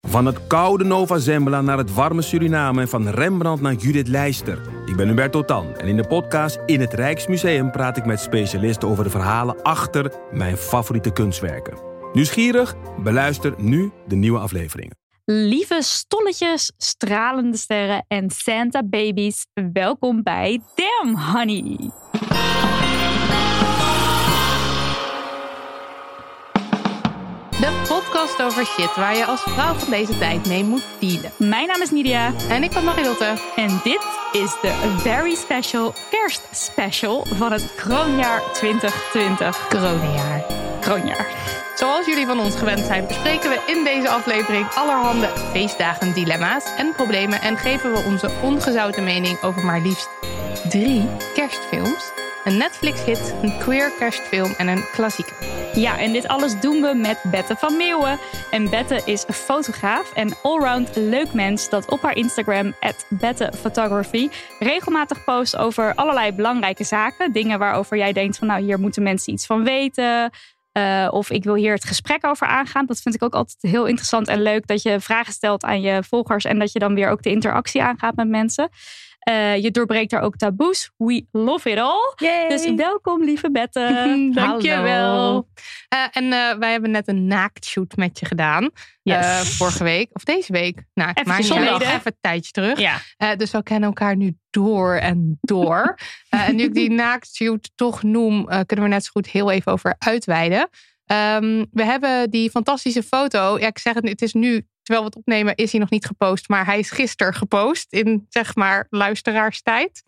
Van het koude Nova Zembla naar het warme Suriname en van Rembrandt naar Judith Leister. Ik ben Hubert Totan en in de podcast In het Rijksmuseum praat ik met specialisten over de verhalen achter mijn favoriete kunstwerken. Nieuwsgierig? Beluister nu de nieuwe afleveringen. Lieve stolletjes, stralende sterren en Santa babies, welkom bij Damn Honey. De podcast over shit waar je als vrouw van deze tijd mee moet dealen. Mijn naam is Nidia En ik ben Marilotte. en dit is de very special kerstspecial van het kroonjaar 2020. Coronajaar. Kroonjaar. Zoals jullie van ons gewend zijn, bespreken we in deze aflevering allerhande feestdagen, dilemma's en problemen. En geven we onze ongezouten mening over maar liefst drie kerstfilms: een Netflix-hit, een queer kerstfilm en een klassieker. Ja, en dit alles doen we met Bette van Meeuwen. En Bette is een fotograaf en allround leuk mens dat op haar Instagram, @bettephotography, regelmatig post over allerlei belangrijke zaken. Dingen waarover jij denkt van nou, hier moeten mensen iets van weten. eh, of ik wil hier het gesprek over aangaan. Dat vind ik ook altijd heel interessant en leuk dat je vragen stelt aan je volgers en dat je dan weer ook de interactie aangaat met mensen. Eh, je doorbreekt daar ook taboes. We love it all. Dus welkom, lieve Bette. Hallo. Dankjewel. Eh en eh, wij hebben net een naaktshoot met je gedaan. Yes. eh, vorige week, of deze week. Nou, Eventjes maar niet uit. geleden. even een tijdje terug. Ja. Eh, dus we kennen elkaar nu door en door. Eh, en nu ik die naaktsuit toch noem, eh, kunnen we net zo goed heel even over uitweiden. Ehm, we hebben die fantastische foto. Ja, ik zeg het, nu, het is nu, terwijl we het opnemen, is hij nog niet gepost. Maar hij is gisteren gepost in, zeg maar, luisteraarstijd.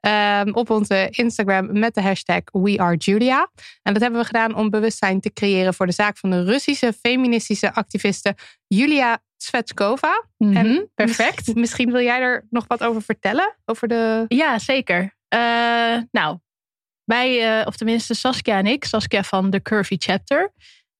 Ehm, op onze Instagram met de hashtag WeAreJulia. En dat hebben we gedaan om bewustzijn te creëren voor de zaak van de Russische feministische activiste Julia Svetskova. Mhm. En perfect. Misschien wil jij er nog wat over vertellen? Over de. Ja, zeker. Eh, nou, wij, eh, of tenminste Saskia en ik, Saskia van The Curvy Chapter,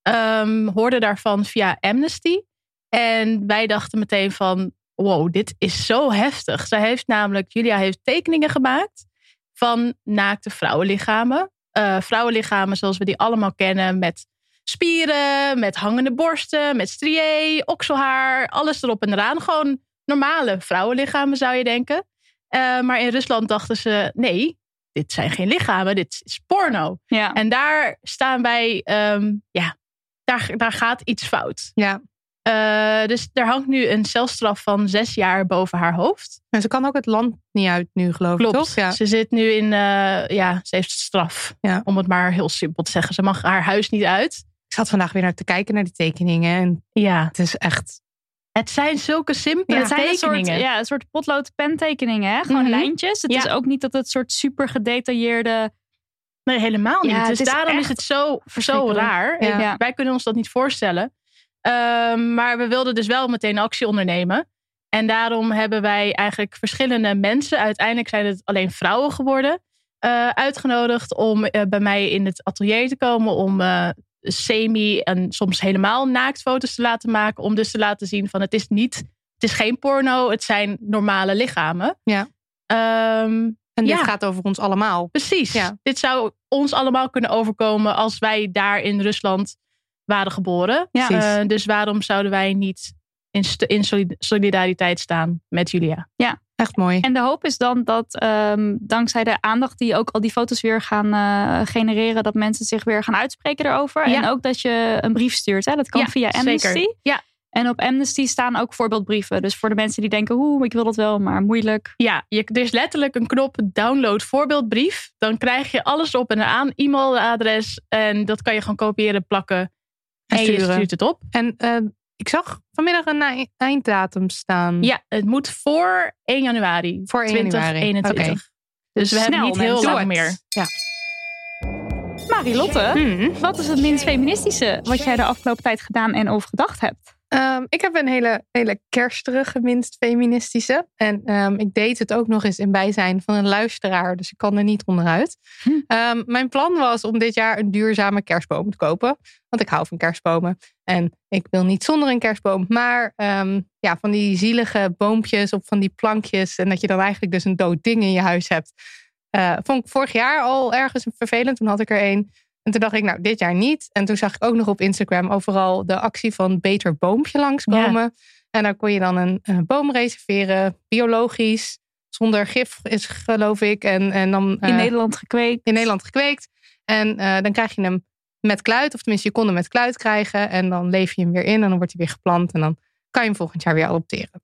ehm, hoorden daarvan via Amnesty. En wij dachten meteen van, wow, dit is zo heftig. Zij heeft namelijk, Julia heeft tekeningen gemaakt van naakte vrouwenlichamen. Eh, vrouwenlichamen zoals we die allemaal kennen met spieren, met hangende borsten, met strié, okselhaar, alles erop en eraan. Gewoon normale vrouwenlichamen zou je denken. Eh, maar in Rusland dachten ze, nee, dit zijn geen lichamen, dit is porno. Ja. En daar staan wij, ehm, ja, daar, daar gaat iets fout. Ja. Eh, dus er hangt nu een celstraf van zes jaar boven haar hoofd. En Nou, ze kan ook het land niet uit nu, geloof Oh, ik. Toch? Ja. Ze zit nu in, eh, ja, ze heeft straf. Ja. Om het maar heel simpel te zeggen. Ze mag haar huis niet uit. Ik zat vandaag weer naar te kijken naar die tekeningen. En Ja. het is echt. Het zijn zulke simpele Ja, het zijn een soort, tekeningen. ja, een soort potlood pentekeningen, hè? gewoon Mhm. lijntjes. Het Ja. is ook niet dat het soort super gedetailleerde... Nee, helemaal niet. Ja, dus het is daarom echt is het zo, zo verschrikkelijk. raar. Ja. Ja. Wij kunnen ons dat niet voorstellen. Ehm, maar we wilden dus wel meteen actie ondernemen. En daarom hebben wij eigenlijk verschillende mensen, uiteindelijk zijn het alleen vrouwen geworden, eh, uitgenodigd om eh, bij mij in het atelier te komen om eh, semi- en soms helemaal naaktfoto's te laten maken. Om dus te laten zien van het is niet, het is geen porno, het zijn normale lichamen. Ja. Ehm, En dit Ja. gaat over ons allemaal. Precies. Ja. Dit zou ons allemaal kunnen overkomen als wij daar in Rusland waren geboren. Ja. Precies. Eh, dus waarom zouden wij niet in, st- in solid- solidariteit staan met Julia? Echt mooi. En de hoop is dan dat ehm, dankzij de aandacht die ook al die foto's weer gaan eh, genereren... dat mensen zich weer gaan uitspreken erover. Ja. En ook dat je een brief stuurt. Hè? Dat kan Ja, via zeker. Amnesty. Ja. En op Amnesty staan ook voorbeeldbrieven. Dus voor de mensen die denken, oeh, ik wil dat wel, maar moeilijk. Ja, je, er is letterlijk een knop download voorbeeldbrief. Dan krijg je alles op en eraan, e-mailadres. En dat kan je gewoon kopiëren, plakken en, En je sturen. stuurt het op. En eh, Ik zag vanmiddag een ei- einddatum staan. Ja, het moet voor 1 januari Hm. Voor 1 januari. 2021. Oké. Dus we hebben Snel, niet heel mensen. lang Doe het. meer. Marilotte, Hmm. wat is het minst feministische wat jij de afgelopen tijd gedaan en over gedacht hebt? Ehm, ik heb een hele, hele kersterige, minst feministische. En ehm, ik deed het ook nog eens in bijzijn van een luisteraar. Dus ik kan er niet onderuit. Hm. Ehm, mijn plan was om dit jaar een duurzame kerstboom te kopen. Want ik hou van kerstbomen. En ik wil niet zonder een kerstboom. Maar ehm, ja, van die zielige boompjes op van die plankjes. En dat je dan eigenlijk dus een dood ding in je huis hebt. Eh, vond ik vorig jaar al ergens vervelend. Toen had ik er een. En toen dacht ik, nou, dit jaar niet. En toen zag ik ook nog op Instagram overal de actie van Beter Boompje langskomen. En daar kon je dan een, eh, boom reserveren, biologisch, zonder gif is geloof ik. En, en dan In eh, Nederland gekweekt. in Nederland gekweekt. En eh, dan krijg je hem met kluit, of tenminste je kon hem met kluit krijgen. En dan leef je hem weer in en dan wordt hij weer geplant. En dan kan je hem volgend jaar weer adopteren.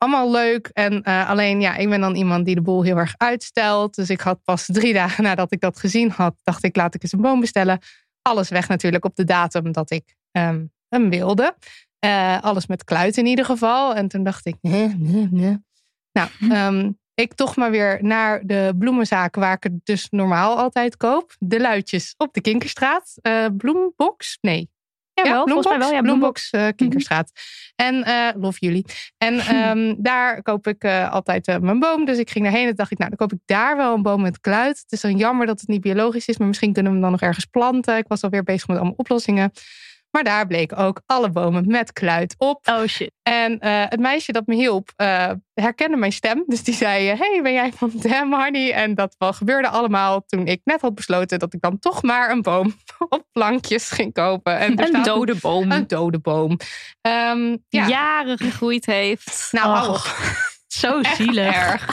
Allemaal leuk. En eh, alleen ja, ik ben dan iemand die de boel heel erg uitstelt. Dus ik had pas drie dagen nadat ik dat gezien had, dacht ik laat ik eens een boom bestellen. Alles weg natuurlijk op de datum dat ik ehm, hem wilde. Eh, alles met kluit in ieder geval. En toen dacht ik, nee, nee, nee. Nou, ehm, ik toch maar weer naar de bloemenzaak waar ik het dus normaal altijd koop. De Luitjes op de Kinkerstraat. Eh, bloembox? Nee. Ja, wel, volgens mij wel. Ja, bloembox. Mhm. Bloembox, eh, Kinkerstraat. En eh love jullie. En ehm, daar koop ik eh, altijd eh, mijn boom. Dus ik ging daarheen en dacht ik, nou, dan koop ik daar wel een boom met kluit. Het is dan jammer dat het niet biologisch is, maar misschien kunnen we hem dan nog ergens planten. Ik was alweer bezig met allemaal oplossingen. Maar daar bleek ook alle bomen met kluit op. Oh shit. En eh, het meisje dat me hielp eh, herkende mijn stem. Dus die zei: eh, Hey, ben jij van Damn Honey? En dat wel gebeurde allemaal toen ik net had besloten dat ik dan toch maar een boom op plankjes ging kopen. En er Een staat dode boom. Een dode boom. Ehm, ja. Jaren gegroeid heeft. Nou, Och, hou op. Zo zielig. erg.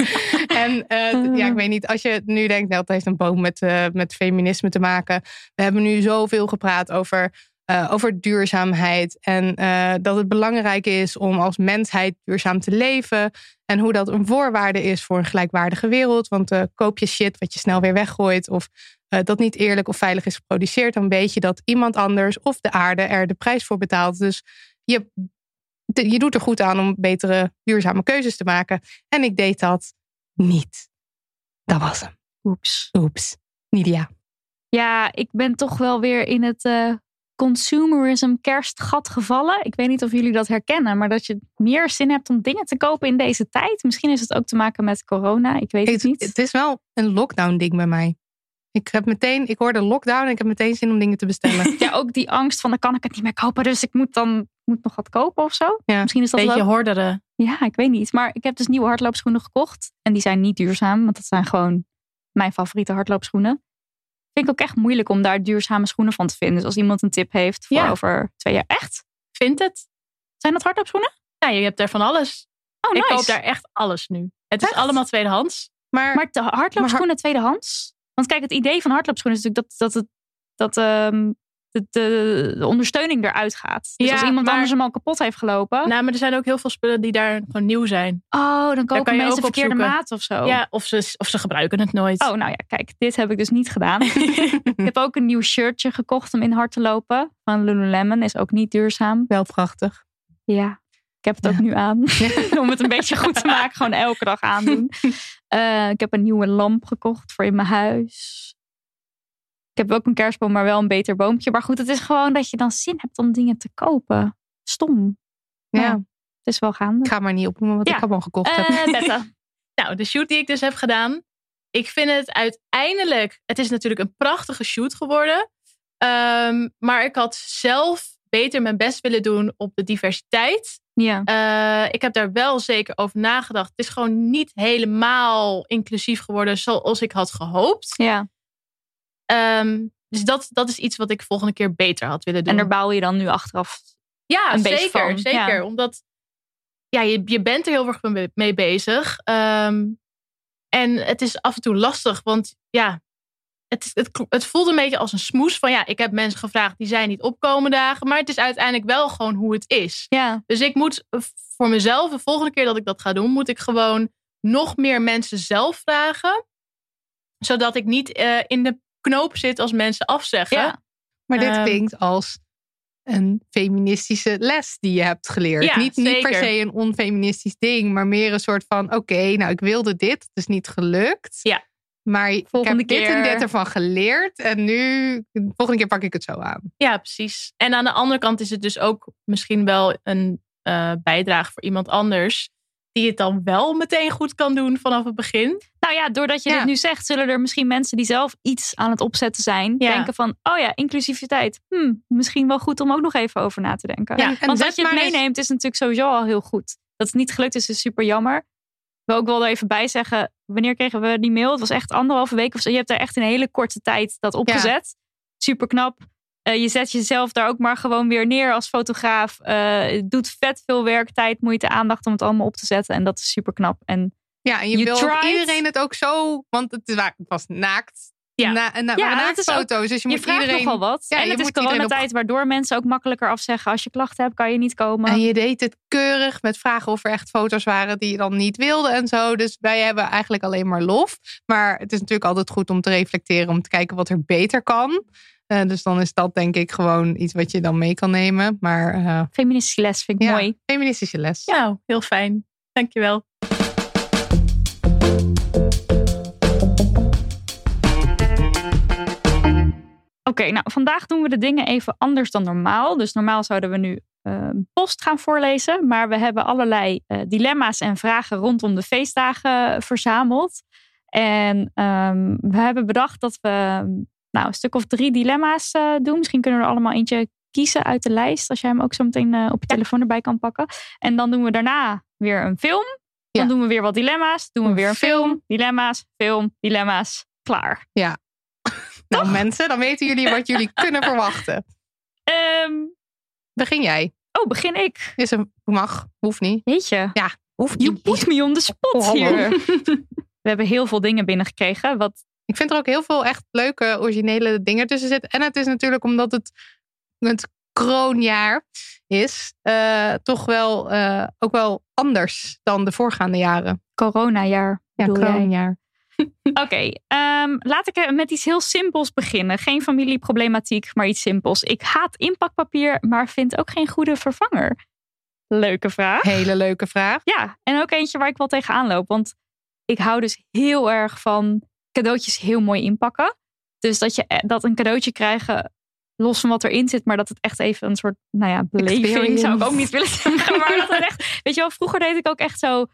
En eh, ja, ik weet niet, als je nu denkt, nou, dat heeft een boom met, eh, met feminisme te maken. We hebben nu zoveel gepraat over, eh, over duurzaamheid. En eh, dat het belangrijk is om als mensheid duurzaam te leven. En hoe dat een voorwaarde is voor een gelijkwaardige wereld. Want eh, koop je shit wat je snel weer weggooit. Of eh, dat niet eerlijk of veilig is geproduceerd. Dan weet je dat iemand anders of de aarde er de prijs voor betaalt. Dus je, je doet er goed aan om betere duurzame keuzes te maken. En ik deed dat niet. Dat was hem. Oeps. Oeps. Nidia. Ja, ik ben toch wel weer in het eh, consumerism kerstgat gevallen. Ik weet niet of jullie dat herkennen, maar dat je meer zin hebt om dingen te kopen in deze tijd. Misschien is het ook te maken met corona. Ik weet het Het, niet. het is wel een lockdown ding bij mij. Ik heb meteen, ik hoorde lockdown en ik heb meteen zin om dingen te bestellen. Ja, ook die angst van dan kan ik het niet meer kopen, dus ik moet dan moet nog wat kopen of zo. Ja, Misschien is dat wel. Beetje horderen. Ja, ik weet niet. Maar ik heb dus nieuwe hardloopschoenen gekocht. En die zijn niet duurzaam, want dat zijn gewoon mijn favoriete hardloopschoenen. Vind ik ook echt moeilijk om daar duurzame schoenen van te vinden. Dus als iemand een tip heeft voor Ja. over twee jaar. Echt? Vindt het? Zijn dat hardloopschoenen? Ja, je hebt er van alles. Oh, nice. Ik koop daar echt alles nu. Het is Echt? allemaal tweedehands. Maar, Maar de hardloopschoenen tweedehands? Want kijk, het idee van hardloopschoenen is natuurlijk dat, dat, het, dat ehm, de, de, de ondersteuning eruit gaat. Dus Ja, als iemand maar- anders hem al kapot heeft gelopen. Nou, maar er zijn ook heel veel spullen die daar gewoon nieuw zijn. oh, dan kopen kan je mensen ook verkeerde opzoeken. maat of zo. Ja, of ze, of ze gebruiken het nooit. Oh, nou ja, kijk, dit heb ik dus niet gedaan. Ik heb ook een nieuw shirtje gekocht om in hard te lopen. Van Lululemon is ook niet duurzaam. wel prachtig. Ja, ik heb het ook nu aan. om het een beetje goed te maken, gewoon elke dag aandoen. Eh, ik heb een nieuwe lamp gekocht voor in mijn huis. Ik heb ook een kerstboom, maar wel een beter boompje. Maar goed, het is gewoon dat je dan zin hebt om dingen te kopen. Stom. Ja. Ja. Het is wel Ik gaande. ga maar niet opnoemen wat Ja. ik allemaal gekocht heb. Eh Bette. Nou, de shoot die ik dus heb gedaan. Ik vind het uiteindelijk. Het is natuurlijk een prachtige shoot geworden. Ehm, maar ik had zelf beter mijn best willen doen op de diversiteit. Ja. Eh, ik heb daar wel zeker over nagedacht. Het is gewoon niet helemaal inclusief geworden zoals ik had gehoopt. ja. Ehm, dus dat, dat is iets wat ik volgende keer beter had willen doen. En daar bouw je dan nu achteraf. Ja, een beetje zeker. van, zeker. ja. Omdat ja, je, je bent er heel erg mee- mee bezig. Ehm, en het is af en toe lastig, want ja, het, het, kl- het voelt een beetje als een smoes van ja, ik heb mensen gevraagd die zijn niet opkomen dagen, maar het is uiteindelijk wel gewoon hoe het is. Ja. Dus ik moet eh, voor mezelf, de volgende keer dat ik dat ga doen, moet ik gewoon nog meer mensen zelf vragen, zodat ik niet eh, in de knoop zit als mensen afzeggen. Ja. maar dit ehm, klinkt als een feministische les die je hebt geleerd. Ja, niet, niet per zeker. se een onfeministisch ding, maar meer een soort van: oké, nou ik wilde dit, het is niet gelukt. Ja. Maar Volgende ik heb dit en keer- dit ervan geleerd. En nu, de volgende keer pak ik het zo aan. Ja, precies. En aan de andere kant is het dus ook misschien wel een eh, bijdrage voor iemand anders. Die het dan wel meteen goed kan doen vanaf het begin. Nou ja, doordat je Ja. dit nu zegt, zullen er misschien mensen die zelf iets aan het opzetten zijn, Ja. denken van, oh ja, inclusiviteit. Hm, misschien wel goed om ook nog even over na te denken. Ja, en Want zet dat je het maar eens- meeneemt is natuurlijk sowieso al heel goed. Dat het niet gelukt is, is super jammer. Ik wil ook wel er even bij zeggen, wanneer kregen we die mail? Het was echt anderhalve week of zo. Je hebt daar echt in een hele korte tijd dat opgezet. Super knap. Eh, je zet jezelf daar ook maar gewoon weer neer als fotograaf. Eh, het doet vet veel werk, tijd, moeite, aandacht om het allemaal op te zetten. En dat is super knap. En Ja, en je You wil ook tried. iedereen het ook zo, want het wa- het was naakt. Ja. Na, na, Ja, ja, dat is ook- foto's. dus je, je moet vraagt iedereen. nogal wat. ja, en je het is moet iedereen op- coronatijd, waardoor mensen ook makkelijker afzeggen. Als je klachten hebt, kan je niet komen. En je deed het keurig met vragen of er echt foto's waren die je dan niet wilde en zo. Dus wij hebben eigenlijk alleen maar lof. Maar het is natuurlijk altijd goed om te reflecteren, om te kijken wat er beter kan. Eh, dus dan is dat denk ik gewoon iets wat je dan mee kan nemen. Maar eh, Feministische les vind ik ja, mooi. feministische les. Nou, heel fijn. Dankjewel. Oké, nou vandaag doen we de dingen even anders dan normaal. Dus normaal zouden we nu eh, post gaan voorlezen. Maar we hebben allerlei eh, dilemma's en vragen rondom de feestdagen verzameld. En ehm, we hebben bedacht dat we nou, een stuk of drie dilemma's eh, doen. Misschien kunnen we er allemaal eentje kiezen uit de lijst. Als jij hem ook zo meteen eh, op je telefoon erbij kan pakken. En dan doen we daarna weer een film. Dan Ja. doen we weer wat dilemma's. Doen we Een weer een film. film. Dilemma's, film, dilemma's. Klaar. Nou mensen, dan weten jullie wat jullie kunnen verwachten. Ehm, Begin jij. oh, begin ik. Is een, mag, hoeft niet. Weet je, Hoeft you put me on the spot Oh, hallo. hier. We hebben heel veel dingen binnengekregen. Wat Ik vind er ook heel veel echt leuke, originele dingen tussen zitten. En het is natuurlijk omdat het het kroonjaar is, eh, toch wel eh, ook wel anders dan de voorgaande jaren. coronajaar Ja, bedoel jij? kroonjaar. Oké, ehm, laat ik met iets heel simpels beginnen. Geen familieproblematiek, maar iets simpels. Ik haat inpakpapier, maar vind ook geen goede vervanger. Leuke vraag. Hele leuke vraag. Ja, en ook eentje waar ik wel tegenaan loop. Want ik hou dus heel erg van cadeautjes heel mooi inpakken. Dus dat je eh, dat een cadeautje krijgen, los van wat erin zit, maar dat het echt even een soort, nou ja, beleving Experience. zou ik ook niet willen zeggen. Maar dat het echt, weet je wel, vroeger deed ik ook echt zo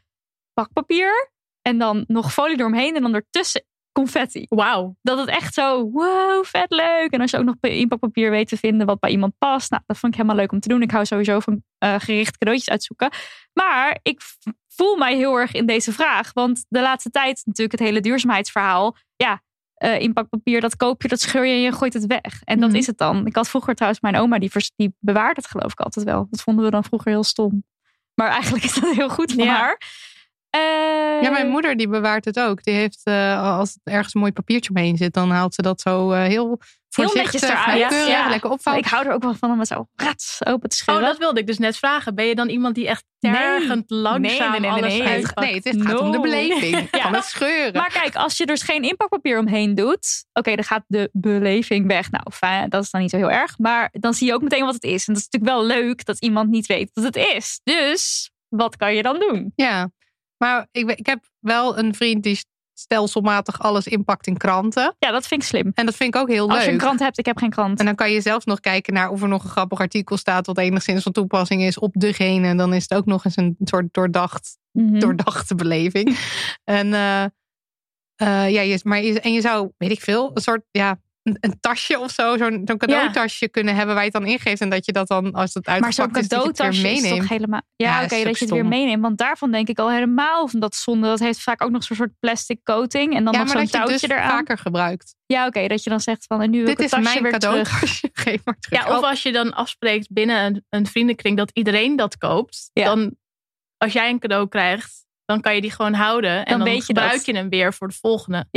pakpapier en dan nog folie eromheen en dan ertussen confetti. Wauw. Dat het echt zo, wow, vet leuk. En als je ook nog inpakpapier weet te vinden wat bij iemand past. Nou, dat vond ik helemaal leuk om te doen. Ik hou sowieso van eh, gericht cadeautjes uitzoeken. Maar ik v- voel mij heel erg in deze vraag. Want de laatste tijd natuurlijk het hele duurzaamheidsverhaal. Ja, eh, inpakpapier, dat koop je, dat scheur je en je gooit het weg. En dat Mhm. is het dan. Ik had vroeger trouwens mijn oma, die, vers- die bewaarde het geloof ik altijd wel. Dat vonden we dan vroeger heel stom. Maar eigenlijk is dat heel goed van Ja. haar. Eh, Ja, mijn moeder die bewaart het ook. Die heeft, eh, als er ergens een mooi papiertje omheen zit, dan haalt ze dat zo eh, heel voorzichtig, netjes eruit, nauwkeurig, ja. lekker Maar opvouwen. ik hou er ook wel van om het zo rats open te Oh, scheuren. dat wilde ik dus net vragen. Ben je dan iemand die echt Nee. tergend langzaam nee, nee, alles nee. uitpakt? Nee, het gaat om de No. beleving Ja. van het scheuren. Maar kijk, als je er dus geen inpakpapier omheen doet, oké, dan gaat de beleving weg. Nou, fijn, dat is dan niet zo heel erg. Maar dan zie je ook meteen wat het is. En dat is natuurlijk wel leuk dat iemand niet weet wat het is. Dus wat kan je dan doen? Ja, maar ik, we- ik heb wel een vriend die stelselmatig alles inpakt in kranten. Ja, dat vind ik slim. En dat vind ik ook heel Als je een leuk. krant hebt, ik heb geen krant. En dan kan je zelf nog kijken naar of er nog een grappig artikel staat... wat enigszins van toepassing is op degene. En dan is het ook nog eens een soort doordacht, Mhm. doordachte beleving. En, eh, eh, ja, je, maar je, en je zou, weet ik veel, een soort... Ja, een, een tasje of zo, zo'n zo'n cadeautasje kunnen hebben waar je het dan ingeeft. En dat je dat dan, als het maar uitgepakt zo'n is, dat je het weer cadeautasje is meeneemt. toch helemaal... Ja, oké, Ja, is ook dat je het weer stom. meeneemt. Want daarvan denk ik al helemaal van dat zonde. Dat heeft vaak ook nog zo'n soort plastic coating. En dan nog ja, maar zo'n dat je het touwtje dus eraan. vaker gebruikt. Ja, oké, dat je dan zegt van... En nu wil ik Dit het is tasje mijn weer terug. cadeautasje. Geef maar terug. Ja, of als je dan afspreekt binnen een, een vriendenkring dat iedereen dat koopt. Ja. Dan als jij een cadeau krijgt, dan kan je die gewoon houden. En Dan dan, weet je gebruik dat. je hem weer voor de volgende.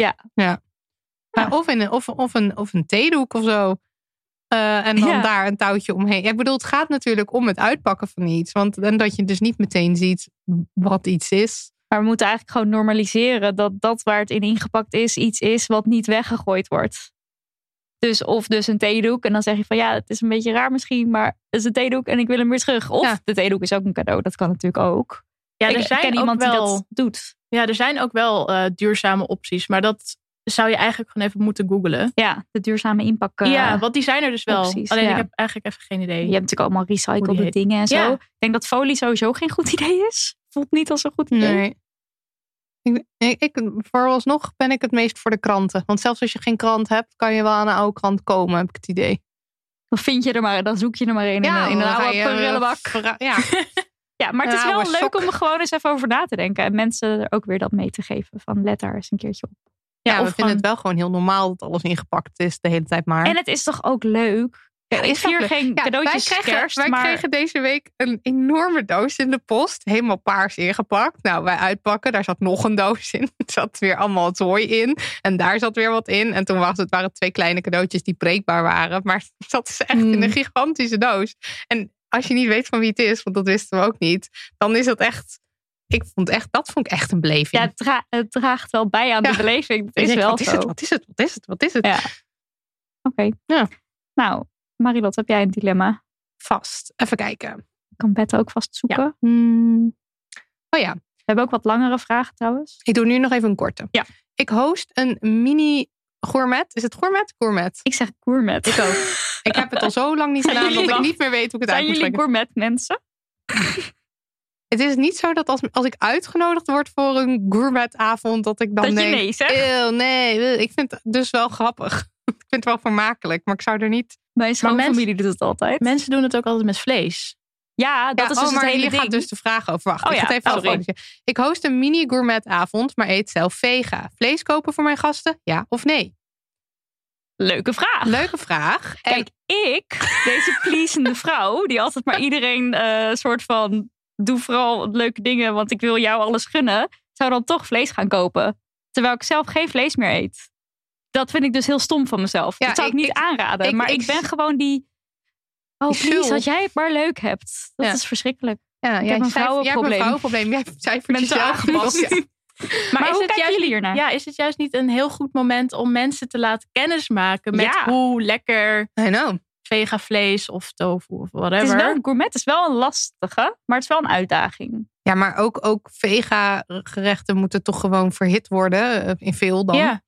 Maar of, in een, of, of, een, of een theedoek of zo. Eh, en dan Ja. daar een touwtje omheen. Ja, Ik bedoel, het gaat natuurlijk om het uitpakken van iets. Want en dat je dus niet meteen ziet wat iets is. Maar we moeten eigenlijk gewoon normaliseren dat dat waar het in ingepakt is, iets is wat niet weggegooid wordt. Dus of dus een theedoek. En dan zeg je van ja, het is een beetje raar misschien, maar het is een theedoek en ik wil hem weer terug. Of Ja. de theedoek is ook een cadeau. Dat kan natuurlijk ook. Ja, ik er zijn ken ook iemand die wel, dat doet. ja, er zijn ook wel eh, duurzame opties. Maar dat zou je eigenlijk gewoon even moeten googlen. Ja, de duurzame inpak. eh, ja, want die zijn er dus wel. opties, Alleen ja. ik heb eigenlijk even geen idee. Je hebt natuurlijk allemaal Hoe die recyclede heet. dingen en zo. Ja. Ik denk dat folie sowieso geen goed idee is. Voelt niet als een goed idee. Nee. Ik, ik, ik- vooralsnog ben ik het meest voor de kranten. Want zelfs als je geen krant hebt, kan je wel aan een oude krant komen, heb ik het idee. Dan vind je er maar, dan zoek je er maar een in, een- in dan een ga oude je, eh, prullenbak. verra- Ja, Ja, maar het is een wel oude leuk sok. om er gewoon eens even over na te denken. En mensen er ook weer dat mee te geven. Van let daar eens een keertje op. ja, we of vinden gewoon- het wel gewoon heel normaal dat alles ingepakt is de hele tijd maar. En het is toch ook leuk? Ja, Er is is ook hier leuk. geen Ja, cadeautjes wij kregen, kerst, wij maar kregen deze week een enorme doos in de post. Helemaal paars ingepakt. Nou, wij uitpakken. Daar zat nog een doos in. Er zat weer allemaal zooi in. En daar zat weer wat in. En toen was het, waren het twee kleine cadeautjes die breekbaar waren. Maar het zat dus echt in Hmm. een gigantische doos. En als je niet weet van wie het is, want dat wisten we ook niet. Dan is dat echt... Ik vond echt, dat vond ik echt een beleving. ja, het, dra- het draagt wel bij aan de Ja. beleving. Dat Ik is denk, wel wat is zo. het? Oké. Wat is het? Wat is het? Wat is het? Ja. Ja. Nou, Marilot, heb jij een dilemma? Vast. Even kijken. Ik kan Bette ook vast zoeken. Hmm. Oh ja. We hebben ook wat langere vragen trouwens. Ik doe nu nog even een korte. Ja. Ik host een mini gourmet. Is het gourmet? Gourmet. Ik zeg gourmet. Ik ook. Ik heb het al zo lang niet Zijn gedaan dat jullie- ik niet meer weet hoe ik Oh, Zijn het uit moet jullie spreken. gourmet mensen? Het is niet zo dat als, als ik uitgenodigd word voor een gourmetavond, dat ik dan dat je denk... nee zegt? "Eeuw, nee, eh." ik vind het dus wel grappig. Ik vind het wel vermakelijk, maar ik zou er niet... Mijn schoonfamilie mensen- doet het altijd. Mensen doen het ook altijd met vlees. ja, dat Ja, is oh, dus maar het hele hier ding. gaat dus de vraag over. Wacht, Oh ik ja, ga het oh, even afronden. Ik host een mini gourmetavond, maar eet zelf vega. Vlees kopen voor mijn gasten? Ja of nee? Leuke vraag. Leuke vraag. En Kijk, ik, deze pleasende vrouw, die altijd maar iedereen eh soort van... Doe vooral leuke dingen, want ik wil jou alles gunnen. Zou dan toch vlees gaan kopen. Terwijl ik zelf geen vlees meer eet. Dat vind ik dus heel stom van mezelf. Ja, dat zou ik, ik- niet aanraden. ik- maar ik, ik- ben gewoon die... Oh, Die please, zul. dat jij het maar leuk hebt. Dat Ja. is verschrikkelijk. Ja, Ik jij heb een cijfer- jij hebt vrouwenprobleem. een vrouwenprobleem. Jij hebt cijfertjes Mentaal zelf aangepast. gemaakt. Ja. Maar, is hoe het kijken juist- jullie hiernaar? Ja, is het juist niet een heel goed moment om mensen te laten kennismaken met Ja. hoe lekker I know. vega vlees of tofu of whatever. het is wel, gourmet is wel een lastige, maar het is wel een uitdaging. Ja, maar ook, ook vega gerechten moeten toch gewoon verhit worden. eh, In veel dan. Ja,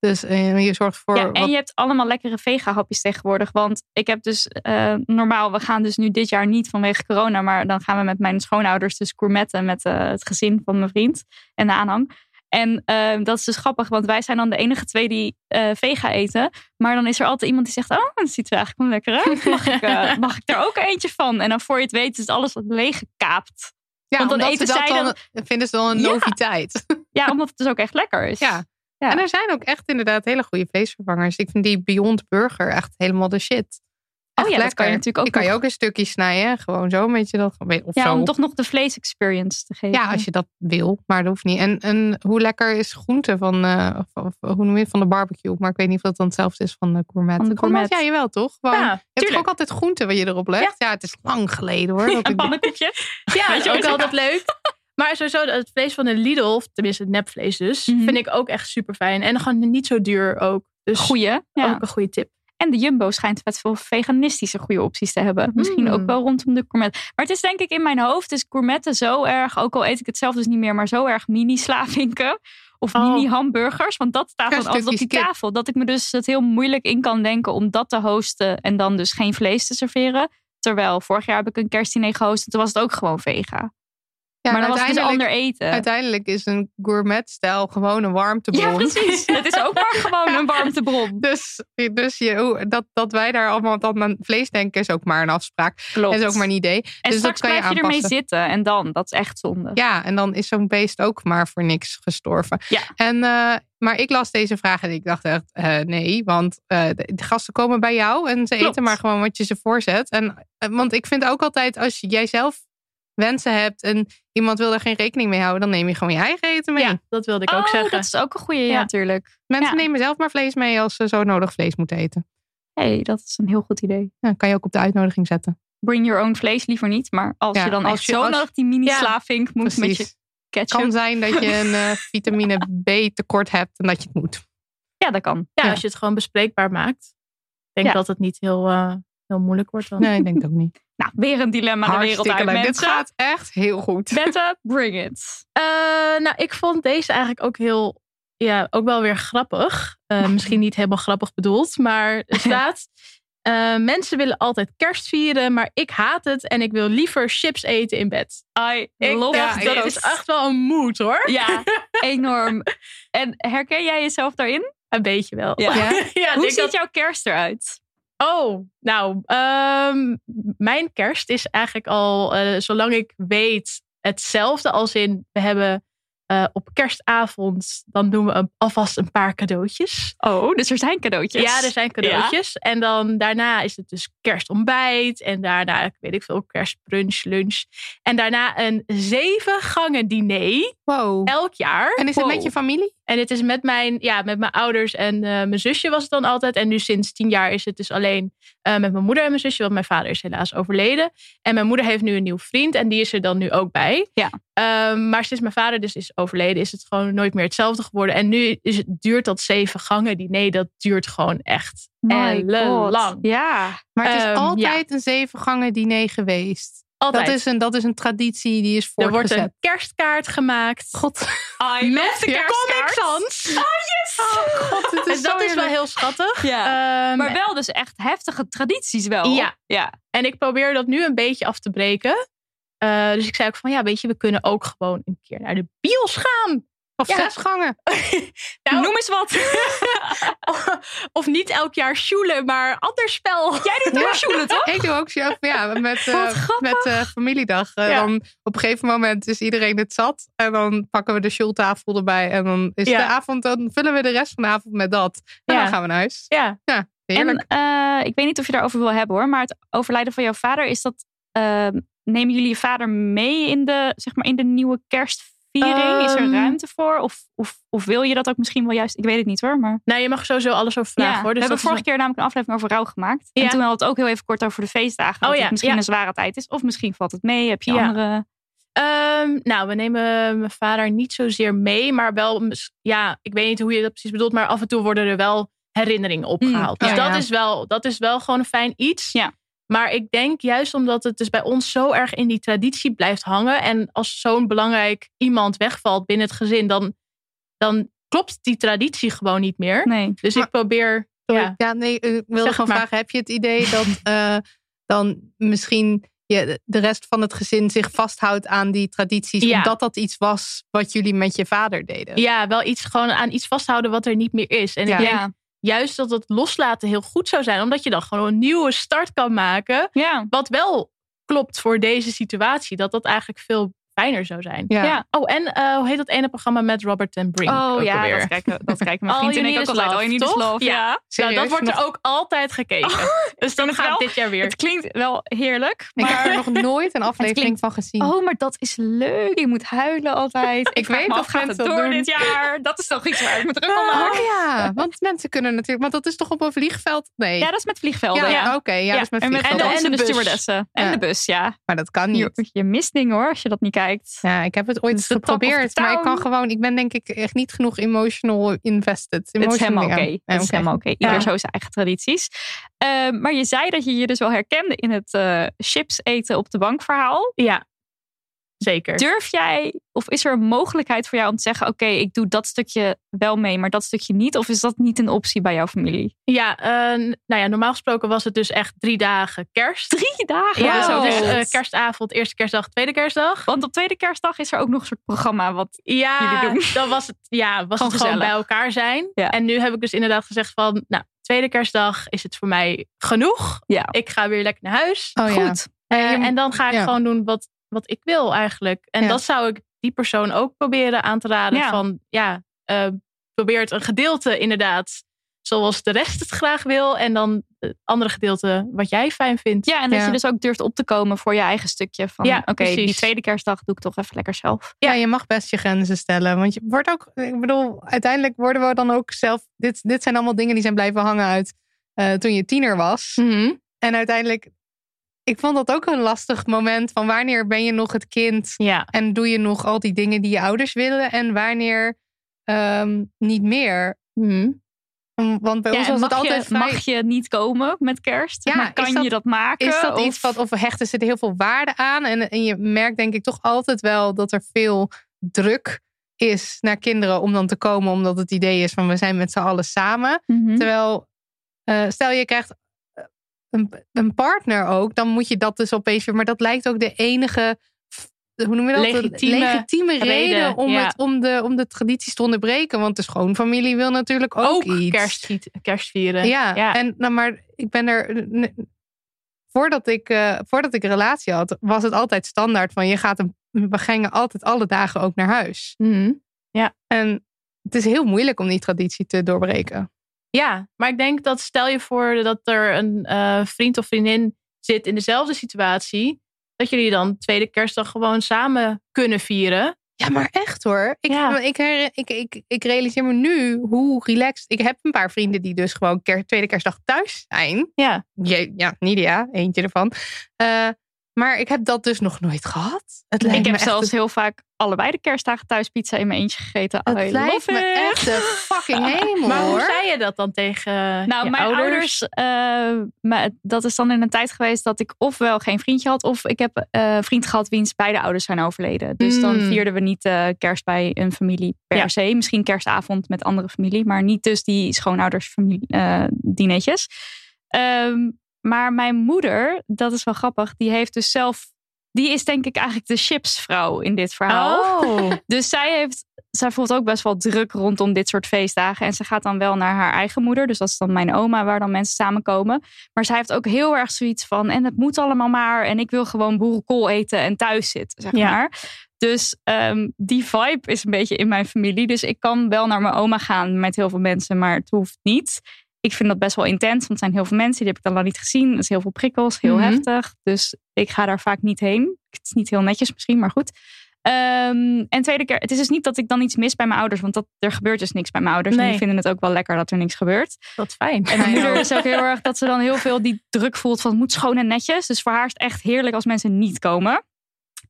Dus eh, je zorgt voor... Ja, en wat- je hebt allemaal lekkere vega-hapjes tegenwoordig. Want ik heb dus eh, normaal, we gaan dus nu dit jaar niet vanwege corona. Maar dan gaan we met mijn schoonouders dus gourmetten met eh, het gezin van mijn vriend en de aanhang. En eh, dat is dus grappig, want wij zijn dan de enige twee die eh, vega eten. Maar dan is er altijd iemand die zegt, oh, dat ziet er eigenlijk wel lekker uit. Mag ik, eh, mag ik daar ook eentje van? En dan voor je het weet is alles leeggekaapt. ja, want dan omdat eten ze dat zij dan, vinden ze dan een Ja. noviteit. Ja, omdat het dus ook echt lekker is. Ja. Ja. En er zijn ook echt inderdaad hele goede vleesvervangers. Ik vind die Beyond Burger echt helemaal de shit. Oh ja, Echt lekker. dat kan je natuurlijk ook Die kan je nog- ook een stukje snijden. hè. Gewoon zo, weet je dat. Of Ja, zo. om toch nog de vlees-experience te geven. Ja, als je dat wil, maar dat hoeft niet. En, en hoe lekker is groente van, eh, of- of hoe noem je het, van de barbecue? Maar ik weet niet of dat dan hetzelfde is van de gourmet. Van de gourmet. Ja, jawel toch? Gewoon, je ja, hebt toch tuurlijk. ook altijd groente wat je erop legt? Ja, het is lang geleden hoor. Dat Een ik- pannenkoekje. ja Weet dat je is ook wel, altijd leuk. Maar sowieso het vlees van de Lidl, of tenminste het nepvlees dus, Mhm. vind ik ook echt super fijn. En gewoon niet zo duur ook. Dus Goeie. ook een goede tip. En de Jumbo schijnt vet veel veganistische goede opties te hebben. Misschien Mm. ook wel rondom de gourmet. Maar het is denk ik in mijn hoofd is gourmetten zo erg, ook al eet ik het zelf dus niet meer, maar zo erg mini-slavinken. Of Oh. mini-hamburgers. Want dat staat Ja, dan altijd op die stukjes kip. tafel. Dat ik me dus het heel moeilijk in kan denken om dat te hosten. En dan dus geen vlees te serveren. Terwijl vorig jaar heb ik een kerstdiner gehost. En toen was het ook gewoon vega. Ja, maar en dan was het dus uiteindelijk- ander eten. Uiteindelijk is een gourmetstijl gewoon een warmtebron. Ja, precies. het is ook maar gewoon een warmtebron. Dus, dus je, hoe- dat, dat wij daar allemaal dan aan vlees denken is ook maar een afspraak. Klopt. Dat is ook maar een idee. en dus straks dat kan je blijf je ermee aanpassen. zitten. En dan, dat is echt zonde. Ja, en dan is zo'n beest ook maar voor niks gestorven. Ja. En, eh, maar ik las deze vraag en ik dacht echt, eh, nee, want eh, de de gasten komen bij jou en ze Klopt. eten maar gewoon wat je ze voorzet. En, eh, want ik vind ook altijd, als jij zelf wensen hebt en iemand wil er geen rekening mee houden, dan neem je gewoon je eigen eten mee. Ja, dat wilde ik ook oh, zeggen. dat is ook een goede, ja, Ja. natuurlijk. Mensen ja. nemen zelf maar vlees mee als ze zo nodig vlees moeten eten. hey, dat is een heel goed idee. Ja, kan je ook op de uitnodiging zetten. Bring your own vlees liever niet. Maar als Ja, je dan als echt je- zo als- nodig die mini-slavink moet met je Precies. ketchup. kan zijn dat je een eh, vitamine B tekort hebt en dat je het moet. Ja, dat kan. ja, ja. als je het gewoon bespreekbaar maakt. denk Ja. dat het niet heel, eh, heel moeilijk wordt. Dan. Nee, ik denk het ook niet. Nou, weer een dilemma de wereld Hartstikke uit, leuk. Dit mensen. gaat echt heel goed. Bette, bring it. Eh, nou, ik vond deze eigenlijk ook heel, ja, ook wel weer grappig. Eh, misschien niet helemaal grappig bedoeld, maar er staat. eh, mensen willen altijd kerst vieren, maar ik haat het en ik wil liever chips eten in bed. I Ik love dacht, that. dat is echt wel een moed hoor. Ja, enorm. En herken jij jezelf daarin? Een beetje wel. Ja. Ja. Ja, Hoe denk ziet dat- jouw kerst eruit? Oh, nou, ehm, mijn kerst is eigenlijk al, eh, zolang ik weet, hetzelfde als in we hebben eh, op kerstavond, dan doen we een- alvast een paar cadeautjes. Oh, dus er zijn cadeautjes. Ja, er zijn cadeautjes. En dan daarna is het dus kerstontbijt. En daarna, weet ik veel, kerstbrunch, lunch. En daarna een zeven gangen diner Wow. elk jaar. En is het Wow. met je familie? En het is met mijn, ja, met mijn ouders en eh, mijn zusje was het dan altijd. En nu sinds tien jaar is het dus alleen eh, met mijn moeder en mijn zusje. Want mijn vader is helaas overleden. En mijn moeder heeft nu een nieuw vriend. En die is er dan nu ook bij. Ja. Ehm, maar sinds mijn vader dus is overleden, is het gewoon nooit meer hetzelfde geworden. En nu is het, duurt dat zeven gangen diner. Dat duurt gewoon echt ellenlang. Ja. Maar het is Ehm, ja. altijd een zeven gangen diner geweest. Altijd. Dat is, een, dat is een traditie die is er wordt voortgezet. een kerstkaart gemaakt. God, I met de de Comic kerstkaart. Oh, Sans. God, het is en dat zo is wel erg. heel schattig. Ja. Ehm, maar wel dus echt heftige tradities wel. Ja. ja. En ik probeer dat nu een beetje af te breken. Eh, dus ik zei ook van, ja, weet je, we kunnen ook gewoon een keer naar de bios gaan. Of Ja. zes gangen. Nou- Noem eens wat. of niet elk jaar sjoelen, maar ander spel. Jij doet Ja. door Sjoelen, toch? Ik doe ook zo, ja, met, eh, Wat grappig. met eh, familiedag. Eh, Ja. dan op een gegeven moment is iedereen het zat. En dan pakken we de schultafel erbij. En dan is Ja. de avond, dan vullen we de rest van de avond met dat. En Ja. dan gaan we naar huis. Ja, Heerlijk. En eh, ik weet niet of je daarover wil hebben hoor, maar het overlijden van jouw vader is dat. ehm, nemen jullie je vader mee in de, zeg maar, in de nieuwe kerstviering? is er Ehm. ruimte voor? Of, of, of wil je dat ook misschien wel juist? Ik weet het niet hoor, maar. nou, je mag sowieso alles over vragen, Ja, hoor. we Dus hebben dat is vorige keer namelijk een aflevering over rouw gemaakt. En Ja. toen hadden we het ook heel even kort over de feestdagen. dat Oh ja, het misschien ja. een zware tijd is. Of misschien valt het mee. Heb je Ja. andere... Ehm, nou, we nemen mijn vader niet zozeer mee, maar wel, mis- ja, ik weet niet hoe je dat precies bedoelt, maar af en toe worden er wel herinneringen opgehaald. Mm, dus ja, dat, ja. Is wel, dat is wel gewoon een fijn iets. Ja. Maar ik denk juist omdat het dus bij ons zo erg in die traditie blijft hangen en als zo'n belangrijk iemand wegvalt binnen het gezin, dan, dan klopt die traditie gewoon niet meer. Nee. Dus Mm, Maar- ik probeer, Sorry. ja. Ja, nee, eh, ik wilde Zeg gewoon maar. vragen. Heb je het idee dat eh, dan misschien je, de rest van het gezin zich vasthoudt aan die tradities? Ja. Omdat dat iets was wat jullie met je vader deden? ja, wel iets gewoon aan iets vasthouden wat er niet meer is. En Ja. ik denk juist dat het loslaten heel goed zou zijn, omdat je dan gewoon een nieuwe start kan maken. Ja. wat wel klopt voor deze situatie, dat dat eigenlijk veel fijner zou zijn. Ja. Ja. Oh, en eh, hoe heet dat ene programma met Robert ten Brink? Oh ook ja, alweer? dat kijken, dat kijken mijn All vriend en ik you need ook is altijd. love, All you need toch? is Oh, love. Ja. Ja. Oh, nou, dat Serieus, wordt nog- er ook altijd gekeken. dus dan vind het gaat wel- dit jaar weer. Het klinkt wel heerlijk. Ik heb Maar... er nog nooit een aflevering klinkt- van gezien. Oh, maar dat is leuk. Je moet huilen altijd. Ik, weet weet me dat af, gaat het Ah. mensen door dat doen. dit jaar? Dat is toch iets waar ik me druk om Oh maak? ja, want mensen kunnen natuurlijk... Want dat is toch op een vliegveld? Nee. Ja, dat is met vliegvelden. Ja, Ja, Oh, oké. ja, dus Ja, dat is met en, met, en, de, vliegvelden. en de bus. stewardessen. En Ja. de bus, ja. Maar dat kan Je, niet. je mist dingen hoor, als je dat niet kijkt. Ja, ik heb het ooit Dus de top of the geprobeerd. Maar ik kan town. gewoon... Ik ben denk ik echt niet genoeg emotional invested. Het Emotional is helemaal oké. dingen. Het Ja, is helemaal oké. Ieder Ja. zo zijn eigen tradities. Ehm, maar je zei dat je je dus wel herkende in het eh, chips eten op de bank verhaal. Ja, zeker. Durf jij, of is er een mogelijkheid voor jou om te zeggen: Oké, ik doe dat stukje wel mee, maar dat stukje niet? Of is dat niet een optie bij jouw familie? Ja, eh, nou ja, normaal gesproken was het dus echt drie dagen kerst. Drie dagen. Ja, of zo, zo. dus eh, kerstavond, eerste kerstdag, tweede kerstdag. Want op tweede kerstdag is er ook nog een soort programma. Wat, Ja, Jullie doen. dan was het, ja, was Gewoon het gewoon gezellig. bij elkaar zijn. Ja. En nu heb ik dus inderdaad gezegd van, nou, tweede kerstdag is het voor mij genoeg. Ja. ehm, Ik ga weer lekker naar huis. Oh, ja. goed. Eh, je moet- en dan ga ik ja. gewoon doen wat, wat ik wil eigenlijk. En Ja. dat zou ik die persoon ook proberen aan te raden. Ja. Van ja, eh, probeer het een gedeelte inderdaad zoals de rest het graag wil. En dan het andere gedeelte wat jij fijn vindt. Ja, en dat Ja. je dus ook durft op te komen voor je eigen stukje. Van Ja, oké, die precies. tweede kerstdag doe ik toch even lekker zelf. Ja, je mag best je grenzen stellen. Want je wordt ook, ik bedoel, uiteindelijk worden we dan ook zelf. Dit, dit zijn allemaal dingen die zijn blijven hangen uit eh, toen je tiener was. Mm. Mhm. En uiteindelijk, ik vond dat ook een lastig moment. Van wanneer ben je nog het kind Ja. en doe je nog al die Mhm. dingen die je ouders willen? En wanneer ehm, niet meer? Want bij ons en was mag, het altijd je, vrij- mag je niet komen met kerst? Zeg Ja, maar, kan is dat- je dat maken? Is dat Of- iets wat, of hechten ze er heel veel waarde aan? En, en je merkt denk ik toch altijd wel dat er veel druk is naar kinderen om dan te komen, omdat het idee is van we zijn met z'n allen samen. Mhm. Terwijl, eh, stel je krijgt eh, een, een partner ook, dan moet je dat dus opeens weer. Maar dat lijkt ook de enige, f- hoe noem je dat? Legitieme Legitieme reden, reden, om, ja. het, om, de, om de tradities te onderbreken. Want de schoonfamilie wil natuurlijk ook, Ook iets. kerstviet- kerstvieren. Ja, ja. En, nou, maar ik ben er. n- Voordat ik, eh, voordat ik een relatie had, was het altijd standaard van je gaat een. We gingen altijd alle dagen ook naar huis. Mhm. En het is heel moeilijk om die traditie te doorbreken. Ja, maar ik denk dat stel je voor dat er een eh, vriend of vriendin zit in dezelfde situatie. Dat jullie dan tweede kerstdag gewoon samen kunnen vieren. Ja, maar echt hoor. Ik, Ja. ik, her- ik, ik, ik realiseer me nu hoe relaxed. Ik heb een paar vrienden die dus gewoon ker- tweede kerstdag thuis zijn. Ja. Je, ja, Nidia, eentje ervan. Eh, maar ik heb dat dus nog nooit gehad. Het lijkt Ik me heb echt zelfs heel vaak allebei de kerstdagen thuis pizza in mijn eentje gegeten. Het I lijkt love me it. echt de fucking hemel Nou, Maar hoe hoor. zei je dat dan tegen Nou, je mijn ouders? ouders, eh, maar dat is dan in een tijd geweest dat ik ofwel geen vriendje had, of ik heb eh, een vriend gehad wiens beide ouders zijn overleden. Dus dan Mm. vierden we niet eh, kerst bij een familie per Hmm. Ja. se. Misschien kerstavond met andere familie, maar niet dus die schoonoudersdinetjes. Ehm maar mijn moeder, dat is wel grappig, die heeft dus zelf. Die is denk ik eigenlijk de chipsvrouw in dit verhaal. Oh, Dus zij heeft, zij voelt ook best wel druk rondom dit soort feestdagen. En ze gaat dan wel naar haar eigen moeder. Dus dat is dan mijn oma, waar dan mensen samenkomen. Maar zij heeft ook heel erg zoiets van. En het moet allemaal maar. En ik wil gewoon boerenkool eten en thuis zitten, zeg Ja. maar. Dus ehm, die vibe is een beetje in mijn familie. Dus ik kan wel naar mijn oma gaan met heel veel mensen, maar het hoeft niet. Ik vind dat best wel intens, want het zijn heel veel mensen. Die heb ik dan lang niet gezien. Er is heel veel prikkels, heel Mhm. heftig. Dus ik ga daar vaak niet heen. Het is niet heel netjes misschien, maar goed. Ehm, en tweede keer, het is dus niet dat ik dan iets mis bij mijn ouders, want dat, er gebeurt dus niks bij mijn ouders. En Nee. die vinden het ook wel lekker dat er niks gebeurt. wat fijn. En mijn Ja. moeder is ook heel erg dat ze dan heel veel die druk voelt van het moet schoon en netjes. Dus voor haar is het echt heerlijk als mensen niet komen.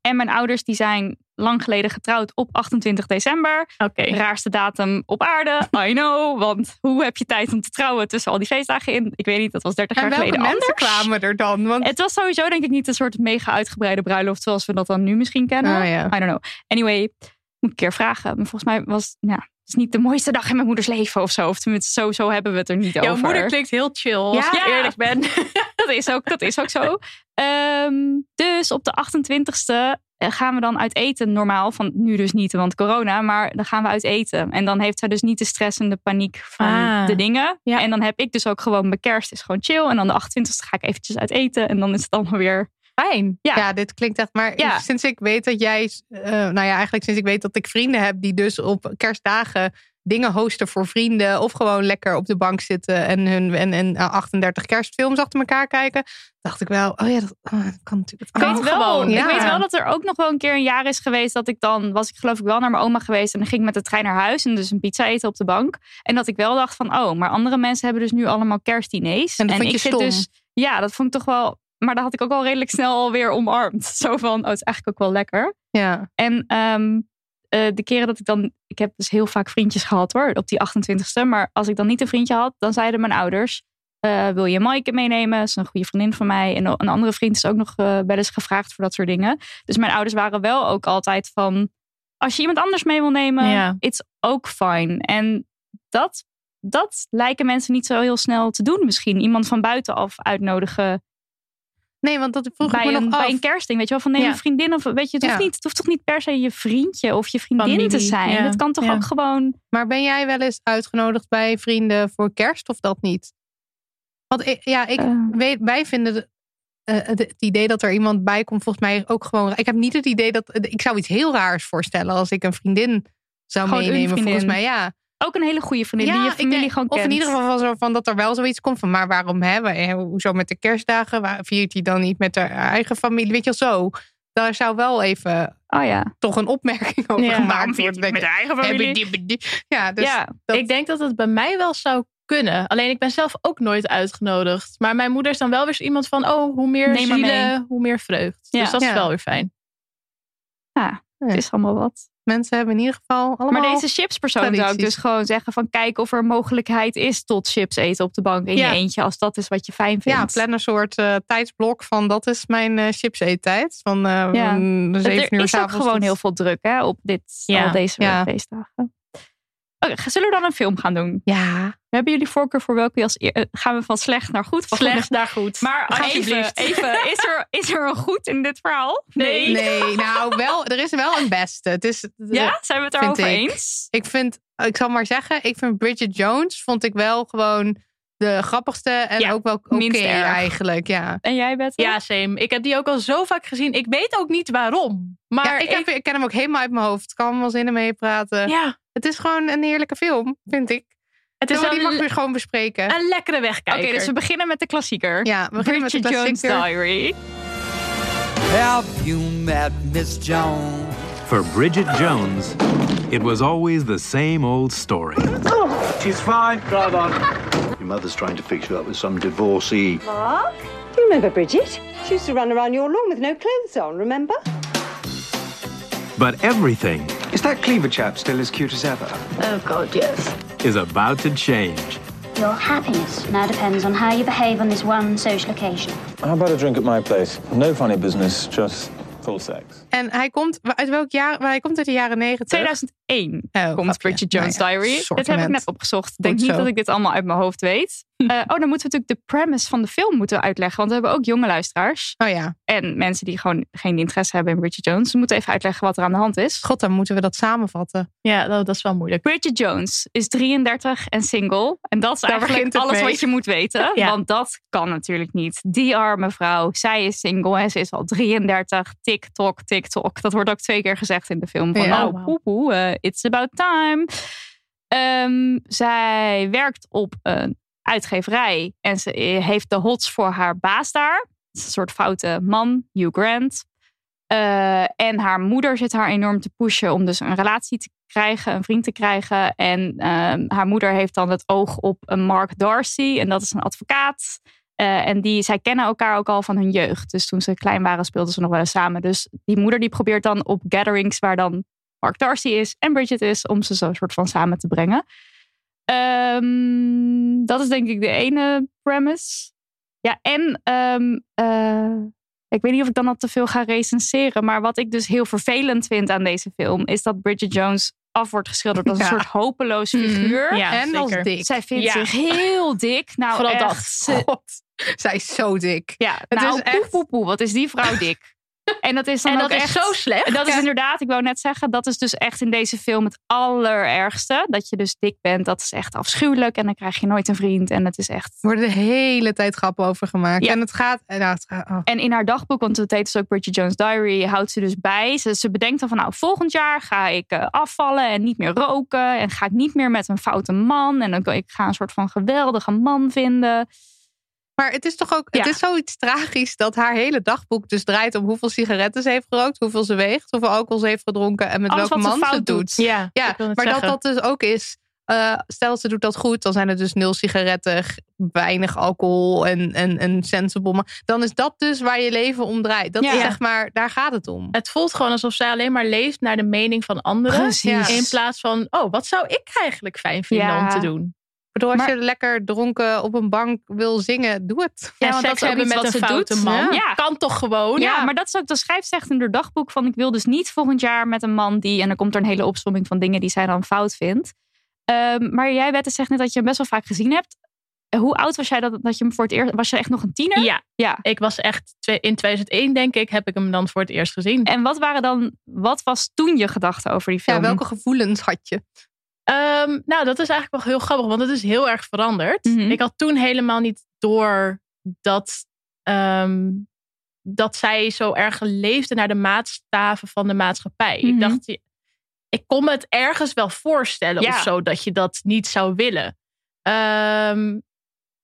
En mijn ouders die zijn lang geleden getrouwd op 28 december. Oké. Raarste datum op aarde, I know. Want hoe heb je tijd om te trouwen tussen al die feestdagen in? Ik weet niet, dat was 30 En jaar welke geleden mensen anders. kwamen er dan? Want, Het was sowieso denk ik niet een soort mega uitgebreide bruiloft zoals we dat dan nu misschien kennen. Oh ja. I don't know. Anyway, moet ik een keer vragen. Maar volgens mij was nou, het is niet de mooiste dag in mijn moeders leven of zo. Of tenminste, zo, zo hebben we het er niet Jouw over. moeder klinkt heel chill, als Ja. ik eerlijk ben. dat, is ook, dat is ook zo. Ehm, dus op de 28ste gaan we dan uit eten normaal. Van nu dus niet, want corona. Maar dan gaan we uit eten. En dan heeft zij dus niet de stress en de paniek van Ah, de dingen. ja. En dan heb ik dus ook gewoon mijn kerst is gewoon chill. En dan de 28ste ga ik eventjes uit eten. En dan is het allemaal weer... Fijn. ja. ja. dit klinkt echt. Maar Ja. sinds ik weet dat jij. eh, nou ja, eigenlijk sinds ik weet dat ik vrienden heb die dus op kerstdagen dingen hosten voor vrienden. Of gewoon lekker op de bank zitten en hun en, en eh, 38 kerstfilms achter elkaar kijken. Dacht ik wel, oh ja, dat oh, dat kan natuurlijk. Ik ook. weet, wel, gewoon, ja. ik weet wel dat er ook nog wel een keer een jaar is geweest dat ik dan, was ik geloof ik wel naar mijn oma geweest en dan ging ik met de trein naar huis en dus een pizza eten op de bank. En dat ik wel dacht van, oh, maar andere mensen hebben dus nu allemaal kerstdiners. En dat vond ik je zit stom. dus, ja, dat vond ik toch wel, maar dat had ik ook al redelijk snel alweer omarmd. Zo van, oh, het is eigenlijk ook wel lekker. Ja. En ehm, eh, de keren dat ik dan. Ik heb dus heel vaak vriendjes gehad hoor, op die 28ste. Maar als ik dan niet een vriendje had, dan zeiden mijn ouders. eh, wil je Maaike meenemen? Ze is een goede vriendin van mij. En een andere vriend is ook nog eh, wel eens gevraagd voor dat soort dingen. Dus mijn ouders waren wel ook altijd van... Als je iemand anders mee wil nemen, Ja. it's ook fine. En dat, dat lijken mensen niet zo heel snel te doen misschien. Iemand van buitenaf uitnodigen Nee, want dat vroeg ik bij me een, nog af. bij een kerstding. Weet je wel, van neem Ja. een vriendin of weet je, het, hoeft Ja. niet, het hoeft toch niet per se je vriendje of je vriendin te Familie, zijn. ja. Het kan toch Ja. ook gewoon. Maar ben jij wel eens uitgenodigd bij vrienden voor kerst of dat niet? Want ik, ja, ik, eh, weet, wij vinden de- eh, het, het idee dat er iemand bij komt, volgens mij ook gewoon. Ik heb niet het idee dat. eh, Ik zou iets heel raars voorstellen als ik een vriendin zou Gewoon een meenemen, volgens vriendin. mij. Ja, ook een hele goede vriendin ja die je ik familie denk- gewoon Of kent. in ieder geval van zo van dat er wel zoiets komt van. Maar waarom hebben we? Hoezo met de kerstdagen? Waar viert hij dan niet met haar eigen familie? Weet je wel zo. Daar zou wel even Oh ja. toch een opmerking over Ja. gemaakt worden. denk ik. eigen Ja, dus ja, dat- Ik denk dat het bij mij wel zou kunnen. Alleen ik ben zelf ook nooit uitgenodigd. Maar mijn moeder is dan wel weer zo iemand van... oh, hoe meer Neem maar zielen, hoe meer vreugd. Ja. Dus dat Ja. is wel weer fijn. het is allemaal wat. Mensen hebben in ieder geval allemaal... Maar deze chipspersoon zou ik tradities. dus gewoon zeggen van kijk of er mogelijkheid is tot chips eten op de bank in Ja. je eentje. Als dat is wat je fijn vindt. Ja, plan een soort eh, tijdsblok van dat is mijn eh chips eettijd. Van eh Ja. van Dat zeven er uur is ook s'avonds. gewoon tot- heel veel druk hè, op dit, Ja. al deze Ja. feestdagen. Oké, zullen we dan een film gaan doen? Ja, Hebben jullie voorkeur voor welke als eer- eh, gaan we van slecht naar goed? Van goed Slecht naar goed. naar- Maar even, Alsjeblieft. even is, er, is er een goed in dit verhaal? Nee. nee, nou wel, er is wel een beste. Het is, Ja, zijn we het daarover Vind ik. eens? Ik vind, ik zal maar zeggen, ik vind Bridget Jones vond ik wel gewoon de grappigste en Ja, ook wel oké minst erg. eigenlijk. Ja, En jij, Bette? Ja, same. Ik heb die ook al zo vaak gezien. Ik weet ook niet waarom. Maar ja ik, heb, ik ken hem ook helemaal uit mijn hoofd. Ik kan hem wel zinnen mee praten. ja, Het is gewoon een heerlijke film, vind ik. het is Zo, wel die mag een, weer gewoon bespreken. een lekkere wegkijker. Oké, dus we beginnen met de klassieker. Ja, we beginnen met de Bridget Jones klassieker. Diary. Have you met Miss Jones? For Bridget Jones, it was always the same old story. She's fine. Drive on. Your mother's trying to fix you up with some divorcee. Do you remember Bridget? She used to run around your lawn with no clothes on, remember? But everything Is that cleaver chap still as cute as ever? Oh, God, yes. is about to change. Your happiness now depends on how you behave on this one social occasion. How about a drink at my place? No funny business, just full sex. En hij komt uit welk jaar? Hij komt uit de jaren negentig. 2001 Oh, komt grapje. Bridget Jones Nou ja, Diary. Dit heb ik assortiment. net opgezocht. Denk Goed niet zo. dat ik dit allemaal uit mijn hoofd weet. Eh, oh, dan moeten we natuurlijk de premise van de film moeten uitleggen. Want we hebben ook jonge luisteraars. Oh ja, En mensen die gewoon geen interesse hebben in Bridget Jones. We moeten even uitleggen wat er aan de hand is. god, dan moeten we dat samenvatten. Ja, dat, dat is wel moeilijk. Bridget Jones is 33 en single. En dat is Daar begint eigenlijk het alles mee. wat je moet weten. Ja. Want dat kan natuurlijk niet. Die arme vrouw, zij is single en ze is al 33. TikTok, TikTok. Dat wordt ook twee keer gezegd in de film. Van, Ja. oh, poepoe, eh, it's about time. Ehm, zij werkt op een uitgeverij. En ze eh, heeft de hots voor haar baas daar. Het is een soort foute man, Hugh Grant. Eh, en haar moeder zit haar enorm te pushen om dus een relatie te krijgen, een vriend te krijgen. En ehm, haar moeder heeft dan het oog op een Mark Darcy. En dat is een advocaat. Eh, en die, zij kennen elkaar ook al van hun jeugd. Dus toen ze klein waren speelden ze nog wel eens samen. Dus die moeder die probeert dan op gatherings waar dan Mark Darcy is en Bridget is. Om ze zo'n soort van samen te brengen. Ehm, dat is denk ik de ene premise. Ja, en ehm, eh, ik weet niet of ik dan al te veel ga recenseren. Maar wat ik dus heel vervelend vind aan deze film. Is dat Bridget Jones af wordt geschilderd als een Ja. soort hopeloos Mm, figuur. Ja, en als zeker. dik. Zij vindt Ja. zich heel dik. Nou, Vooral echt, dat. ze- God, zij is zo dik. ja, Het nou, is poe, echt- poe, poe, wat is die vrouw dik? En dat is dan En ook dat echt is zo slecht. dat is inderdaad, ik wou net zeggen, dat is dus echt in deze film het allerergste. Dat je dus dik bent, dat is echt afschuwelijk. En dan krijg je nooit een vriend. En het is echt. Er worden de hele tijd grappen over gemaakt. Ja. En het gaat. en Nou, het gaat oh. En in haar dagboek, want het heet dus ook Bridget Jones Diary, houdt ze dus bij. Ze, ze bedenkt dan van, nou, volgend jaar ga ik eh, afvallen en niet meer roken. En ga ik niet meer met een foute man. En dan kan ik ga een soort van geweldige man vinden. Maar het is toch ook. Het Ja. is zoiets tragisch dat haar hele dagboek dus draait om hoeveel sigaretten ze heeft gerookt, hoeveel ze weegt, hoeveel alcohol ze heeft gedronken en met Alles welke wat ze man fout het doet. doet. Ja, Ja, ik wil maar het zeggen. dat dat dus ook is. eh, stel, ze doet dat goed, dan zijn er dus nul sigaretten, g- weinig alcohol en, en, en sensible. Maar dan is dat dus waar je leven om draait. Dat Ja. is zeg maar, daar gaat het om. Het voelt gewoon alsof zij alleen maar leeft naar de mening van anderen. Precies. In plaats van, oh, wat zou ik eigenlijk fijn vinden Ja. om te doen? Ik bedoel, als Maar- je lekker dronken op een bank wil zingen, doe het. Ja, want dat is seks ook hebben iets met wat een ze foute doet. man. Ja. Kan toch gewoon? Ja, maar dat is ook, dat schrijft ze echt in haar dagboek van ik wil dus niet volgend jaar met een man die, en dan komt er een hele opsomming van dingen die zij dan fout vindt. Ehm, maar jij Wette zegt net dat je hem best wel vaak gezien hebt. Eh, Hoe oud was jij dat, dat je hem voor het eerst, was je echt nog een tiener? Ja, Ja. ik was echt, twee- in 2001 denk ik, heb ik hem dan voor het eerst gezien. En wat waren dan, wat was toen je gedachte over die film? Ja, welke gevoelens had je? Ehm, nou, dat is eigenlijk wel heel grappig, want het is heel erg veranderd. Mhm. Ik had toen helemaal niet door dat, ehm, dat zij zo erg leefde naar de maatstaven van de maatschappij. Mhm. Ik dacht, je- ik kon me het ergens wel voorstellen Ja. of zo dat je dat niet zou willen. Ehm,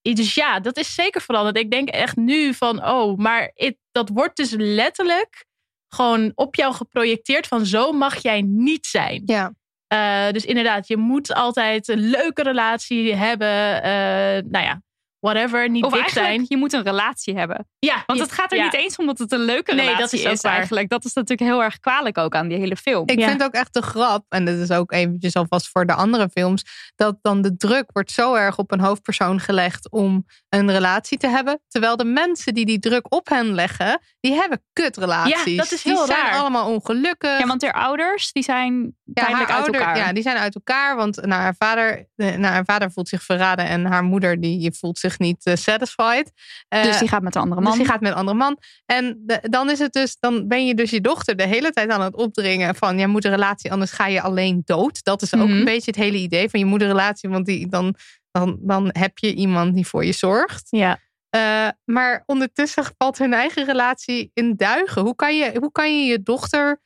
dus ja, dat is zeker veranderd. Ik denk echt nu van, oh, maar het- dat wordt dus letterlijk gewoon op jou geprojecteerd van zo mag jij niet zijn. Ja, Eh, dus inderdaad, je moet altijd een leuke relatie hebben. Eh, nou ja, whatever, niet Of dik eigenlijk, zijn. je moet een relatie hebben. Ja, Want je- het gaat er ja. niet eens om dat het een leuke Nee, dat relatie is is, ook waar. eigenlijk. Dat is natuurlijk heel erg kwalijk ook aan die hele film. Ik vind ook echt de grap, en dat is ook eventjes alvast voor de andere films, dat dan de druk wordt zo erg op een hoofdpersoon gelegd om een relatie te hebben. Terwijl de mensen die die druk op hen leggen, die hebben kutrelaties. Ja, dat is die heel zijn raar. allemaal ongelukkig. Ja, want haar ouders, die zijn Ja, haar tijdelijk uit ouder- elkaar. Ja, die zijn uit elkaar, want nou, haar, vader, eh, nou, haar vader voelt zich verraden en haar moeder die voelt zich niet eh, satisfied. Eh, Dus die gaat met een andere man. dus die gaat met een andere man. En de- dan, is het dus, dan ben je dus je dochter de hele tijd aan het opdringen van... jij moet een relatie, anders ga je alleen dood. Dat is ook Mhm. een beetje het hele idee van je moet een relatie... want die, dan, dan, dan heb je iemand die voor je zorgt. Ja. Eh, maar ondertussen valt hun eigen relatie in duigen. Hoe kan je hoe kan je, je dochter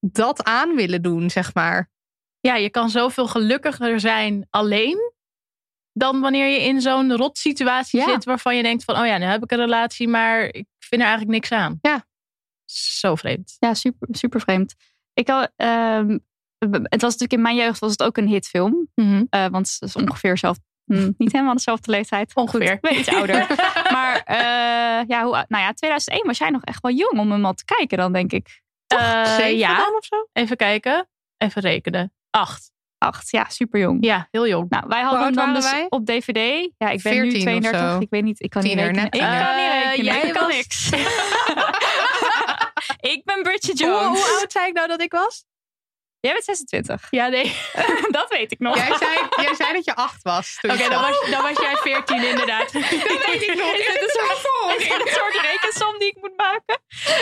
dat aan willen doen, zeg maar? ja, je kan zoveel gelukkiger zijn alleen dan wanneer je in zo'n rot situatie Ja. zit waarvan je denkt van, oh ja, nu heb ik een relatie, maar ik vind er eigenlijk niks aan. Ja. Zo vreemd. Ja, super, super vreemd. Ik had, ehm, het was natuurlijk in mijn jeugd was het ook een hitfilm. Eh, want ze is ongeveer zelf, hm, niet helemaal dezelfde leeftijd. Ongeveer. Goed, iets ouder. maar eh, ja, hoe, nou ja, 2001 was jij nog echt wel jong om hem al te kijken dan, denk ik. Eh, Zeven ja, dan of zo? even kijken. Even rekenen. Acht. Acht, ja, super jong. Ja, heel jong. Nou, wij hadden Hoe hem oud dan dus waren wij? op DVD. Ja, ik ben 14 nu of 32. zo. Ik weet niet, ik kan Tiener, niet rekenen. net Ik tiener. kan niet Eh, rekenen. jij ik kan was- niks. ik ben Bridget Hoe, Jones. hoe oud zei ik nou dat ik was? Jij bent 26. Ja, nee. dat weet ik nog. Jij zei, jij zei dat je acht was. toen Oké, je dan, zat. was, dan was jij veertien inderdaad. dat weet ik nog. Is dit een soort, is dit een soort rekensom die ik moet maken?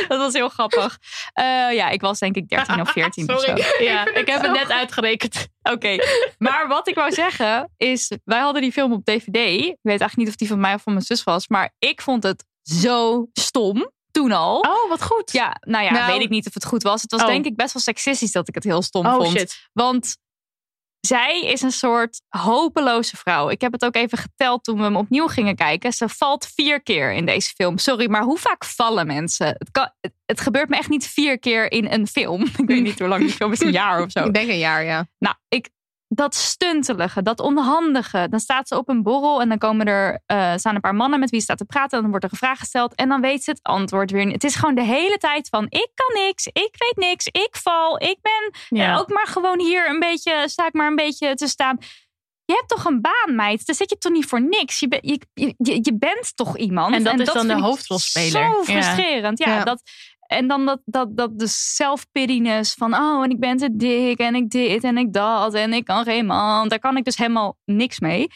Dat was heel grappig. Eh, ja, ik was denk ik 13 of 14 of zo. Sorry. Ja, ik heb het net uitgerekend. Oké, maar wat ik wou zeggen is, wij hadden die film op DVD. Ik weet eigenlijk niet of die van mij of van mijn zus was, maar ik vond het zo stom toen al. Oh, wat goed. Ja, nou ja, Nou. weet ik niet of het goed was. Het was Oh. denk ik best wel seksistisch dat ik het heel stom Oh vond. shit. Want zij is een soort hopeloze vrouw. Ik heb het ook even geteld toen we hem opnieuw gingen kijken. Ze valt vier keer in deze film. Sorry, maar hoe vaak vallen mensen? Het, kan, het, het gebeurt me echt niet vier keer in een film. Ik weet niet hoe lang die film is, een jaar of zo. Ik denk een jaar, ja. Nou, ik, dat stuntelige, dat onhandige. Dan staat ze op een borrel en dan komen er, eh, staan een paar mannen met wie ze staat te praten. En dan wordt er een vraag gesteld en dan weet ze het antwoord weer niet. Het is gewoon de hele tijd van ik kan niks, ik weet niks, ik val, ik ben eh, ook maar gewoon hier een beetje, sta ik maar een beetje te staan. Je hebt toch een baan, meid? Daar zit je toch niet voor niks? Je, ben- je, je, je- je bent toch iemand? En dat is dan de vind ik hoofdrolspeler. Zo Ja. frustrerend. Ja, Ja. Dat, en dan dat, dat, dat de self-pittiness van... oh, en ik ben te dik en ik dit en ik dat... en ik kan geen man. Daar kan ik dus helemaal niks mee.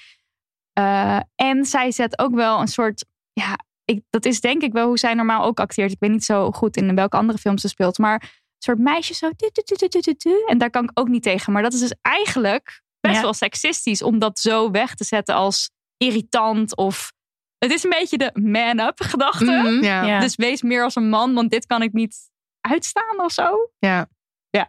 Eh, en zij zet ook wel een soort... ja, ik, dat is denk ik wel hoe zij normaal ook acteert. Ik weet niet zo goed in welke andere films ze speelt... maar een soort meisje zo... tu, tu, tu, tu, tu, tu, tu. en daar kan ik ook niet tegen. Maar dat is dus eigenlijk best Ja. wel seksistisch... om dat zo weg te zetten als irritant of... Het is een beetje de man-up gedachte. Mhm. Ja. Ja. Dus wees meer als een man, want dit kan ik niet uitstaan of zo. Jij Eh,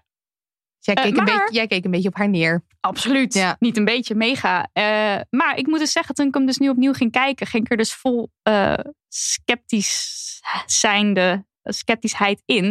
keek, een maar- beetje, jij keek een beetje op haar neer. Absoluut. Ja. Niet een beetje mega. Eh, maar ik moet dus zeggen, toen ik hem dus nu opnieuw ging kijken, ging ik er dus vol eh, sceptisch zijnde, eh, sceptischheid in.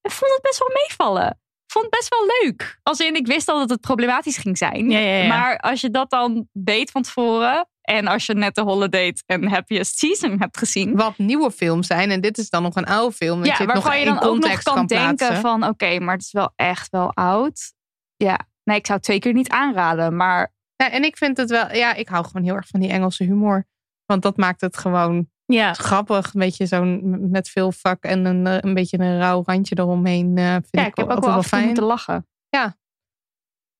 Ik vond het best wel meevallen. Ik vond het best wel leuk. Als in, ik wist al dat het problematisch ging zijn. Ja, ja, ja. Maar als je dat dan weet van tevoren. En als je net de Holiday en Happiest Season hebt gezien. Wat nieuwe films zijn. En dit is dan nog een oude film. Dat Hm? Ja, je het nog waarvan je in dan ook nog context kan, denken plaatsen. van... oké, maar het is wel echt wel oud. Ja, nee, ik zou het twee keer niet aanraden. Maar Ja, en ik vind het wel, ja, ik hou gewoon heel erg van die Engelse humor. Want dat maakt het gewoon Ja. grappig. Een beetje zo'n met veel vak en een, eh, een beetje een rauw randje eromheen. eh, vind ja, ik, ik heb ook altijd wel wel, af en toe fijn. moeten lachen.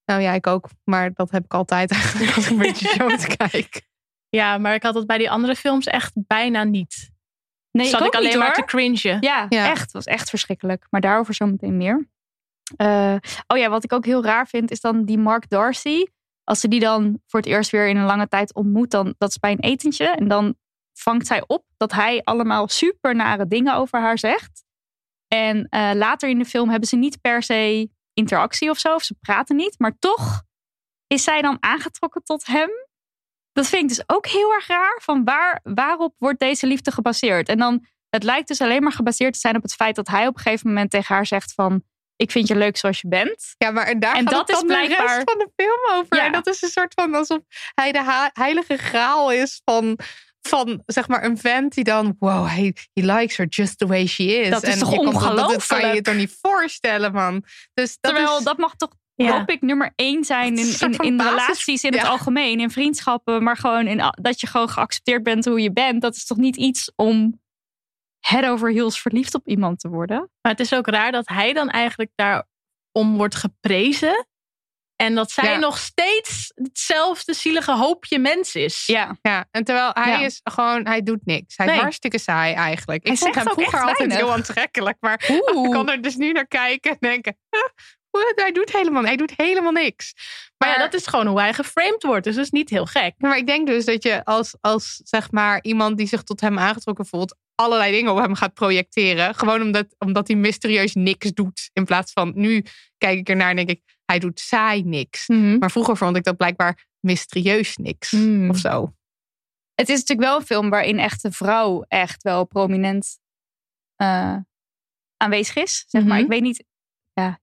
Nou ja, ik ook. Maar dat heb ik altijd eigenlijk als ik een beetje Jones kijk. ja, maar ik had dat bij die andere films echt bijna niet. Nee, Zat ik, ik, ook alleen niet, maar hoor. te cringen. Ja, Ja. echt. Het was echt verschrikkelijk. Maar daarover zometeen meer. Eh, oh ja, wat ik ook heel raar vind is dan die Mark Darcy. Als ze die dan voor het eerst weer in een lange tijd ontmoet, dan dat is bij een etentje. En dan vangt zij op dat hij allemaal super nare dingen over haar zegt. En eh, later in de film hebben ze niet per se interactie of zo, of ze praten niet. Maar toch is zij dan aangetrokken tot hem. Dat vind ik dus ook heel erg raar. Van waar, waarop wordt deze liefde gebaseerd? En dan het lijkt dus alleen maar gebaseerd te zijn op het feit dat hij op een gegeven moment tegen haar zegt van... ik vind je leuk zoals je bent. Ja, maar en daar en gaat dat het is dan de blijkbaar. rest van de film over. Ja. En dat is een soort van alsof hij de ha- heilige graal is van, van zeg maar een vent die dan, wow, he, he likes her just the way she is. Dat is en toch je komt dan- dat- Dat kan je je ongelooflijk? toch niet voorstellen, man. Dus dat Terwijl is, dat mag toch Ja. topic nummer één zijn Dat in, is een in, soort in van basis- relaties in het ja. algemeen. In vriendschappen, maar gewoon in, al- dat je gewoon geaccepteerd bent hoe je bent. Dat is toch niet iets om head over heels verliefd op iemand te worden? Maar het is ook raar dat hij dan eigenlijk daarom wordt geprezen. En dat zij Ja. nog steeds hetzelfde zielige hoopje mens is. Ja. Ja, en terwijl hij Ja. is gewoon, hij doet niks. Hij Nee. is hartstikke saai eigenlijk. Ik Hij vond zegt hem ook vroeger echt altijd weinig. heel aantrekkelijk, maar ik Oeh. kan er dus nu naar kijken en denken, huh, what? hij doet helemaal, hij doet helemaal niks. Maar ja, dat is gewoon hoe hij geframed wordt. Dus dat is niet heel gek. Ja, Maar ik denk dus dat je als, als zeg maar iemand die zich tot hem aangetrokken voelt, allerlei dingen op hem gaat projecteren. Gewoon omdat, omdat hij mysterieus niks doet. In plaats van nu kijk ik ernaar en denk ik, hij doet saai niks. Mhm. Maar vroeger vond ik dat blijkbaar mysterieus niks Hmm. of zo. Het is natuurlijk wel een film waarin echt de vrouw echt wel prominent eh, aanwezig is. Zeg maar, Mhm. ik weet niet. Ja,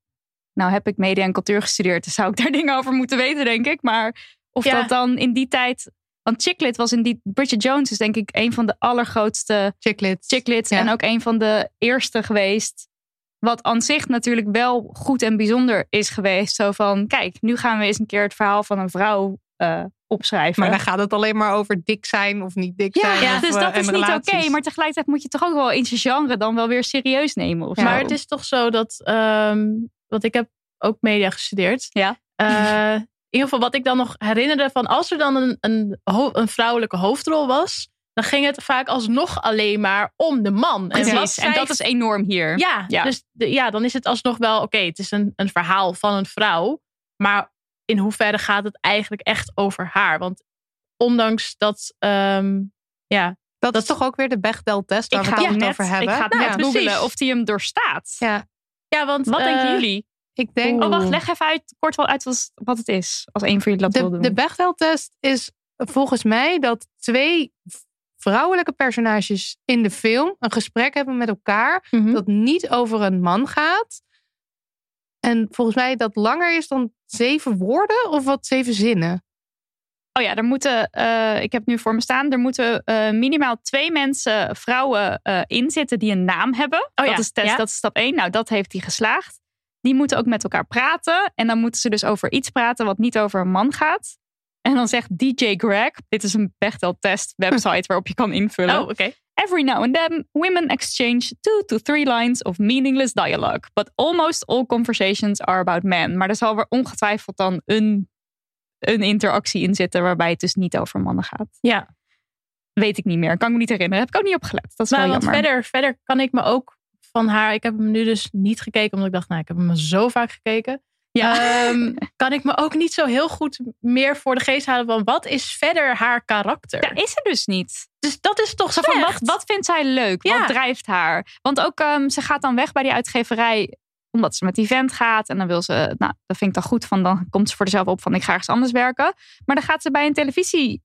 nou heb ik media en cultuur gestudeerd, dus zou ik daar dingen over moeten weten, denk ik. Maar of Ja. dat dan in die tijd. Want Chicklit was in die. Bridget Jones is denk ik een van de allergrootste Chicklets. chicklits. Ja. En ook een van de eerste geweest. Wat aan zich natuurlijk wel goed en bijzonder is geweest. Zo van, kijk, nu gaan we eens een keer het verhaal van een vrouw eh, opschrijven. Maar dan gaat het alleen maar over dik zijn of niet dik Ja, zijn. of, dus eh, dat en is niet oké. relaties. maar tegelijkertijd moet je toch ook wel in zijn genre dan wel weer serieus nemen. Of Ja. zo. Maar het is toch zo dat. ehm, want ik heb ook media gestudeerd. Ja. Eh, in ieder geval wat ik dan nog herinnerde van als er dan een, een, ho- een vrouwelijke hoofdrol was, dan ging het vaak alsnog alleen maar om de man. Precies. wat zij- En dat is enorm hier. Ja, Ja. dus de- ja, dan is het alsnog wel oké. het is een, een verhaal van een vrouw, maar in hoeverre gaat het eigenlijk echt over haar? Want ondanks dat. ehm, ja, dat, is toch ook weer de Bechdel-test waar ik we het ga altijd net, over hebben. Ik ga Nou, net precies. googelen of die hem doorstaat. Ja. ja, want. Wat eh, denken jullie? ik denk... Oh, wacht, leg even uit, kort wel uit wat- wat het is. Als één van jullie dat wil De, doen. de Bechdel-test is volgens mij dat twee v- vrouwelijke personages in de film een gesprek hebben met elkaar mhm. dat niet over een man gaat. En volgens mij dat langer is dan zeven woorden of wat zeven zinnen. Oh ja, er moeten, eh, ik heb nu voor me staan, er moeten eh, minimaal twee mensen, vrouwen, eh in zitten die een naam hebben. dat, Oh ja, is test, ja. dat is stap één. Nou, dat heeft hij geslaagd. Die moeten ook met elkaar praten. En dan moeten ze dus over iets praten wat niet over een man gaat. En dan zegt DJ Greg, dit is een Bechtel-test website waarop je kan invullen. Oh, oké. Every now and then, women exchange two to three lines of meaningless dialogue. But almost all conversations are about men. Maar er zal weer ongetwijfeld dan een, een interactie in zitten waarbij het dus niet over mannen gaat. Ja. Weet ik niet meer. Kan ik me niet herinneren. Heb ik ook niet opgelet. Dat is Maar wel Nou, want jammer. verder, verder kan ik me ook van haar. Ik heb hem nu dus niet gekeken, omdat ik dacht, nou, ik heb hem zo vaak gekeken. ja. Ehm, kan ik me ook niet zo heel goed meer voor de geest halen van wat is verder haar karakter? dat is er dus niet. dus dat is toch Zo zo van, wat, wat vindt zij leuk? Ja. Wat drijft haar? Want ook, ehm, ze gaat dan weg bij die uitgeverij omdat ze met die vent gaat. En dan wil ze, nou, dat vind ik dan goed van. Dan komt ze voor zichzelf op van, ik ga ergens anders werken. Maar dan gaat ze bij een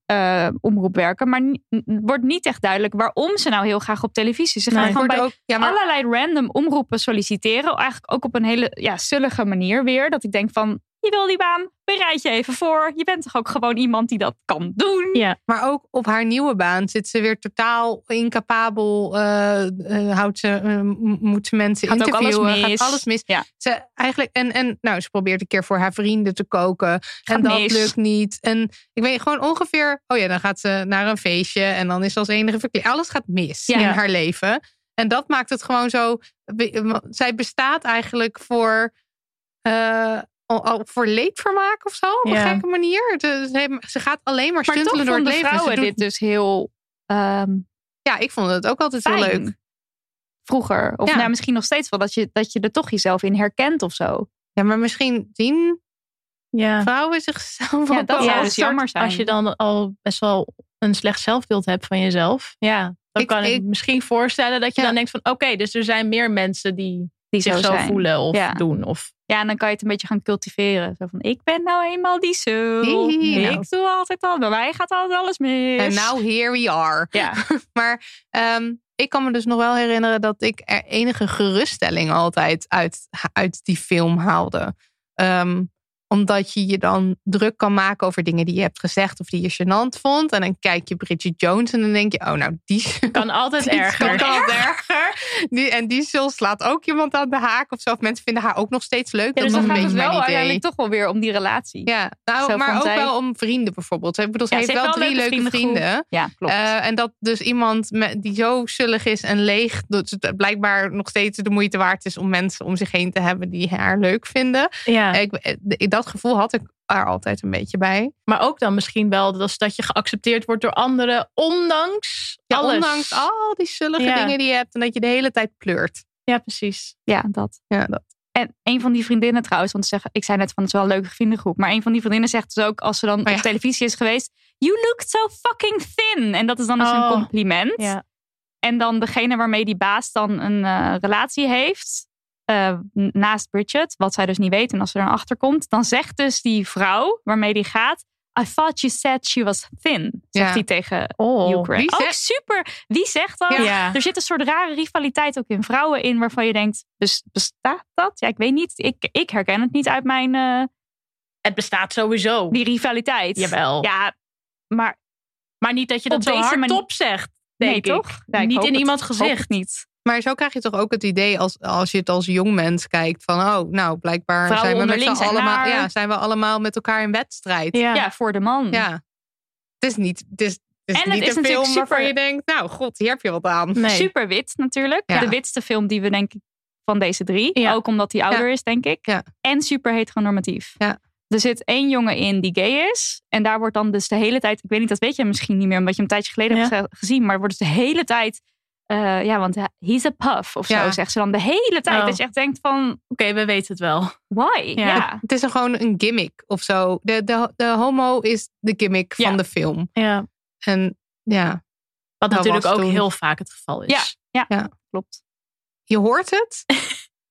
televisieomroep werken. Maar ni- n- wordt niet echt duidelijk waarom ze nou heel graag op televisie. Ze gaat Nee. gewoon bij ook, ja, maar allerlei random omroepen solliciteren. Eigenlijk ook op een hele ja, zullige manier weer. Dat ik denk van, je wil die baan, bereid je even voor. Je bent toch ook gewoon iemand die dat kan doen? Maar ook op haar nieuwe baan zit ze weer totaal incapabel. eh, eh, houdt ze, eh, m- moet ze mensen Gaat ook alles interviewen. mis. Gaat alles mis. Ja. Ze eigenlijk, en, en nou, ze probeert een keer voor haar vrienden te koken. en dat mis. lukt niet. En ik weet gewoon ongeveer... Oh ja, dan gaat ze naar een feestje. En dan is ze als enige verkleed. Alles gaat mis Ja. in haar leven. En dat maakt het gewoon zo... we- Zij bestaat eigenlijk voor... eh, al- al voor leedvermaak of zo, op een Ja. gekke manier. Dus ze- ze gaat alleen maar Maar stuntelen toch door het vonden leven. Ze vrouwen doet dit dus heel ehm ja, ik vond het ook altijd fijn. heel leuk. Vroeger. Of Ja. nou, misschien nog steeds wel. Dat je, dat je er toch jezelf in herkent of zo. Ja, maar misschien zien Ja. vrouwen zichzelf Ja, ook dat wel zou als dus soort- jammer zijn. Als je dan al best wel een slecht zelfbeeld hebt van jezelf. Ja, dan Ik- kan ik, ik- misschien voorstellen dat je Ja. dan denkt van oké, dus er zijn meer mensen die, Die zich zo zijn. voelen of Ja. doen. Of, Ja, en dan kan je het een beetje gaan cultiveren. Zo van, ik ben nou eenmaal die zo. Hihi, nou. Ik Dus- doe altijd al. Bij mij gaat altijd alles mis. En now here we are. Ja. Maar ehm, ik kan me dus nog wel herinneren dat ik er enige geruststelling altijd uit, uit die film haalde. Ehm, omdat je je dan druk kan maken over dingen die je hebt gezegd of die je gênant vond. En dan kijk je Bridget Jones en dan denk je, oh nou, die kan altijd die erger. Kan altijd erger. Die, en die Sil slaat ook iemand aan de haak of zo. Of mensen vinden haar ook nog steeds leuk. Ja, dus dat dan gaat is een beetje het wel mijn idee. uiteindelijk toch wel weer om die relatie. Ja, nou, Zo maar van ook zij- wel om vrienden bijvoorbeeld. Ik bedoel, ze Ja, heeft wel drie leuke, vrienden. Ja, klopt. Eh, en dat dus iemand met, die zo zullig is en leeg, dat het blijkbaar nog steeds de moeite waard is om mensen om zich heen te hebben die haar leuk vinden. Ja. Ik, eh, de- dat gevoel had ik er altijd een beetje bij. Maar ook dan misschien wel dat, dat je geaccepteerd wordt door anderen, ondanks Ja, alles. Ondanks al die zullige Ja. dingen die je hebt en dat je de hele tijd pleurt. Ja, precies. ja, dat. Ja, dat. En een van die vriendinnen trouwens, want ze zeggen, ik zei net van het is wel een leuke vriendengroep. Maar een van die vriendinnen zegt dus ook als ze dan ja. op televisie is geweest. You looked so fucking thin. En dat is dan dus Oh, een compliment. Ja. En dan degene waarmee die baas dan een eh, relatie heeft. eh, n- naast Bridget, wat zij dus niet weet. En als ze er dan achter komt, dan zegt dus die vrouw waarmee die gaat. I thought you said she was thin. Zegt Ja. hij tegen Oh. Hugh Grant. wie Ook zegt- super. Wie zegt dat? Ja. Er zit een soort rare rivaliteit ook in vrouwen in, waarvan je denkt, bes- bestaat dat? Ja, ik weet niet. Ik, ik herken het niet uit mijn eh, Het bestaat sowieso. die rivaliteit. Jawel. Ja, maar Maar niet dat je Op dat zo deze hardop manier- zegt. nee, denk ik. toch? Ja, ik niet hoop in het. iemands Ik hoop gezicht. het niet. Maar zo krijg je toch ook het idee als, als je het als jong mens kijkt van oh, nou blijkbaar Vrouwen zijn we met onderling z'n zijn allemaal, naar. ja, zijn we allemaal met elkaar in wedstrijd. Ja. Ja. voor de man. Ja. Het is niet. Het is, het is En het niet is een film natuurlijk waarvan super- je denkt, nou god, hier heb je wat aan. Nee. Super wit natuurlijk. Ja. De witste film die we denk ik van deze drie. Ja. Ook omdat hij ouder is, denk ik. Ja. En super heteronormatief. Ja. Er zit één jongen in die gay is. En daar wordt dan dus de hele tijd... Ik weet niet, dat weet je misschien niet meer... omdat je hem een tijdje geleden Ja. hebt ge- gezien. Maar wordt dus de hele tijd... eh, ja, want hij- he's a puff of zo, Ja. zegt ze dan de hele tijd. Oh. Dat je echt denkt van, Oké, we weten het wel. why? Ja. Ja. Het is een- gewoon een gimmick of zo. De, de, de homo is de gimmick Ja. van de film. Ja. En ja, Wat Nou, natuurlijk was ook toen- heel vaak het geval is. Ja. Klopt. je hoort het.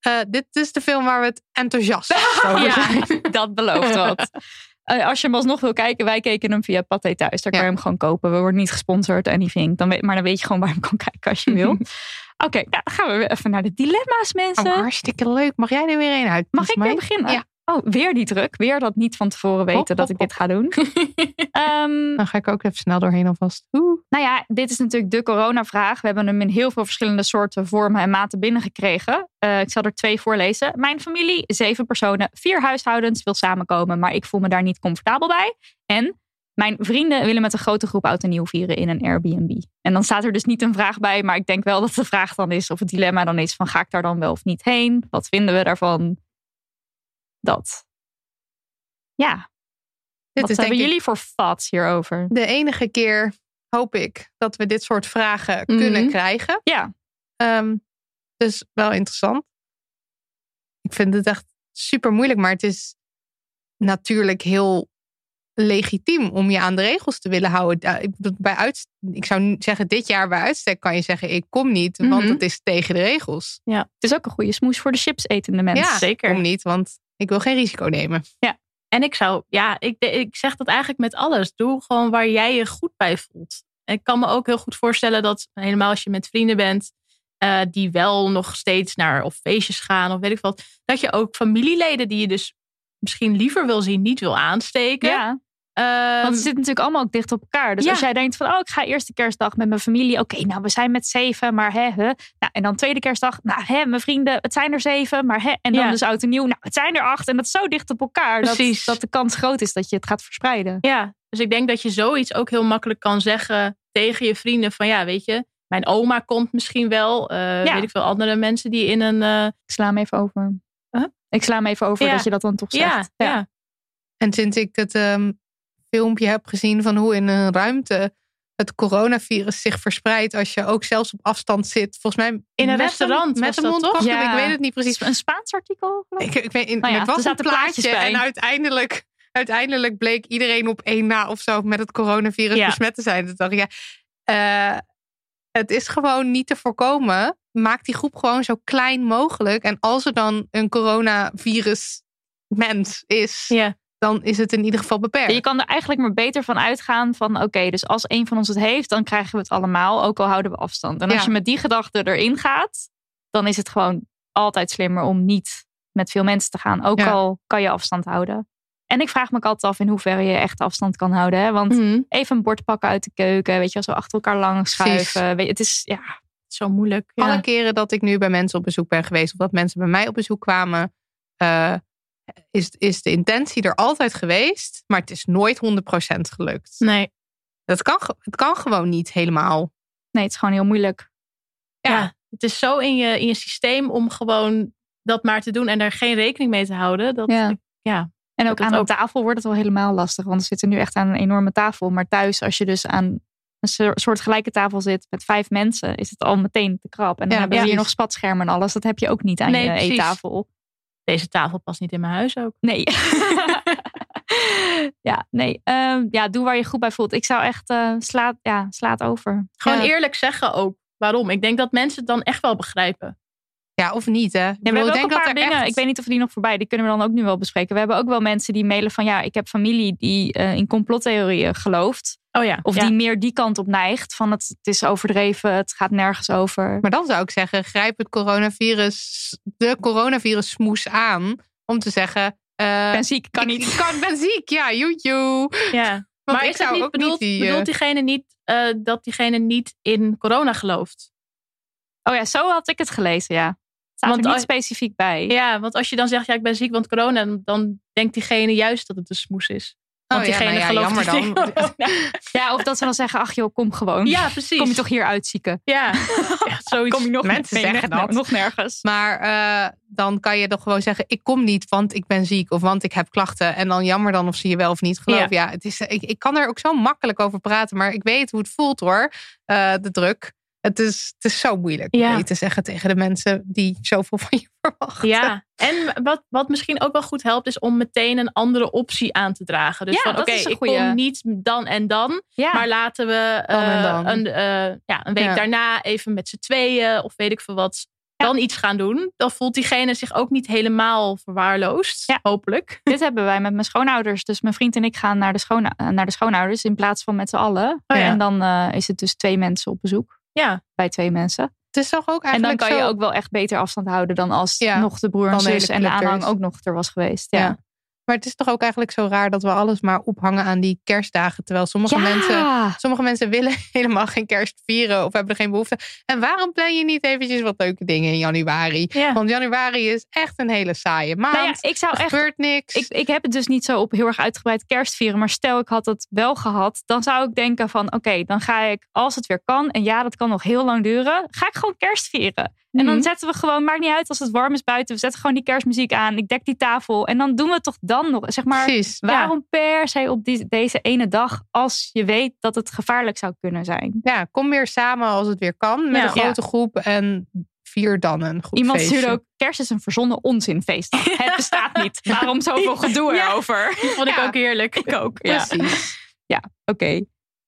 Eh, dit is de film waar we het enthousiast over Ja. zijn. Dat belooft wat. Eh, als je hem alsnog wil kijken, wij keken hem via Pathé Thuis. Daar kan je hem gewoon kopen. We worden niet gesponsord, anything. Dan weet, maar dan weet je gewoon waar je hem kan kijken als je wil. Oké, nou, dan gaan we weer even naar de dilemma's, mensen. Oh, hartstikke leuk. Mag jij er weer een uit? Mag ik weer beginnen? Ja. Oh, weer die druk. Weer dat niet van tevoren weten Hop, hop, dat ik dit ga doen. Ehm, Dan ga ik ook even snel doorheen alvast. Oeh. nou ja, dit is natuurlijk de coronavraag. We hebben hem in heel veel verschillende soorten, vormen en maten binnengekregen. Eh ik zal er twee voorlezen. Mijn familie, zeven personen, vier huishoudens, wil samenkomen, maar ik voel me daar niet comfortabel bij. En mijn vrienden willen met een grote groep oud en nieuw vieren in een Airbnb. En dan staat er dus niet een vraag bij, maar ik denk wel dat de vraag dan is, of het dilemma dan is van ga ik daar dan wel of niet heen? Wat vinden we daarvan? Dat. Ja, Dit wat is denk hebben ik jullie voor fats hierover? de enige keer, hoop ik, dat we dit soort vragen kunnen Mhm. krijgen. Ja. Ehm, dus wel interessant. Ik vind het echt super moeilijk, maar het is natuurlijk heel legitiem om je aan de regels te willen houden. Ja, Ik, bedoel, bij uitst- ik zou niet zeggen, dit jaar bij uitstek kan je zeggen, ik kom niet, want Mhm. het is tegen de regels. Het is ook een goede smoes voor de chips etende mensen. ja, zeker. kom niet, want ik wil geen risico nemen. En ik zou, ja, ik, de- ik zeg dat eigenlijk met alles. Doe gewoon waar jij je goed bij voelt. En Ik kan me ook heel goed voorstellen dat, helemaal als je met vrienden bent, eh, die wel nog steeds naar of feestjes gaan of weet ik wat, dat je ook familieleden die je dus misschien liever wil zien, niet wil aansteken. Ja, Ehm, want ze zitten natuurlijk allemaal ook dicht op elkaar. Dus ja. als jij denkt van, oh, ik ga eerste kerstdag met mijn familie. Oké, nou, we zijn met zeven, maar hè, hè. Nou, en dan tweede kerstdag, nou, hè, mijn vrienden, het zijn er zeven, maar hè. En dan Ja. dus oud en nieuw, nou, het zijn er acht. En dat is zo dicht op elkaar dat, Precies. dat de kans groot is dat je het gaat verspreiden. Ja, dus ik denk dat je zoiets ook heel makkelijk kan zeggen tegen je vrienden. Van ja, weet je, mijn oma komt misschien wel. eh, Ja. Weet ik veel, andere mensen die in een... eh, Ik sla hem even over. Huh? Ik sla hem even over Ja. dat je dat dan toch ja, zegt. ja. En sinds ik het ehm, filmpje heb gezien van hoe in een ruimte het coronavirus zich verspreidt als je ook zelfs op afstand zit. Volgens mij een met restaurant met was een dat mondkapje. toch? Ja. Ik weet het niet precies. Precies. Een Spaans artikel? geloof ik? Ik, ik weet, in, Nou ja, het er was een zaten plaatjes plaatje bij. en uiteindelijk, uiteindelijk bleek iedereen op één na of zo met het coronavirus Ja. besmet te zijn. Toen dacht ik, ja, eh, het is gewoon niet te voorkomen. Maak die groep gewoon zo klein mogelijk. En als er dan een coronavirus mens is, Ja. dan is het in ieder geval beperkt. Je kan er eigenlijk maar beter van uitgaan van oké, dus als een van ons het heeft, dan krijgen we het allemaal, ook al houden we afstand. En als Ja. je met die gedachte erin gaat, dan is het gewoon altijd slimmer om niet met veel mensen te gaan, ook Ja. al kan je afstand houden. En ik vraag me ook altijd af in hoeverre je echt afstand kan houden. Hè? Want Mhm. even een bord pakken uit de keuken, weet je, wel, zo achter elkaar langs Precies. schuiven. Weet je, het is ja, Zo moeilijk. Ja. Alle keren dat ik nu bij mensen op bezoek ben geweest, of dat mensen bij mij op bezoek kwamen, eh, is, is de intentie er altijd geweest, maar het is nooit 100% gelukt. Nee. Dat kan, ge- het kan gewoon niet helemaal. nee, het is gewoon heel moeilijk. Ja. Het is zo in je, in je systeem om gewoon dat maar te doen en daar geen rekening mee te houden. Dat, Ja. ja. En Dat ook het aan de ook- tafel wordt het wel helemaal lastig. Want we zitten nu echt aan een enorme tafel. Maar thuis, als je dus aan een soor- soort gelijke tafel zit met vijf mensen, is het al meteen te krap. En dan Ja, hebben we hier nog precies. spatschermen en alles. Dat heb je ook niet aan Nee, je precies. eettafel. Deze tafel past niet in mijn huis ook. Nee. ja, nee. Ehm, ja, doe waar je goed bij voelt. Ik zou echt eh slaat, ja, slaat over. Gewoon Ja. eerlijk zeggen ook waarom. Ik denk dat mensen het dan echt wel begrijpen. Ja, of niet, hè? Ik Ja, we bedoel, hebben ik ook denk een dat paar er dingen. echt- Ik weet niet of die nog voorbij. Die kunnen we dan ook nu wel bespreken. We hebben ook wel mensen die mailen van ja, ik heb familie die eh, in complottheorieën gelooft. Oh ja. Of ja. die meer die kant op neigt. Van het, het is overdreven, het gaat nergens over. Maar dan zou ik zeggen, grijp het coronavirus, de coronavirus smoes aan om te zeggen. eh, Ik ben ziek, kan ik- niet. Ik kan, ben ziek, ja, joejoe. Ja. Want maar ik is dat zou niet ook bedoeld, niet die, eh, bedoelt diegene niet eh, dat diegene niet in corona gelooft? Oh ja, zo had ik het gelezen, ja. Het staat Want er niet als- specifiek bij. Ja, want als je dan zegt, ja, ik ben ziek, want corona, dan, dan denkt diegene juist dat het een smoes is. Want Oh ja, diegene nou ja, gelooft jammer niet in dan. corona. Ja, of dat ze dan zeggen, ach joh, kom gewoon. Ja, precies. Kom je toch hier uitzieken? Ja, echt zoiets. Kom je nog Mensen nee, zeggen nee, dat. Nog nergens. Maar eh, dan kan je toch gewoon zeggen: ik kom niet, want ik ben ziek of want ik heb klachten. En dan jammer dan of ze je wel of niet geloven. Ja, het is, ik, ik kan er ook zo makkelijk over praten, maar ik weet hoe het voelt hoor, eh, de druk. Het is, het is zo moeilijk om Ja. mee te zeggen tegen de mensen die zoveel van je verwachten. Ja, en wat, wat misschien ook wel goed helpt, is om meteen een andere optie aan te dragen. Dus Ja, van dat oké, is een ik goeie. kom niet dan en dan, Ja, maar laten we Dan en eh, dan. Een, eh, ja, een week Ja. daarna even met z'n tweeën of weet ik veel wat, dan iets gaan doen. Dan voelt diegene zich ook niet helemaal verwaarloosd, Ja. hopelijk. dit hebben wij met mijn schoonouders. Dus mijn vriend en ik gaan naar de, schoona- eh, naar de schoonouders in plaats van met z'n allen. Oh ja. En dan eh, is het dus twee mensen op bezoek. Ja. Bij twee mensen. Het is toch ook En dan eigenlijk kan je zo- ook wel echt beter afstand houden dan als Ja, nog de broer dan en de hele zus en de club er aanhang is. ook nog er was geweest. Ja. Ja. Maar het is toch ook eigenlijk zo raar dat we alles maar ophangen aan die kerstdagen. Terwijl sommige, mensen, sommige mensen willen helemaal geen kerst vieren of hebben er geen behoefte. En waarom plan je niet eventjes wat leuke dingen in januari? Ja. Want januari is echt een hele saaie maand. Nou ja, ik zou er echt gebeurt niks. Ik, ik heb het dus niet zo op heel erg uitgebreid kerstvieren. Maar stel ik had dat wel gehad. Dan zou ik denken van oké, dan ga ik als het weer kan. En ja, dat kan nog heel lang duren. Ga ik gewoon kerstvieren. En dan Mhm. zetten we gewoon, maakt niet uit als het warm is buiten. We zetten gewoon die kerstmuziek aan. Ik dek die tafel. En dan doen we het toch dan nog. Zeg maar, Precies. waarom per se op die, deze ene dag. Als je weet dat het gevaarlijk zou kunnen zijn. Ja, kom weer samen als het weer kan met Ja. een grote groep en vier dan een goed Iemand feestje. stuurde ook, kerst is een verzonnen onzinfeestdag. Het bestaat niet. Waarom zoveel gedoe Ja. erover? Dat vond ik Ja. ook heerlijk. Ik ook, Precies. Oké.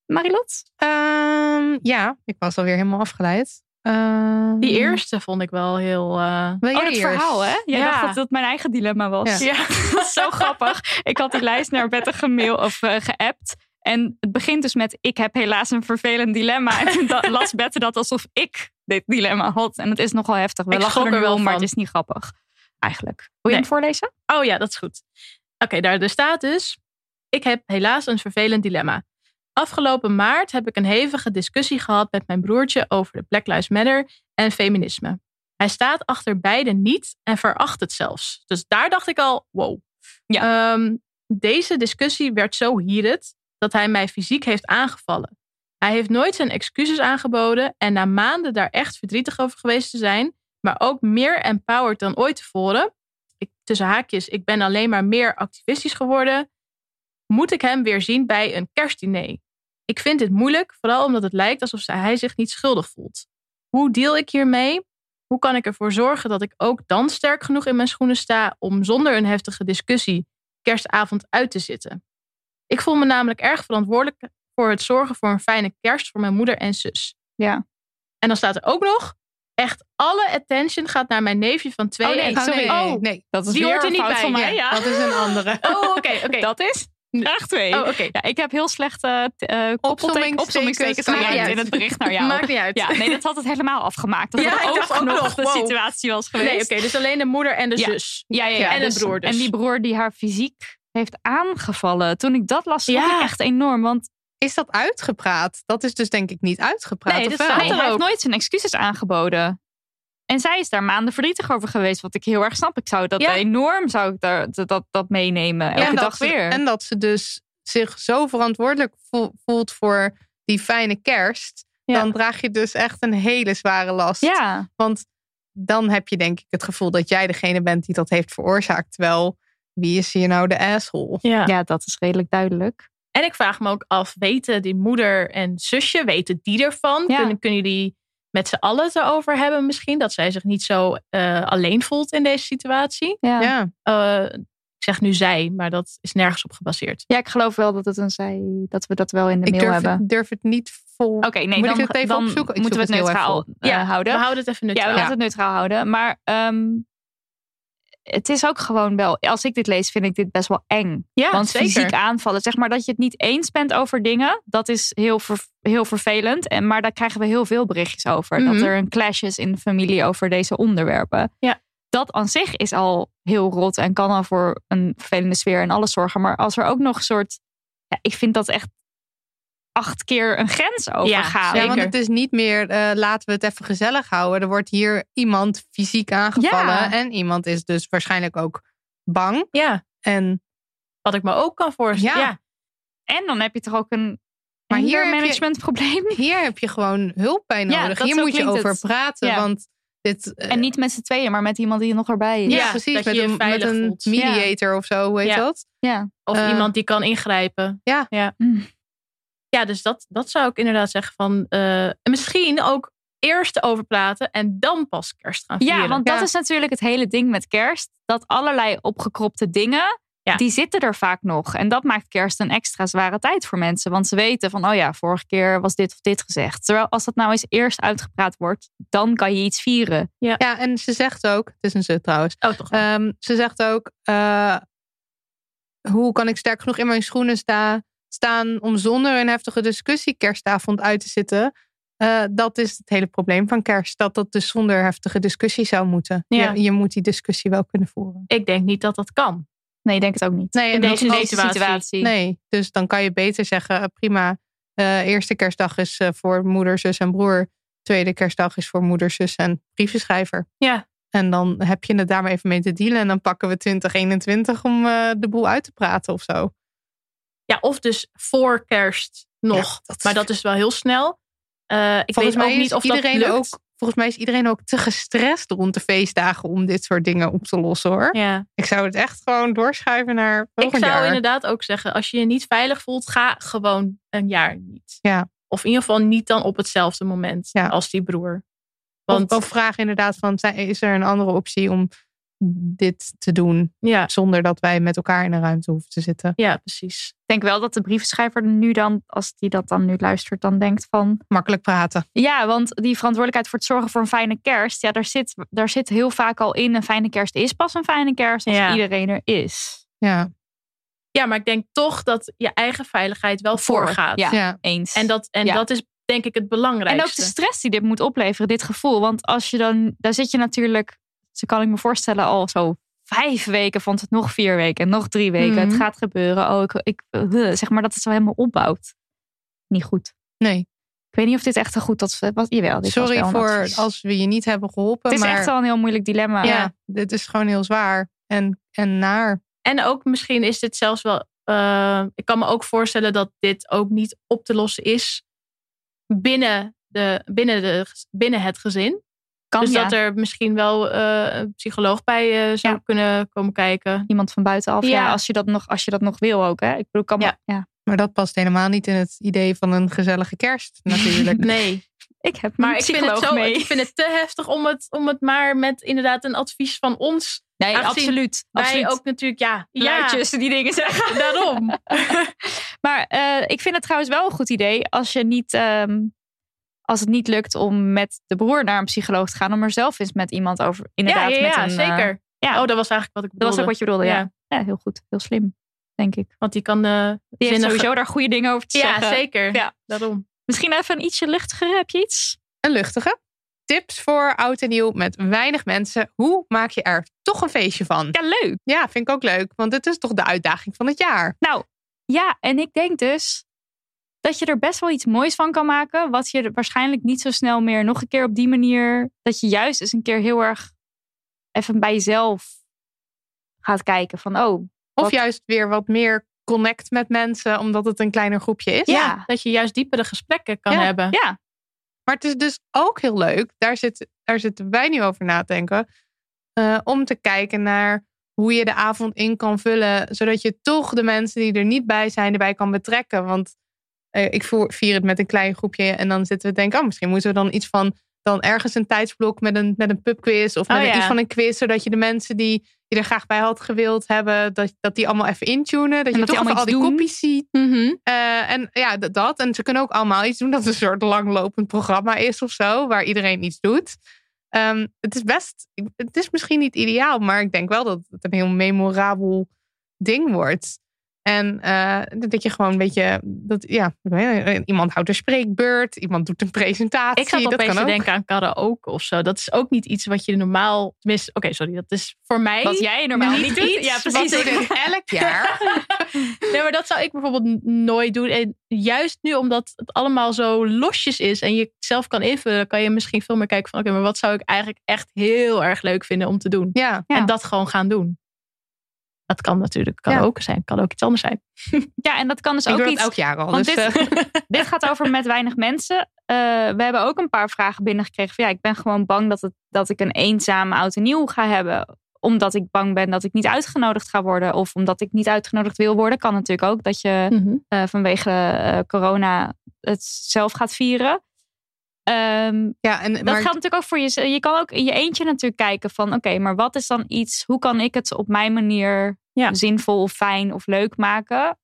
Marilot? Ehm, ja, ik was alweer helemaal afgeleid. Ehm, Die eerste vond ik wel heel... eh, wil Oh, jij dat eerst? verhaal, hè? Jij Ja. dacht dat dat mijn eigen dilemma was. Ja. Dat is zo grappig. Ik had die lijst naar Bette gemail of eh, geappt. En het begint dus met, ik heb helaas een vervelend dilemma. En toen da- las Bette dat alsof ik dit dilemma had. En het is nogal heftig. We Ik lachen schrok er er wel wel, maar van. het is niet grappig. Eigenlijk. Wil je Nee. hem voorlezen? Oh ja, dat is goed. Oké, daar daar staat dus. Ik heb helaas een vervelend dilemma. Afgelopen maart heb ik een hevige discussie gehad met mijn broertje over de Black Lives Matter en feminisme. Hij staat achter beide niet en veracht het zelfs. Dus daar dacht ik al, wow. Ja. deze discussie werd zo heated dat hij mij fysiek heeft aangevallen. Hij heeft nooit zijn excuses aangeboden en na maanden daar echt verdrietig over geweest te zijn, maar ook meer empowered dan ooit tevoren, ik, tussen haakjes, ik ben alleen maar meer activistisch geworden. Moet ik hem weer zien bij een kerstdiner? Ik vind dit moeilijk, vooral omdat het lijkt alsof hij zich niet schuldig voelt. Hoe deal ik hiermee? Hoe kan ik ervoor zorgen dat ik ook dan sterk genoeg in mijn schoenen sta om zonder een heftige discussie kerstavond uit te zitten? Ik voel me namelijk erg verantwoordelijk voor het zorgen voor een fijne kerst voor mijn moeder en zus. Ja. En dan staat er ook nog. Echt alle attention gaat naar mijn neefje van twee. Oh, nee, en- sorry. Oh, Nee, nee. Dat is Die weer hoort er een niet fout bij. van mij. Nee, Ja. dat is een andere. Oh, oké, oké. Dat is vraag twee. Oh, oké. Ja, ik heb heel slecht eh t- eh, Opsommingstekens. koppelteken- opsommingstekens Maakt gebruikt niet in uit. het bericht naar jou. Maakt niet uit. Nou Ja, nee, dat had het helemaal afgemaakt. Dat Ja, had ik ook dacht ook nog nog, de wow. situatie was geweest. Nee, oké, dus alleen de moeder en de Ja. zus. Ja, ja, ja. En een broer dus. En die broer die haar fysiek heeft aangevallen. Toen ik dat las, schrok Ja. ik echt enorm. Want Is dat uitgepraat? Dat is dus denk ik niet uitgepraat. Nee, of dat wel? staat nee, er hij heeft ook. nooit zijn excuses aangeboden. En zij is daar maanden verdrietig over geweest. Wat ik heel erg snap. Ik zou dat Ja. enorm zou ik daar, dat, dat, dat meenemen. Elke en, dag dat ze, weer. en dat ze dus zich zo verantwoordelijk vo- voelt voor die fijne kerst. Ja. Dan draag je dus echt een hele zware last. ja. Want dan heb je denk ik het gevoel dat jij degene bent die dat heeft veroorzaakt. Terwijl, wie is hier nou de asshole? Ja. ja, dat is redelijk duidelijk. En ik vraag me ook af, weten die moeder en zusje, weten die ervan? Ja. Kunnen, kunnen jullie met z'n allen het erover hebben misschien? Dat zij zich niet zo eh, alleen voelt in deze situatie. Ja. Ja. Ja. Eh, ik zeg nu zij, maar dat is nergens op gebaseerd. ik geloof wel dat, het een zij, dat we dat wel in de Ik mail durf, hebben. het- durf het niet vol. Oké, nee, Moet ik dan, het even dan opzoeken? Ik moeten we zoek het het heel erg neutraal eh, houden. we houden het even Ja, we neutraal. laten het neutraal houden. Maar ehm, het is ook gewoon wel, als ik dit lees, vind ik dit best wel eng. Ja, Want zeker. fysiek aanvallen, zeg maar dat je het niet eens bent over dingen, dat is heel, ver- heel vervelend. En, maar daar krijgen we heel veel berichtjes over. Mhm. Dat er een clash is in de familie over deze onderwerpen. Ja. Dat aan zich is al heel rot en kan al voor een vervelende sfeer en alles zorgen. Maar als er ook nog een soort, ja, ik vind dat echt acht keer een grens overgaan. Ja, want Zeker. het is niet meer eh, laten we het even gezellig houden. Er wordt hier iemand fysiek aangevallen. Ja. En iemand is dus waarschijnlijk ook bang. Ja, En wat ik me ook kan voorstellen. Ja. Ja. En dan heb je toch ook een Maar hier heb je- management probleem. hier heb je gewoon hulp bij Ja, nodig. dat hier zo moet je klinkt over het. praten. Ja. Want dit. eh, En niet met z'n tweeën, maar met iemand die nog erbij is. ja, Ja, precies. dat je Met je een, met veilig een voelt. mediator of zo, hoe heet Ja. dat? Ja. Of Eh. iemand die kan ingrijpen. Ja. Ja, Mm. ja dus dat, dat zou ik inderdaad zeggen van... eh, misschien ook eerst over praten en dan pas kerst gaan vieren. Ja, want Ja. dat is natuurlijk het hele ding met kerst. Dat allerlei opgekropte dingen, Ja. die zitten er vaak nog. En dat maakt kerst een extra zware tijd voor mensen. Want ze weten van, oh ja, vorige keer was dit of dit gezegd. Terwijl als dat nou eens eerst uitgepraat wordt, dan kan je iets vieren. Ja, en ze zegt ook, het is een ze trouwens. Oh, toch. Ehm, ze zegt ook, eh, hoe kan ik sterk genoeg in mijn schoenen sta, staan om zonder een heftige discussie kerstavond uit te zitten? Eh, dat is het hele probleem van kerst. Dat dat dus zonder heftige discussie zou moeten. Ja. Je, je moet die discussie wel kunnen voeren. ik denk niet dat dat kan. Nee, ik denk het ook niet. Nee, en In ook deze als- situatie. Nee, dus dan kan je beter zeggen, eh, prima, eh, eerste kerstdag is eh, voor moeder, zus en broer. Tweede kerstdag is voor moeder, zus en brievenschrijver. Ja. En dan heb je het daar maar even mee te dealen. En dan pakken we 2021 om eh, de boel uit te praten of zo. Ja, of dus voor kerst nog. Ja, dat- Maar dat is wel heel snel. Eh, ik Volgens weet mij ook niet is of iedereen dat lukt. ook. Volgens mij is iedereen ook te gestrest rond de feestdagen om dit soort dingen op te lossen hoor. Ja. Ik zou het echt gewoon doorschuiven naar Ik volgend zou jaar. inderdaad ook zeggen, als je je niet veilig voelt, ga gewoon een jaar niet. Ja. Of in ieder geval niet dan op hetzelfde moment Ja. als die broer. Want... Want Of, of vraag inderdaad van, zijn- is er een andere optie om dit te doen ja, zonder dat wij met elkaar in een ruimte hoeven te zitten? ja, precies. Ik denk wel dat de brievenschrijver nu dan, als die dat dan nu luistert, dan denkt van... Makkelijk praten. Ja, want die verantwoordelijkheid voor het zorgen voor een fijne kerst. Ja, daar zit, daar zit heel vaak al in. Een fijne kerst is pas een fijne kerst als Ja. iedereen er is. Ja. Ja, maar ik denk toch dat je eigen veiligheid wel Voor, voorgaat. ja. ja. Eens. En, dat, en Ja. dat is denk ik het en belangrijkste. ook de stress die dit moet opleveren, dit gevoel. Want als je dan, daar zit je natuurlijk, zo kan ik me voorstellen, al zo vijf weken van het nog vier weken en nog drie weken. Mhm. Het gaat gebeuren. Oh, ik, ik, eh, zeg maar dat het zo helemaal opbouwt. Niet goed. Nee. Ik weet niet of dit echt een goed advies was. Jawel, dit was Sorry wel een voor advies. als we je niet hebben geholpen. Het is maar echt wel een heel moeilijk dilemma. ja, dit is gewoon heel zwaar en, en naar. En ook misschien is dit zelfs wel. eh, ik kan me ook voorstellen dat dit ook niet op te lossen is binnen, de, binnen, de, binnen het gezin. kan dus ja. dat er misschien wel eh, een psycholoog bij eh, zou Ja. kunnen komen kijken. iemand van buitenaf. Ja, Ja. als, je dat nog, als je dat nog wil ook. Hè? Ik bedoel, kan Ja. Maar, ja. Maar dat past helemaal niet in het idee van een gezellige kerst, natuurlijk. Nee, Ik heb maar ik vind, het zo, mee. ik vind het te heftig om het, om het maar met inderdaad een advies van ons. nee, aangezien absoluut. absoluut. Wij ook natuurlijk, ja, Luidjes die dingen zeggen. Ja, daarom. maar eh, ik vind het trouwens wel een goed idee als je niet ehm, als het niet lukt om met de broer naar een psycholoog te gaan, om er zelf eens met iemand over. Inderdaad, ja, ja, met een, eh, zeker. ja. Oh, dat was eigenlijk wat ik dat bedoelde. was ook wat je bedoelde. Ja. Ja. heel goed. Heel slim, denk ik. Want die kan... eh Die heeft zinnige- sowieso daar goede dingen over te Ja, zeggen. zeker. Ja. Daarom. Misschien even een ietsje luchtiger. Heb je iets? Een luchtige. Tips voor oud en nieuw met weinig mensen. Hoe maak je er toch een feestje van? Ja, leuk. Ja, vind ik ook leuk. Want het is toch de uitdaging van het jaar. Nou, ja, en ik denk dus dat je er best wel iets moois van kan maken. Wat je waarschijnlijk niet zo snel meer nog een keer op die manier. Dat je juist eens een keer heel erg even bij jezelf gaat kijken. Van oh, Of Wat- juist weer wat meer connect met mensen, omdat het een kleiner groepje is. Ja. Dat je juist diepere gesprekken kan Ja. hebben. ja, Maar het is dus ook heel leuk, daar, zit, daar zitten wij nu over na te denken, eh, om te kijken naar hoe je de avond in kan vullen, zodat je toch de mensen die er niet bij zijn erbij kan betrekken. Want eh, ik voer- vier het met een klein groepje en dan zitten we te denken, oh, misschien moeten we dan iets van, dan ergens een tijdsblok met een, met een pubquiz of Oh, met een- ja. iets van een quiz, zodat je de mensen die je er graag bij had gewild hebben, dat, dat die allemaal even intunen, dat je dat die toch even allemaal al die iets doen. kopjes ziet. Mhm. Eh, en ja, d- dat. En ze kunnen ook allemaal iets doen. Dat het een soort langlopend programma is of zo, waar iedereen iets doet. Ehm, het is best, ik- het is misschien niet ideaal, maar ik denk wel dat het een heel memorabel ding wordt. En eh, dat je gewoon een beetje, dat, ja, ik weet niet, iemand houdt een spreekbeurt, iemand doet een presentatie. Ik zat dat opeens kan te ook. denken aan karaoke of zo. Dat is ook niet iets wat je normaal... Tenminste, oké, sorry. Dat is voor mij... wat jij normaal niet doet. iets Ja, wat precies. ik Elk jaar. Nee, maar dat zou ik bijvoorbeeld n- nooit doen. En juist nu, omdat het allemaal zo losjes is en je het zelf kan invullen, kan je misschien veel meer kijken van oké, maar wat zou ik eigenlijk echt heel erg leuk vinden om te doen? Ja. Ja. En dat gewoon gaan doen. Dat kan natuurlijk kan Ja. ook zijn. Kan ook iets anders zijn. Ja, en dat kan dus Ik ook doe dat iets. elk jaar al. want dus, dit- eh, Dit gaat over met weinig mensen. Eh, we hebben ook een paar vragen binnengekregen. Van, ja, ik ben gewoon bang dat, het, dat ik een eenzame oud en nieuw ga hebben. Omdat ik bang ben dat ik niet uitgenodigd ga worden. Of omdat ik niet uitgenodigd wil worden. Kan natuurlijk ook dat je Mhm. eh, vanwege eh, corona het zelf gaat vieren. Ehm, ja, en, dat maar geldt natuurlijk ook voor je. Je kan ook in je eentje natuurlijk kijken van oké, maar wat is dan iets? Hoe kan ik het op mijn manier Ja. zinvol of fijn of leuk maken?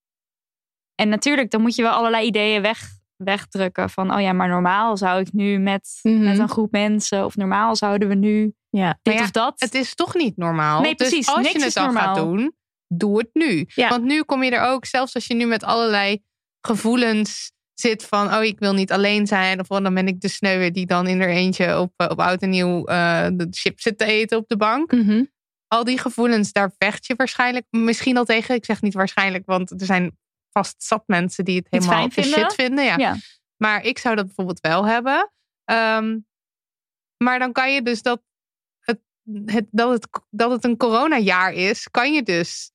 En natuurlijk, dan moet je wel allerlei ideeën weg, wegdrukken. Van oh ja, maar normaal zou ik nu met, Mhm. met een groep mensen. Of normaal zouden we nu Ja. dit ja, of dat. het is toch niet normaal. Nee, precies. Dus als Niks je is het dan gaat normaal. doen, doe het nu. Ja. Want nu kom je er ook, zelfs als je nu met allerlei gevoelens zit van, oh, ik wil niet alleen zijn. Of oh, dan ben ik de sneuwe die dan in haar eentje op, eh, op oud en nieuw eh, de chips zit te eten op de bank. Mhm. Al die gevoelens, daar vecht je waarschijnlijk misschien al tegen. Ik zeg niet waarschijnlijk, want er zijn vast zat mensen die het Het fijn helemaal de vinden? shit vinden. Ja. Ja. Maar ik zou dat bijvoorbeeld wel hebben. Ehm, maar dan kan je dus dat het, het, dat, het, dat het een coronajaar is, kan je dus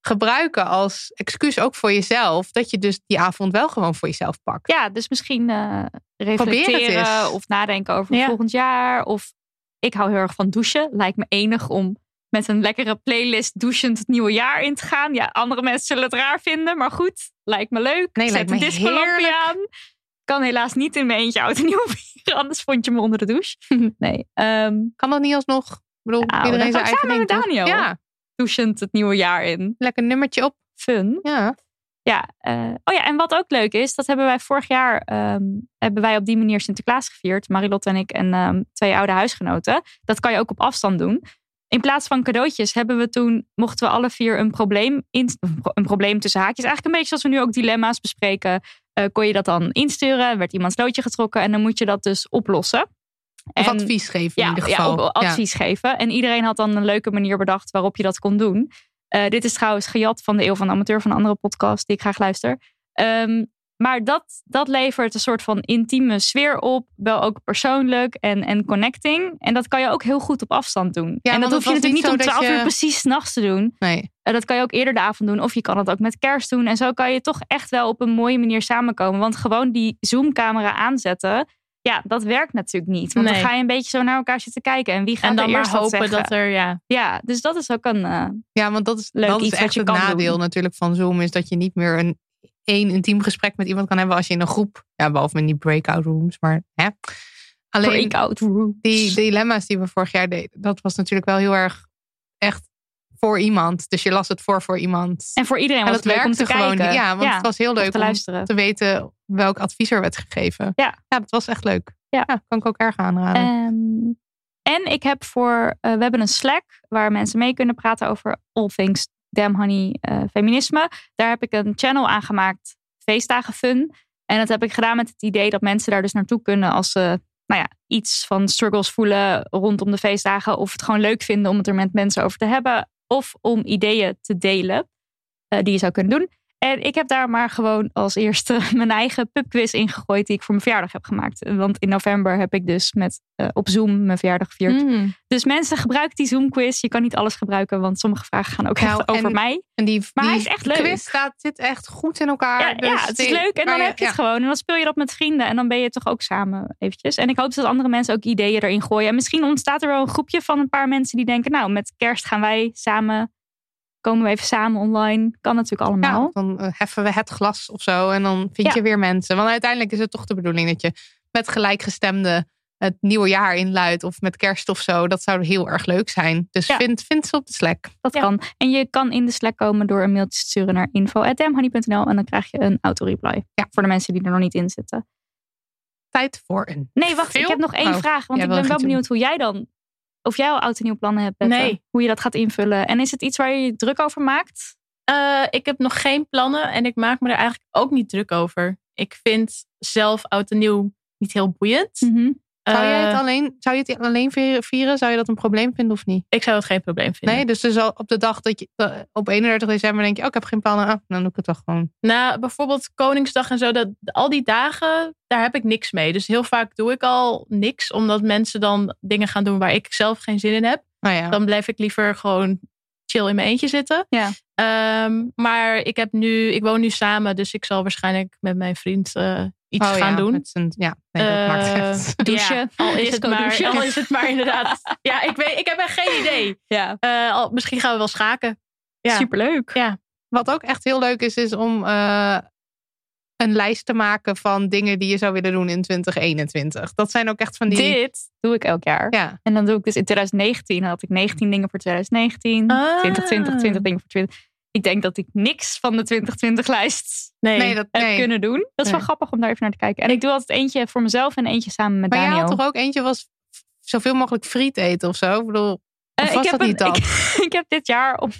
gebruiken als excuus ook voor jezelf. Dat je dus die avond wel gewoon voor jezelf pakt. ja, dus misschien eh, het reflecteren eens. of nadenken over Ja. volgend jaar. Of ik hou heel erg van douchen. Lijkt me enig om met een lekkere playlist douchend het nieuwe jaar in te gaan. Ja, andere mensen zullen het raar vinden, maar goed, lijkt me leuk. Nee, Zet lijkt een me discolampje heerlijk. aan. Kan helaas niet in mijn eentje oud en nieuw vieren, anders vond je me onder de douche. Nee, ehm, Kan dat niet alsnog? Ik bedoel, Nou, iedereen dat zijn kan ik samen eigen ding. met toch? Daniel. Ja, douchend het nieuwe jaar in. lekker nummertje op. Fun. Ja. Ja, eh, oh ja, en wat ook leuk is, dat hebben wij vorig jaar ehm, hebben wij op die manier Sinterklaas gevierd. Marilotte en ik en ehm, twee oude huisgenoten. Dat kan je ook op afstand doen. In plaats van cadeautjes hebben we toen, mochten we alle vier een probleem, in, een probleem tussen haakjes. Eigenlijk een beetje zoals we nu ook dilemma's bespreken. eh, kon je dat dan insturen, werd iemands loodje getrokken en dan moet je dat dus oplossen. Of En- advies geven in ieder geval. ook advies geven. En iedereen had dan een leuke manier bedacht waarop je dat kon doen. Eh, dit is trouwens gejat van de Eeuw van de Amateur van een andere podcast die ik graag luister. Ehm, maar dat, dat levert een soort van intieme sfeer op. Wel ook persoonlijk en, en connecting. En dat kan je ook heel goed op afstand doen. Ja, en dat hoef want je het was natuurlijk niet niet om zo dat 12 uur je- precies s'nachts te doen. Nee. Eh, dat kan je ook eerder de avond doen. Of je kan het ook met kerst doen. En zo kan je toch echt wel op een mooie manier samenkomen. Want gewoon die Zoom-camera aanzetten. Ja, dat werkt natuurlijk niet. Want Nee. dan ga je een beetje zo naar elkaar zitten kijken. En wie gaat En er dan maar eerst wat hopen zeggen? dat er, ja. Ja, dus dat is ook een... eh, Ja, want dat is, Leuk dat is iets wat echt je het kan doen. nadeel natuurlijk van Zoom. Is dat je niet meer een één intiem gesprek met iemand kan hebben als je in een groep. Ja, behalve met die breakout rooms. Maar hè. Alleen breakout room. die dilemma's die we vorig jaar deden. Dat was natuurlijk wel heel erg echt voor iemand. Dus je las het voor voor iemand. En voor iedereen En was dat het leuk om te werkte gewoon. kijken. Ja, want het was heel of leuk te om luisteren. te weten welk advies er werd gegeven. Ja. dat was echt leuk. Ja. kan ik ook erg aanraden. Ehm, en ik heb voor, eh, we hebben een Slack waar mensen mee kunnen praten over all things damn honey eh, feminisme. Daar heb ik een channel aangemaakt, feestdagen fun. En dat heb ik gedaan met het idee dat mensen daar dus naartoe kunnen als ze nou ja, iets van struggles voelen rondom de feestdagen. Of het gewoon leuk vinden om het er met mensen over te hebben. Of om ideeën te delen eh, die je zou kunnen doen. En ik heb daar maar gewoon als eerste mijn eigen pubquiz ingegooid die ik voor mijn verjaardag heb gemaakt. Want in november heb ik dus met, eh, op Zoom mijn verjaardag gevierd. Mm. Dus mensen, gebruik die Zoom quiz. Je kan niet alles gebruiken, want sommige vragen gaan ook Nou, echt over en- mij. En die, Maar die hij is echt leuk. quiz staat, zit echt goed in elkaar. Ja, dus ja, het is die- leuk. En waar dan heb je het ja. gewoon. En dan speel je dat met vrienden. En dan ben je toch ook samen eventjes. En ik hoop dat andere mensen ook ideeën erin gooien. En misschien ontstaat er wel een groepje van een paar mensen die denken... nou, met kerst gaan wij samen... komen we even samen online. Kan natuurlijk allemaal. Ja, dan eh, heffen we het glas of zo. En dan vind Ja. je weer mensen. Want uiteindelijk is het toch de bedoeling dat je met gelijkgestemden het nieuwe jaar inluidt. Of met kerst of zo. Dat zou heel erg leuk zijn. Dus Ja. vind, vind ze op de Slack. Dat kan. En je kan in de Slack komen door een mailtje te sturen naar info.damhoney.nl en dan krijg je een autoreply. Ja. Voor de mensen die er nog niet in zitten. Tijd voor een. Nee, wacht. Ik Veel? heb nog één Oh, vraag. Want jij ik ben wil nog wel iets benieuwd hoe jij dan... Of jij al oud en nieuw plannen hebt, Bette. Nee. Hoe je dat gaat invullen. En is het iets waar je je druk over maakt? Eh, ik heb nog geen plannen en ik maak me er eigenlijk ook niet druk over. Ik vind zelf oud en nieuw niet heel boeiend. Hm. Mhm. Zou, jij het Eh, alleen, zou je het alleen vier- vieren? Zou je dat een probleem vinden of niet? Ik zou het geen probleem vinden. Nee, dus, dus al op de dag dat je eh, op 31 december denk je, oh, ik heb geen plannen. Ah, dan doe ik het toch gewoon. Nou, bijvoorbeeld Koningsdag en zo, dat, al die dagen, daar heb ik niks mee. Dus heel vaak doe ik al niks, omdat mensen dan dingen gaan doen waar ik zelf geen zin in heb. Nou ja. Dan blijf ik liever gewoon chill in mijn eentje zitten. Ja. Ehm, maar ik, heb nu, ik woon nu samen, dus ik zal waarschijnlijk met mijn vriend eh, iets Oh gaan ja, doen. met z'n- ja, nee, dat maakt Eh, echt. Douchen. Ja, al, is het Disco maar, douchen. al is het maar inderdaad. Ja, ik, weet, ik heb echt geen idee. Ja. Eh, al, misschien gaan we wel schaken. Ja. Superleuk. Ja. Wat ook echt heel leuk is, is om eh, een lijst te maken van dingen die je zou willen doen in 2021. Dat zijn ook echt van die. Dit doe ik elk jaar. Ja, En dan doe ik dus in 2019 had ik 19 dingen voor 2019. Ah. 2020, 20 dingen voor 20. Ik denk dat ik niks van de 2020-lijst Nee. nee, dat heb nee. kunnen doen. Dat is wel Nee. grappig om daar even naar te kijken. En ik doe altijd eentje voor mezelf en eentje samen met Maar jij Daniel. had toch ook eentje was f- zoveel mogelijk friet eten of zo? Ik bedoel, Eh, of was ik heb dat niet een- dat? Ik, ik heb dit jaar op.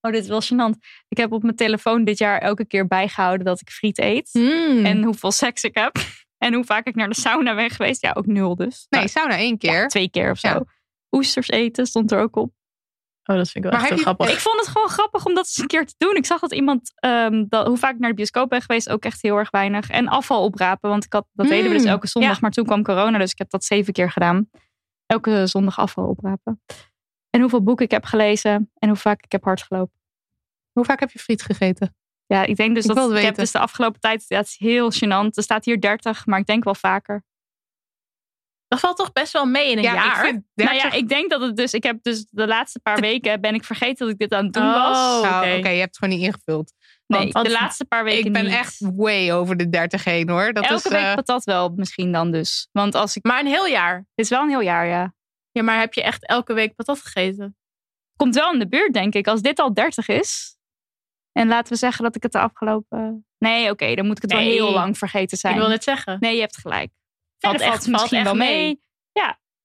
oh, dit is wel gênant. Ik heb op mijn telefoon dit jaar elke keer bijgehouden dat ik friet eet. Hmm. Mm. En hoeveel seks ik heb. En hoe vaak ik naar de sauna ben geweest. Ja, ook nul dus. nee, Maar sauna één keer. twee keer of zo. Ja. Oesters eten stond er ook op. Oh, dat vind ik wel Maar heb echt heel je- grappig. Ik vond het gewoon grappig om dat eens een keer te doen. Ik zag dat iemand, ehm, dat, hoe vaak ik naar de bioscoop ben geweest, ook echt heel erg weinig. En afval oprapen, want ik had, dat deden we dus Hmm. Mm, elke zondag. ja. Maar toen kwam corona, dus ik heb dat zeven keer gedaan. Elke zondag afval oprapen. En hoeveel boeken ik heb gelezen en hoe vaak ik heb hard gelopen. Hoe vaak heb je friet gegeten? Ja, ik denk dus Ik wil dat het ik heb weten. dus de afgelopen tijd, dat is heel gênant. Er staat hier 30, maar ik denk wel vaker. Dat valt toch best wel mee in een jaar? ik vind 30 Nou ja, ik denk dat het dus, ik heb dus de laatste paar weken ben ik vergeten dat ik dit aan het doen Oh, was. Nou, oké. Oké, je hebt het gewoon niet ingevuld. Nee, want- de laatste paar weken Ik ben niet. echt way over de 30 heen hoor. Dat Elke is, week eh, patat wel misschien dan dus. Want als ik... Maar een heel jaar. Het is wel een heel jaar, ja. Ja, maar heb je echt elke week patat gegeten? Komt wel in de buurt, denk ik. Als dit al 30 is. En laten we zeggen dat ik het de afgelopen... Nee, oké. dan moet ik het wel Nee. heel lang vergeten zijn. Ik wil net zeggen. Nee, je hebt gelijk. Valt Verder valt echt- het misschien valt echt wel mee. mee.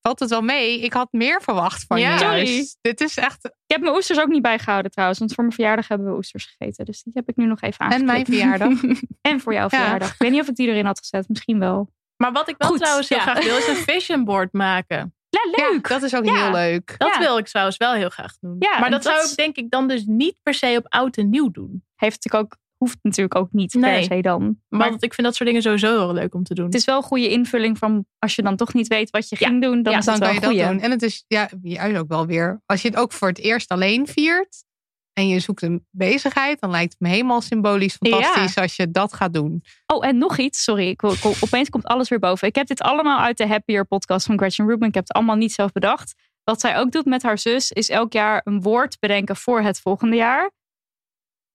valt het wel mee? Ik had meer verwacht van Ja. je. juist. Sorry. Dit is echt. Ik heb mijn oesters ook niet bijgehouden trouwens. Want voor mijn verjaardag hebben we oesters gegeten. Dus die heb ik nu nog even En aangeklikt. mijn verjaardag. En voor jouw verjaardag. Ik weet niet of ik die erin had gezet. Misschien wel. Maar wat ik wel Goed, trouwens heel ja. graag wil, is een vision board maken. Ja, leuk. Ja, dat is ook Ja. heel leuk. Dat Ja. wil ik trouwens wel heel graag doen. Ja, en maar dat, zou dat- ik denk ik dan dus niet per se op oud en nieuw doen. Heeft natuurlijk ook, hoeft natuurlijk ook niet Nee. per se dan. Maar Want ik vind dat soort dingen sowieso heel leuk om te doen. het is wel een goede invulling van... Als je dan toch niet weet wat je Ja. ging doen, dan Ja, is dan het wel kan je een dat goeie. doen. En het is ja, juist ook wel weer. Als je het ook voor het eerst alleen viert. En je zoekt een bezigheid. Dan lijkt het me helemaal symbolisch fantastisch als je dat gaat doen. Oh, en nog iets. Sorry, ik, wil- kom- opeens komt alles weer boven. Ik heb dit allemaal uit de Happier podcast van Gretchen Rubin. Ik heb het allemaal niet zelf bedacht. Wat zij ook doet met haar zus is elk jaar een woord bedenken voor het volgende jaar.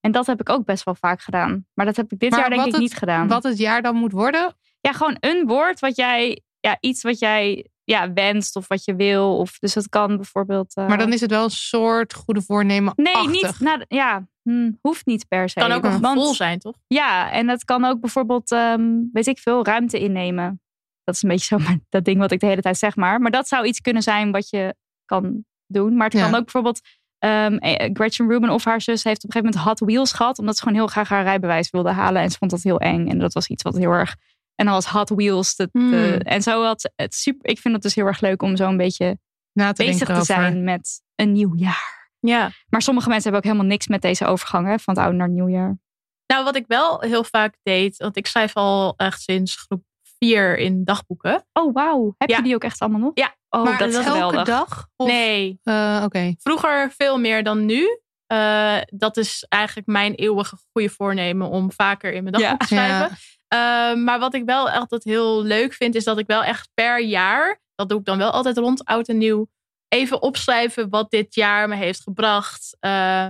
En dat heb ik ook best wel vaak gedaan. Maar dat heb ik dit Maar jaar denk wat ik het- niet gedaan. Wat het jaar dan moet worden. Ja, gewoon een woord wat jij, ja, iets wat jij ja, wenst of wat je wil. Of, dus dat kan bijvoorbeeld. eh, Maar dan is het wel een soort goede voornemen. Nee, niet. Nou, ja, hm, hoeft niet per se. kan ook een Want- gevoel zijn, toch? Ja, en dat kan ook bijvoorbeeld, ehm, weet ik veel, ruimte innemen. Dat is een beetje zo maar dat ding wat ik de hele tijd zeg maar. Maar dat zou iets kunnen zijn wat je kan doen. Maar het kan Ja. ook bijvoorbeeld, ehm, eh, Gretchen Rubin of haar zus heeft op een gegeven moment Hot Wheels gehad. Omdat ze gewoon heel graag haar rijbewijs wilde halen. En ze vond dat heel eng. En dat was iets wat heel erg... En dan was Hot Wheels. De, de- Hmm. en zo had ze het super... Ik vind het dus heel erg leuk om zo een beetje Na te bezig denken te over. zijn met een nieuw jaar. Ja. Maar sommige mensen hebben ook helemaal niks met deze overgang hè, van het oude naar het nieuwjaar. Nou, wat ik wel heel vaak deed, want ik schrijf al echt sinds groep 4 in dagboeken. Oh, wauw. Heb Ja. je die ook echt allemaal nog? Ja. Oh, maar dat is elke geweldig. dag? Of- Nee, Eh, Oké. vroeger veel meer dan nu. Eh, dat is eigenlijk mijn eeuwige goede voornemen om vaker in mijn dagboek Ja. te schrijven. Ja. Eh, maar wat ik wel altijd heel leuk vind, is dat ik wel echt per jaar, dat doe ik dan wel altijd rond oud en nieuw, even opschrijven wat dit jaar me heeft gebracht. eh,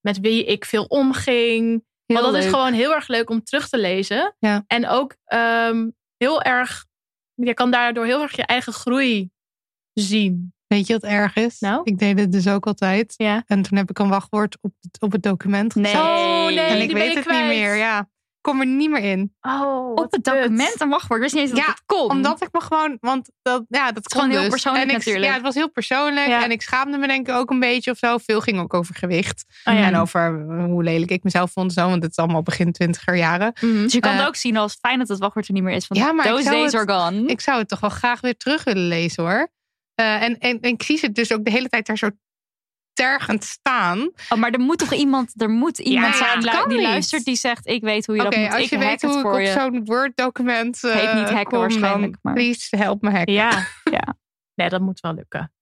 met wie ik veel omging. Heel Want dat is leuk. gewoon heel erg leuk om terug te lezen. Ja. En ook ehm, heel erg, je kan daardoor heel erg je eigen groei zien. Weet je wat erg is? Nou? Ik deed het dus ook altijd. Ja. En toen heb ik een wachtwoord op het, op het document gezet. Oh nee, En die ik ben weet je het kwijt. niet meer. Ja. Ik kom er niet meer in. Oh, Op het document een wachtwoord. Ik wist niet eens dat Ja, het kon. Omdat ik me gewoon, want dat, ja, dat is kon gewoon heel dus. persoonlijk en ik, natuurlijk. Ja, het was heel persoonlijk. Ja. En ik schaamde me denk ik ook een beetje of zo. Veel ging ook over gewicht. Oh, ja. En over eh, hoe lelijk ik mezelf vond. en Zo, want het is allemaal begin twintiger jaren. Mhm. Dus je kan eh, het ook zien als fijn dat het wachtwoord er niet meer is. Van, Ja, maar ik those zou days het- are gone. Ik zou het toch wel graag weer terug willen lezen hoor. Eh, en, en, en ik zie ze dus ook de hele tijd daar zo tergend staan. Oh, maar er moet toch iemand, er moet iemand ja, zijn het lu- kan die niet. luistert die zegt ik weet hoe je Oké, dat moet. als Ik je hack weet het hoe ik voor op je. zo'n Word document eh, Heet niet hacken kom, dan waarschijnlijk, maar- Please help me hacken. Ja. Ja. Nee, dat moet wel lukken.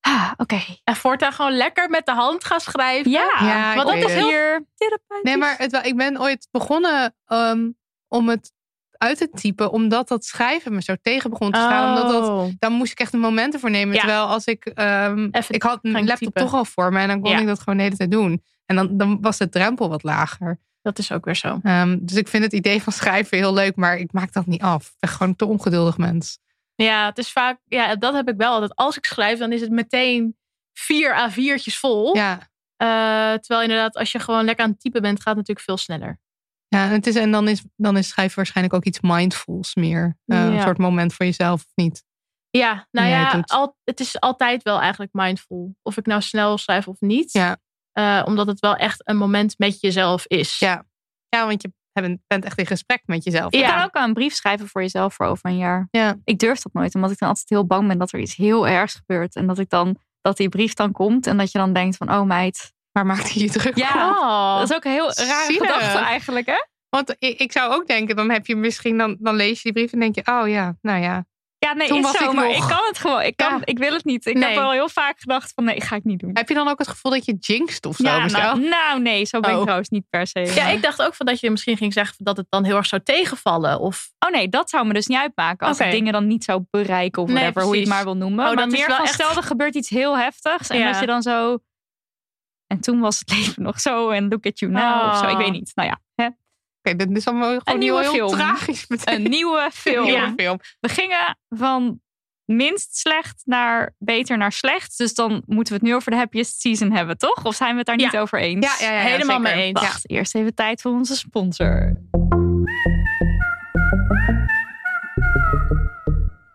Ah, Oké. En voortaan gewoon lekker met de hand gaan schrijven. Ja, Ja, want dat ik weet is het. heel therapeutisch. Nee, maar het, wa- ik ben ooit begonnen ehm, om het uit te typen, omdat dat schrijven me zo tegen begon te staan. Omdat dat, Oh. dan moest ik echt de momenten voor nemen. Ja. Terwijl als ik. ehm, Even ik had gaan mijn laptop typen. toch al voor me en dan kon Ja. ik dat gewoon de hele tijd doen. En dan, dan was de drempel wat lager. Dat is ook weer zo. Ehm, dus ik vind het idee van schrijven heel leuk, maar ik maak dat niet af. Ik ben gewoon een te ongeduldig mens. Ja, het is vaak. Ja, dat heb ik wel altijd. Als ik schrijf, dan is het meteen vier A4'tjes vol. Ja. Eh, terwijl inderdaad, als je gewoon lekker aan het typen bent, gaat het natuurlijk veel sneller. ja en het is, en dan is, dan is schrijven waarschijnlijk ook iets mindfuls meer. Eh, Ja. Een soort moment voor jezelf of niet. Ja, nou Ja, ja, het al- het, doet- is altijd wel eigenlijk mindful. Of ik nou snel schrijf of niet. Ja. Eh, omdat het wel echt een moment met jezelf is. Ja. Ja, want je hebt- bent echt in gesprek met jezelf. Je Ja. kan ook wel een brief schrijven voor jezelf voor over een jaar. Ja. Ik durf dat nooit, omdat ik dan altijd heel bang ben dat er iets heel ergs gebeurt. En dat ik dan, dat die brief dan komt en dat je dan denkt van, oh meid. Waar maakt hij je druk Ja. om? Oh. Dat is ook een heel rare Zielig. gedachte eigenlijk, hè? Want ik, ik zou ook denken, dan heb je misschien, dan, dan lees je die brief en denk je, oh ja, nou ja. Ja, nee, Toen is was zo, ik maar nog. ik kan het gewoon. Ik, kan, Ja. ik wil het niet. Ik Nee. heb al heel vaak gedacht van nee, ga ik niet doen. Heb je dan ook het gevoel dat je jinxt of zo? ja, mezelf? nou, nou, nee, zo ben ik Oh. trouwens niet per se. Ja, ik dacht ook van dat je misschien ging zeggen dat het dan heel erg zou tegenvallen. Of Oh nee, dat zou me dus niet uitmaken als Oké. ik dingen dan niet zou bereiken of Nee, whatever, hoe je het precies. maar wil noemen. Oh, maar dat is meer wel van echt- stel er gebeurt iets heel heftigs en Ja. dat je dan zo... En toen was het leven nog zo en look at you now of zo. Ik weet niet. Nou ja, hè. Oké, dit is allemaal gewoon nieuwe heel, heel film. tragisch meteen. een nieuwe film. Een Ja. nieuwe film. We gingen van minst slecht naar beter naar slecht. Dus dan moeten we het nu over de happiest season hebben, toch? Of zijn we het daar Ja. niet over eens? Ja, ja, ja, ja, helemaal zeker. mee eens. Wacht, eerst even tijd voor onze sponsor.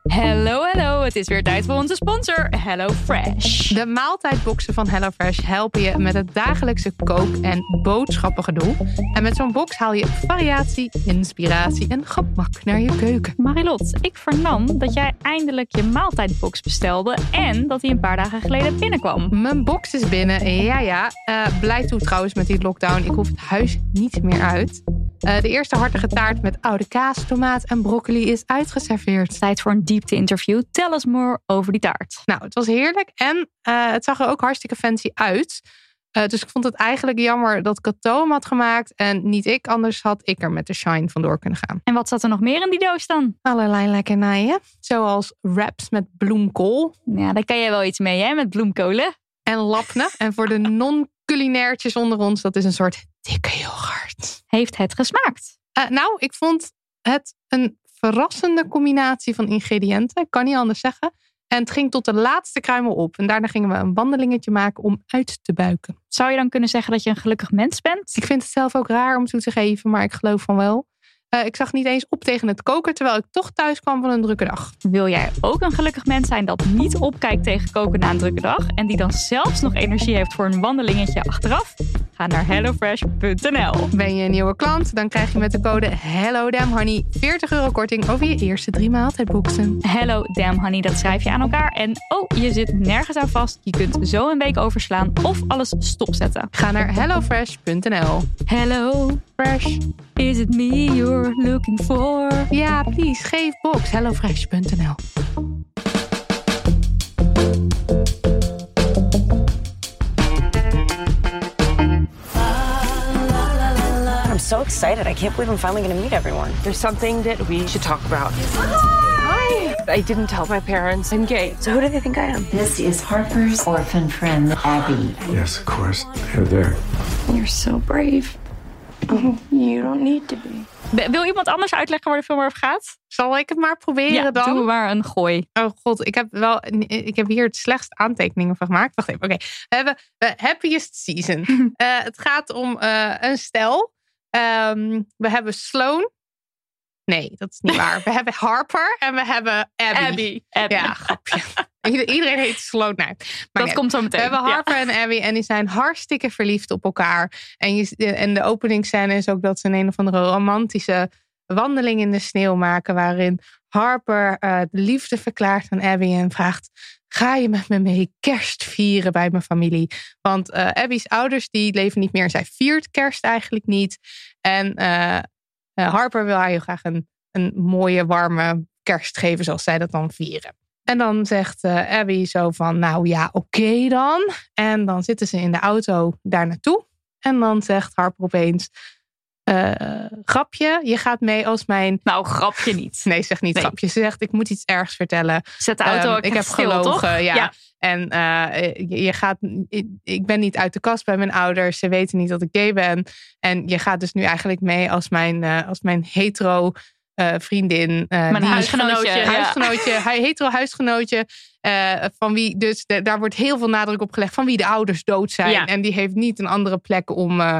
Hallo, hallo. Het is weer tijd voor onze sponsor, Hello Fresh. De maaltijdboxen van HelloFresh helpen je met het dagelijkse kook- en boodschappengedoe. En met zo'n box haal je variatie, inspiratie en gemak naar je keuken. Marilot, ik vernam dat jij eindelijk je maaltijdbox bestelde en dat hij een paar dagen geleden binnenkwam. Mijn box is binnen. Ja, ja. Eh, blij toe trouwens met die lockdown. Ik hoef het huis niet meer uit. Eh, de eerste hartige taart met oude kaas, tomaat en broccoli is uitgeserveerd. Tijd voor een diepte-interview. Tell us more over die taart. Nou, het was heerlijk en eh, het zag er ook hartstikke fancy uit. Eh, dus ik vond het eigenlijk jammer dat Cato hem had gemaakt en niet ik. Anders had ik er met de shine vandoor kunnen gaan. En wat zat er nog meer in die doos dan? Allerlei lekkernijen. Zoals wraps met bloemkool Ja, daar kan jij wel iets mee, hè? Met bloemkolen. en lapne. En voor de non-culinairtjes onder ons, dat is een soort dikke yoghurt. Heeft het gesmaakt? Eh, nou, ik vond het een verrassende combinatie van ingrediënten. Ik kan niet anders zeggen. En het ging tot de laatste kruimel op. En daarna gingen we een wandelingetje maken om uit te buiken. Zou je dan kunnen zeggen dat je een gelukkig mens bent? Ik vind het zelf ook raar om toe te geven, maar ik geloof van wel. Eh, ik zag niet eens op tegen het koken, terwijl ik toch thuis kwam van een drukke dag. Wil jij ook een gelukkig mens zijn dat niet opkijkt tegen koken na een drukke dag en die dan zelfs nog energie heeft voor een wandelingetje achteraf? Ga naar hellofresh.nl. Ben je een nieuwe klant? Dan krijg je met de code Hello Damn Honey 40 euro korting over je eerste drie maaltijdboxen. Hello Damn Honey, dat schrijf je aan elkaar. En oh, je zit nergens aan vast. Je kunt zo een week overslaan of alles stopzetten. Ga naar hellofresh.nl. Hello, Fresh. is it me you're looking for? Ja, please, geef box. HelloFresh.nl. I'm so excited. I can't believe I'm finally going to meet everyone. There's something that we should talk about. Hi! I didn't tell my parents I'm gay. So who do they think I am? This is Harper's orphan friend, Abby. Yes, of course. They're there. You're so brave. Oh, you don't need to be. Be- Wil iemand anders uitleggen waar de film over gaat? Zal ik het maar proberen ja, dan? doe maar een gooi. Oh god, ik heb wel. Ik heb hier het slechtst aantekeningen van gemaakt. Wacht even. Oké, we hebben de happiest season. Eh, het gaat om eh, een stel. Ehm, we hebben Sloan. Nee, dat is niet waar. We hebben Harper en we hebben Abby. Abby. Ja, grapje. Ieder- Iedereen heet Sloan. Nee, maar dat nee. komt zo meteen. We hebben Ja. Harper en Abby en die zijn hartstikke verliefd op elkaar. En, je, eh, en de openingsscène is ook dat ze een, een of andere romantische wandeling in de sneeuw maken. Waarin Harper eh, de liefde verklaart aan Abby en vraagt... Ga je met me mee kerst vieren bij mijn familie? Want eh, Abby's ouders die leven niet meer. Zij viert kerst eigenlijk niet. En eh, eh, Harper wil haar heel graag een, een mooie, warme kerst geven zoals zij dat dan vieren. En dan zegt eh, Abby zo van, nou ja, oké dan. En dan zitten ze in de auto daar naartoe. En dan zegt Harper opeens: eh, Grapje, je gaat mee als mijn. Nou, grapje niet. Nee, ze zegt niet Nee. grapje. Ze zegt: Ik moet iets ergs vertellen. Zet de auto Ehm, ook ik heb even stil, gelogen. toch? Ja. Ja. En eh, je, je gaat, ik, ik ben niet uit de kast bij mijn ouders. Ze weten niet dat ik gay ben. En je gaat dus nu eigenlijk mee als mijn, eh, als mijn hetero eh, vriendin. eh, Mijn die- huisgenootje, ja. Huisgenootje, hu- hetero huisgenootje. eh, van wie dus, de- daar wordt heel veel nadruk op gelegd. Van wie de ouders dood zijn. Ja. En die heeft niet een andere plek om, eh,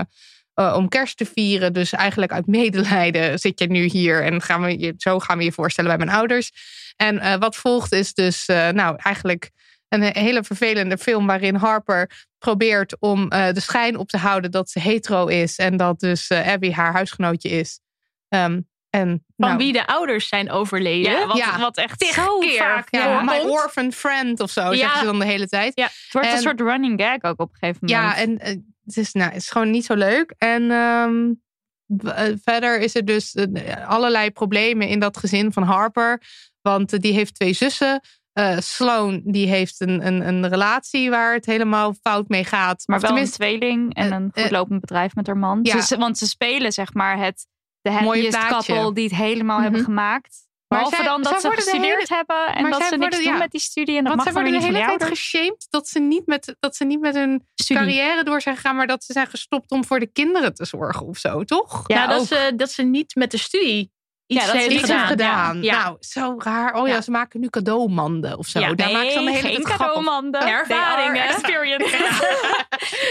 eh, om kerst te vieren. Dus eigenlijk uit medelijden zit je nu hier. En gaan we je, zo gaan we je voorstellen bij mijn ouders. En eh, wat volgt is dus, eh, nou, eigenlijk een hele vervelende film waarin Harper probeert om eh, de schijn op te houden dat ze hetero is. En dat dus eh, Abby haar huisgenootje is. Ehm, en, Van nou, wie de ouders zijn overleden. Ja, wat, Ja. wat echt Tig zo keer. vaak Ja, voorkomt. my orphan friend of zo, zeggen ze dan de hele tijd. Ja, het wordt En- een soort running gag ook op een gegeven moment. Ja, en eh, het is, nou, het is gewoon niet zo leuk. En ehm, w- eh, verder is er dus eh, allerlei problemen in dat gezin van Harper. Want eh, die heeft twee zussen. Eh, Sloan die heeft een, een, een relatie waar het helemaal fout mee gaat. maar Of wel een tenminste, tweeling en eh, een eh, goedlopend bedrijf met haar man. ja. Ze- ze- want ze spelen zeg maar het de Mooie happiest plaatje. couple die het helemaal hebben Mhm. gemaakt. Maar Behalve zij- dan dat zij ze worden de hele- gestudeerd hebben en maar dat zij ze niks worden- doen ja. met die studie. En dat want mag zij dan weer worden de niet van hele jou. tijd geshamed dat ze niet met, dat ze niet met hun carrière door zijn gegaan. Maar dat ze zijn gestopt om voor de kinderen te zorgen of zo, toch? Ja, nou, dat ook. ze, dat ze niet met de studie iets Ja, dat ze heeft iets Iets gedaan. heeft gedaan. Ja. Nou, zo raar. Oh ja, Ja. ze maken nu cadeaumanden of zo. Ja, Daar nee, maken ze dan de hele geen tijd grap op. cadeaumanden. Oh, They ervaringen. are experiences.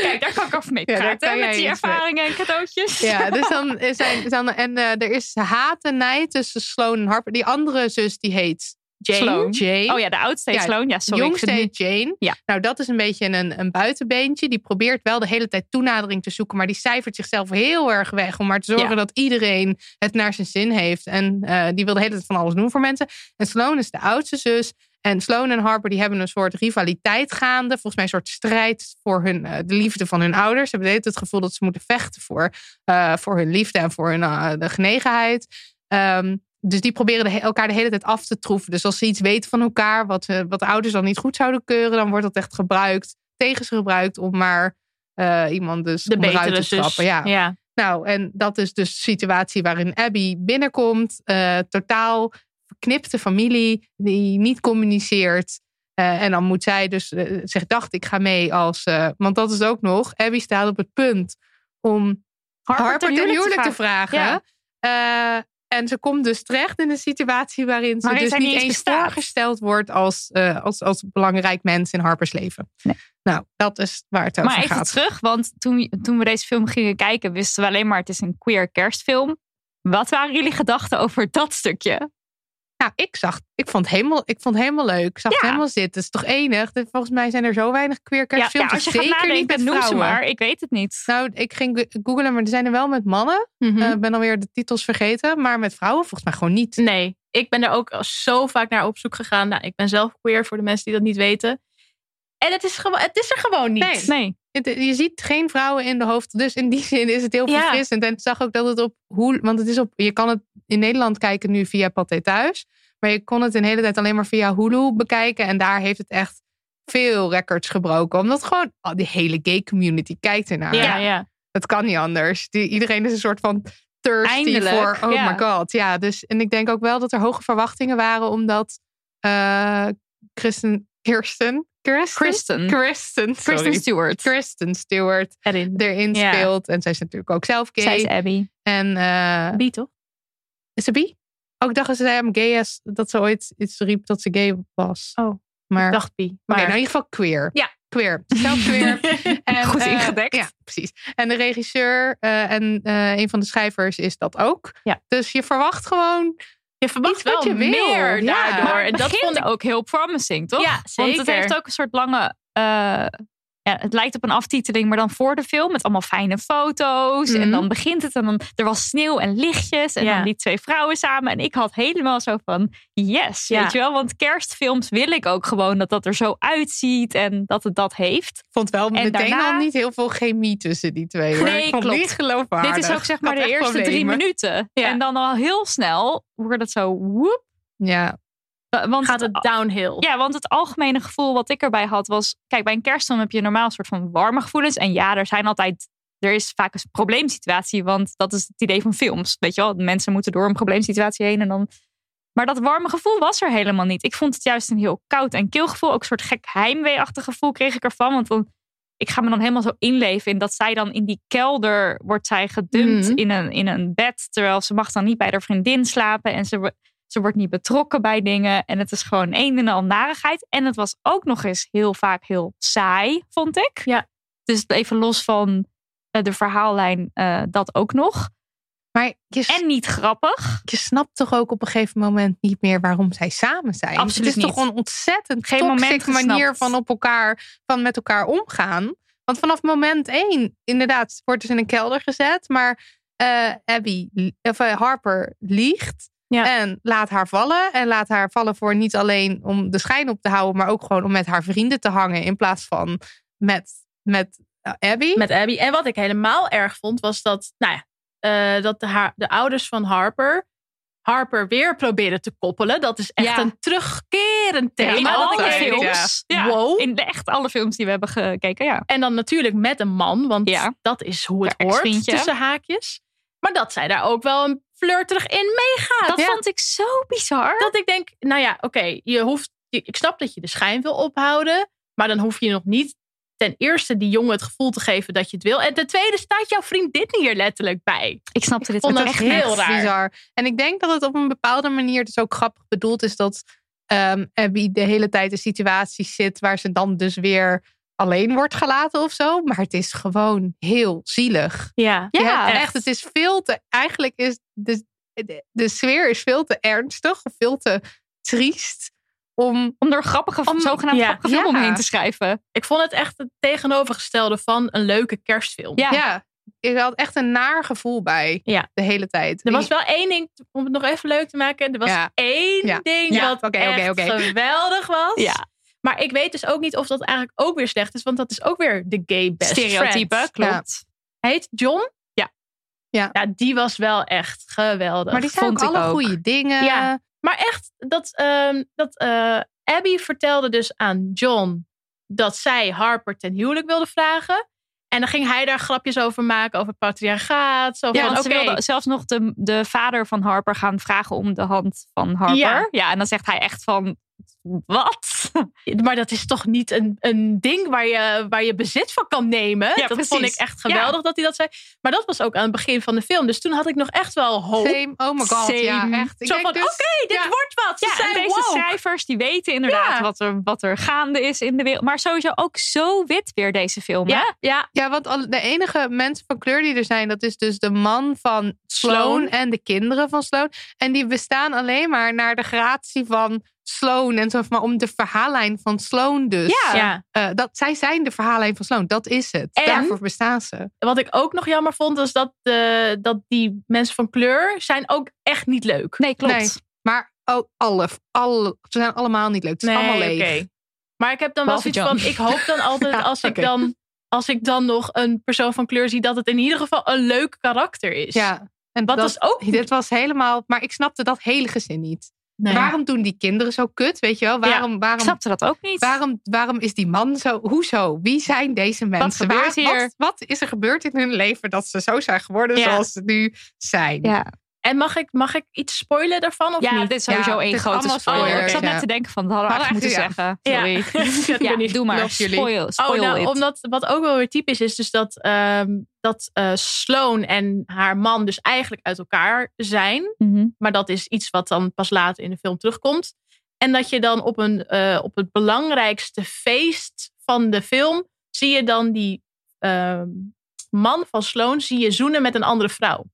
Kijk, daar kan ik af mee Ja, daar praten. kan jij met die iets mee. ervaringen en cadeautjes. Ja, dus dan is zijn, dan, en eh, er is haat en nijd tussen Sloan en Harper. Die andere zus die heet Jane. Sloan. Jane. Oh ja, de oudste Ja, heeft Sloan. Ja, sorry. De ik jongste zit nu- heet Jane. Ja. Nou, dat is een beetje een, een buitenbeentje. Die probeert wel de hele tijd toenadering te zoeken. Maar die cijfert zichzelf heel erg weg. Om maar te zorgen Ja. dat iedereen het naar zijn zin heeft. En eh, die wil de hele tijd van alles doen voor mensen. En Sloan is de oudste zus. En Sloan en Harper die hebben een soort rivaliteit gaande. Volgens mij een soort strijd voor hun, eh, de liefde van hun ouders. Ze hebben de hele tijd het gevoel dat ze moeten vechten voor, eh, voor hun liefde en voor hun eh, de genegenheid. Ehm, dus die proberen de he- elkaar de hele tijd af te troeven. Dus als ze iets weten van elkaar, wat, eh, wat de ouders dan niet goed zouden keuren, dan wordt dat echt gebruikt, tegen ze gebruikt om maar eh, iemand dus De onderuit betere te zus. trappen. Ja. ja. Nou, en dat is dus de situatie waarin Abby binnenkomt. eh, totaal verknipte familie die niet communiceert. Eh, en dan moet zij dus, eh, zich dacht ik ga mee als, eh, want dat is ook nog, Abby staat op het punt om Harper ten huwelijk te vragen. Ja. Eh, En ze komt dus terecht in een situatie waarin ze Waarin dus zij niet niet eens eens bestaat. voorgesteld wordt als, eh, als, als belangrijk mens in Harper's leven. Nou, dat is waar het over maar even gaat. terug, want toen, toen we deze film gingen kijken, wisten we alleen maar het is een queer kerstfilm. Wat waren jullie gedachten over dat stukje? Nou, ik zag, ik vond het helemaal, ik vond het helemaal leuk. Ik zag het helemaal zitten. Het is toch enig? Dat- Volgens mij zijn er zo weinig queer kerstfilms. ja, als je gaat Zeker niet nadenken, met noem ze vrouwen. maar. Ik weet het niet. Nou, ik ging go- googlen, maar er zijn er wel met mannen. Eh, Mhm. Ik Mhm. ben alweer de titels vergeten. Maar met vrouwen volgens mij gewoon niet. Nee, ik ben daar ook zo vaak naar op zoek gegaan. Nou, ik ben zelf queer voor de mensen die dat niet weten. En het is, gewoon, het is er gewoon niet. Nee. Het- eh, je ziet geen vrouwen in de hoofd. Dus in die zin is het heel Ja. verfrissend. En ik zag ook dat het op hoe. Want het is op, je kan het in Nederland kijken nu via Pathé Thuis. Maar je kon het een hele tijd alleen maar via Hulu bekijken. En daar heeft het echt veel records gebroken. Omdat gewoon oh, die hele gay community kijkt ernaar. Ja, ja. Dat kan niet anders. Die, iedereen is een soort van thirsty Eindelijk, voor. Oh ja. my god. Ja, dus. En ik denk ook wel dat er hoge verwachtingen waren. Omdat eh Kristen. Kirsten. Kirsten. Hm. Kristen. Kristen. sorry. Kristen Stewart. Kristen Stewart erin Ja. speelt. En zij is natuurlijk ook zelf gay. Zij is Abby. En, eh Bie toch? Is ze bi? Ook ik dacht dat ze zei I'm gay as, dat ze ooit iets riep dat ze gay was. Oh, maar, ik dacht bi, Oké, maar- nou in ieder geval queer. Ja. Queer. Zelf queer. en, Goed eh, ingedekt. ja, precies. En de regisseur eh, en eh, een van de schrijvers is dat ook. Dus je verwacht gewoon je verwacht iets wat je wil. meer Ja. daardoor. Ah, en dat vond ik ook heel promising, toch? Ja, Want zeker. het heeft ook een soort lange... eh, ja, het lijkt op een aftiteling, maar dan voor de film. Met allemaal fijne foto's. En Mhm. dan begint het. En dan er was sneeuw en lichtjes. En Ja. dan die twee vrouwen samen. En ik had helemaal zo van, yes. Ja. Weet je wel? Want kerstfilms wil ik ook gewoon dat dat er zo uitziet. En dat het dat heeft. vond wel En meteen daarna- al niet heel veel chemie tussen die twee. Hoor. Nee, ik vond het klopt. niet geloofwaardig. Dit is ook zeg Ik had maar de echt eerste drie problemen. minuten. En dan al heel snel wordt het zo woep. Eh, Ja. Want Gaat het downhill. Ja, want het algemene gevoel wat ik erbij had was... Kijk, bij een kerstfilm heb je normaal een soort van warme gevoelens. En ja, er zijn altijd... Er is vaak een probleemsituatie, want dat is het idee van films. Weet je wel, mensen moeten door een probleemsituatie heen en dan... Maar dat warme gevoel was er helemaal niet. Ik vond het juist een heel koud en kil gevoel. Ook een soort gek heimweeachtig gevoel kreeg ik ervan. Want dan, ik ga me dan helemaal zo inleven in dat zij dan in die kelder wordt zij gedumpt Mhm. in, een, in een bed. Terwijl ze mag dan niet bij haar vriendin slapen. En ze, wo- ze wordt niet betrokken bij dingen. En het is gewoon een en al narigheid. En het was ook nog eens heel vaak heel saai, vond ik. Ja. Dus even los van eh, de verhaallijn, eh, dat ook nog. Maar en niet grappig. Je snapt toch ook op een gegeven moment niet meer waarom zij samen zijn. Absoluut Het is toch niet. een ontzettend Geen toxic moment gesnapt. manier van, op elkaar, van met elkaar omgaan. Want vanaf moment één, inderdaad, wordt dus in een kelder gezet. Maar eh, Abby, of, eh, Harper liegt. En laat haar vallen. En laat haar vallen voor niet alleen om de schijn op te houden. Maar ook gewoon om met haar vrienden te hangen. In plaats van met, met eh, Abby. Met Abby. En wat ik helemaal erg vond, was dat, nou ja, eh, dat de, haar- de ouders van Harper Harper weer probeerden te koppelen. Dat is echt Ja. een terugkerend Ja, thema. in alle altijd. films. Ja. Wow. In de echt alle films die we hebben gekeken, ja. En dan natuurlijk met een man, want dat is hoe het Haar hoort ex-vriendje. tussen haakjes. Maar dat zij daar ook wel een flirterig in meegaat. Dat vond ik zo bizar. Dat ik denk, nou ja, oké, je hoeft, je- ik snap dat je de schijn wil ophouden, maar dan hoef je nog niet ten eerste die jongen het gevoel te geven dat je het wil. En ten tweede staat jouw vriend dit hier letterlijk bij. Ik snapte dit vond Het dat was echt heel raar. bizar. En ik denk dat het op een bepaalde manier dus ook grappig bedoeld is dat ehm, Abby de hele tijd in situaties zit waar ze dan dus weer alleen wordt gelaten of zo. Maar het is gewoon heel zielig. Ja, Je hebt echt. Het is veel te. Eigenlijk is de, de, de sfeer is veel te ernstig, of veel te triest om. Om er grappige, zogenaamd grappige film omheen te schrijven. Ik vond het echt het tegenovergestelde van een leuke kerstfilm. Ja. Ik had echt een naar gevoel bij de hele tijd. Er was wel één ding, om het nog even leuk te maken. Er was Ja. één Ja. ding Ja. wat Oké, oké, echt oké. geweldig was. Ja. Maar ik weet dus ook niet of dat eigenlijk ook weer slecht is. Want dat is ook weer de gay best Stereotype, friend. klopt. Hij heet John. Ja. ja. die was wel echt geweldig. Maar die zei ook alle goede dingen. Ja. Maar echt, dat, ehm, dat eh, Abby vertelde dus aan John dat zij Harper ten huwelijk wilde vragen. En dan ging hij daar grapjes over maken, over patriarchaat. Zo Ja, van, want ze oké. wilde zelfs nog de, de vader van Harper gaan vragen om de hand van Harper. Ja. Ja, en dan zegt hij echt van, wat? Maar dat is toch niet een, een ding waar je, waar je bezit van kan nemen? Ja, dat vond precies. ik echt geweldig dat hij dat zei. Maar dat was ook aan het begin van de film. Dus toen had ik nog echt wel hoop. Same. Oh my god, ja, Same. echt. Ik Zo denk van, dus- oké, dit ja. wordt wat. Ze Ja, en zijn deze woke. cijfers die weten inderdaad Ja. wat, er, wat er gaande is in de wereld. Maar sowieso ook zo wit weer deze film. hè? Ja, ja. Ja, want al- de enige mensen van kleur die er zijn, dat is dus de man van Sloan, Sloan. en de kinderen van Sloan. En die bestaan alleen maar naar de gratie van Sloan en zo, maar om de verhaallijn van Sloan dus. Ja. Ja. Eh, dat, zij zijn de verhaallijn van Sloan, dat is het. En- Daarvoor bestaan ze. Wat ik ook nog jammer vond, is dat, eh, dat die mensen van kleur zijn ook echt niet leuk. Nee, klopt. Nee, maar oh, alle, alle, ze zijn allemaal niet leuk. Het is allemaal leeg. oké. Maar ik heb dan wel Behalve zoiets van, John. ik hoop dan altijd Ja, als, ik oké. dan, als ik dan nog een persoon van kleur zie, dat het in ieder geval een leuk karakter is. Ja. En Dus Wat dat was ook niet- Dit was helemaal. Maar ik snapte dat hele gezin niet. Nee. Waarom doen die kinderen zo kut? Weet je wel? Waarom, waarom, Ik snapte dat ook niet. waarom, waarom is die man zo? Hoezo? Wie zijn deze mensen? gebeurt Waar- hier? Wat, wat is er gebeurd in hun leven dat ze zo zijn geworden Ja. zoals ze nu zijn? Ja, En mag ik, mag ik iets spoilen daarvan of ja niet? dit is sowieso Ja, één dit is grote allemaal spoiler. spoilers, Ik zat ja. net te denken van, dat hadden we Maar echt moeten echt, zeggen. Ja. Sorry. Ja, ik Ja, ben niet- doe maar. Love jullie. Spoil, spoil oh, nou, it. omdat wat ook wel weer typisch is, dus dat, ehm, dat eh, Sloan en haar man dus eigenlijk uit elkaar zijn. Mhm. Maar dat is iets wat dan pas later in de film terugkomt. En dat je dan op, een, eh, op het belangrijkste feest van de film. zie je dan die ehm, man van Sloan zie je zoenen met een andere vrouw.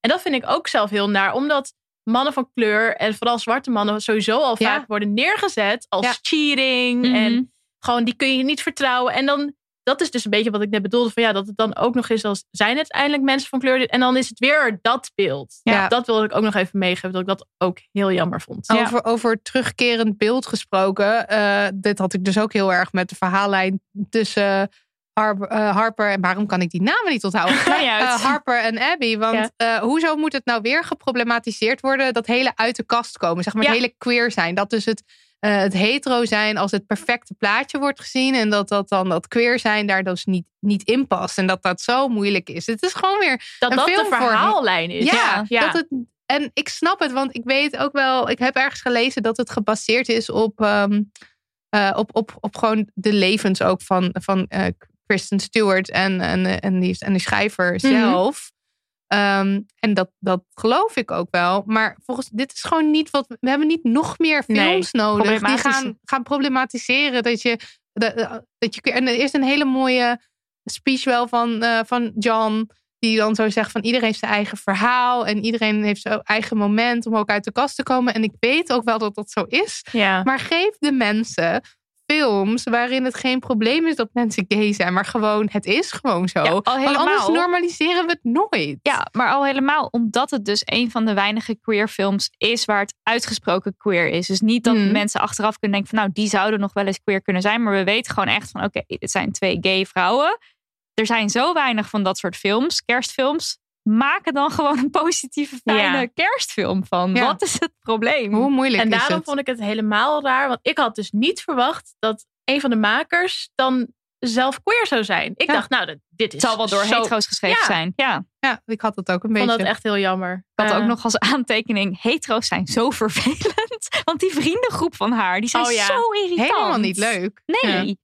En dat vind ik ook zelf heel naar, omdat mannen van kleur en vooral zwarte mannen sowieso al Ja. vaak worden neergezet als Ja. cheating. Mhm. En gewoon die kun je niet vertrouwen. En dan, dat is dus een beetje wat ik net bedoelde: van ja, dat het dan ook nog is als zijn het eindelijk mensen van kleur. En dan is het weer dat beeld. Ja. Dat wilde ik ook nog even meegeven, dat ik dat ook heel jammer vond. Over, over terugkerend beeld gesproken. eh, dit had ik dus ook heel erg met de verhaallijn tussen Har- eh, Harper en waarom kan ik die namen niet onthouden? Maakt niet uit. Eh, Harper en Abby. Want Ja. eh, hoezo moet het nou weer geproblematiseerd worden? Dat hele uit de kast komen. Zeg maar Ja. het hele queer zijn. Dat dus het, eh, het hetero zijn als het perfecte plaatje wordt gezien. En dat, dat dan dat queer zijn daar dus niet, niet in past. En dat dat zo moeilijk is. Het is gewoon weer Dat Een dat de film voor- verhaallijn is. ja, ja. Dat het, en ik snap het, want ik weet ook wel, ik heb ergens gelezen dat het gebaseerd is op, ehm, eh, op, op, op gewoon de levens ook van, van eh, Kristen Stewart en, en, eh, en, die, en die Mhm. schrijver zelf. Ehm, en dat, dat geloof ik ook wel. Maar volgens dit is gewoon niet wat. We hebben niet nog meer Nee, films nodig. Die problematisch. gaan, gaan problematiseren dat je. Dat, eh, dat je en er is een hele mooie speech wel van, eh, van John. Die dan zo zegt van iedereen heeft zijn eigen verhaal. En iedereen heeft zijn eigen moment om ook uit de kast te komen. En ik weet ook wel dat dat zo is. ja. Maar geef de mensen films waarin het geen probleem is dat mensen gay zijn. Maar gewoon, het is gewoon zo. Ja, al Want anders helemaal. normaliseren we het nooit. Ja, maar al helemaal omdat het dus een van de weinige queer films is waar het uitgesproken queer is. Dus niet dat Hmm. mensen achteraf kunnen denken van nou, die zouden nog wel eens queer kunnen zijn. Maar we weten gewoon echt van oké, het zijn twee gay vrouwen. Er zijn zo weinig van dat soort films, kerstfilms. Maak er dan gewoon een positieve, fijne Ja. kerstfilm van. Ja. Wat is het probleem? Hoe moeilijk En is daarom het? vond ik het helemaal raar. Want ik had dus niet verwacht dat een van de makers dan zelf queer zou zijn. Ik Ja. dacht, nou, dat- dit is het zal wel door zo- hetero's geschreven Ja. zijn. Ja, ik Ja, ik had dat ook een Ik vond beetje. dat echt heel jammer. had Eh, ook nog als aantekening, hetero's zijn zo vervelend. Want die vriendengroep van haar, die zijn Oh ja. zo irritant. helemaal niet leuk. Nee. Ja.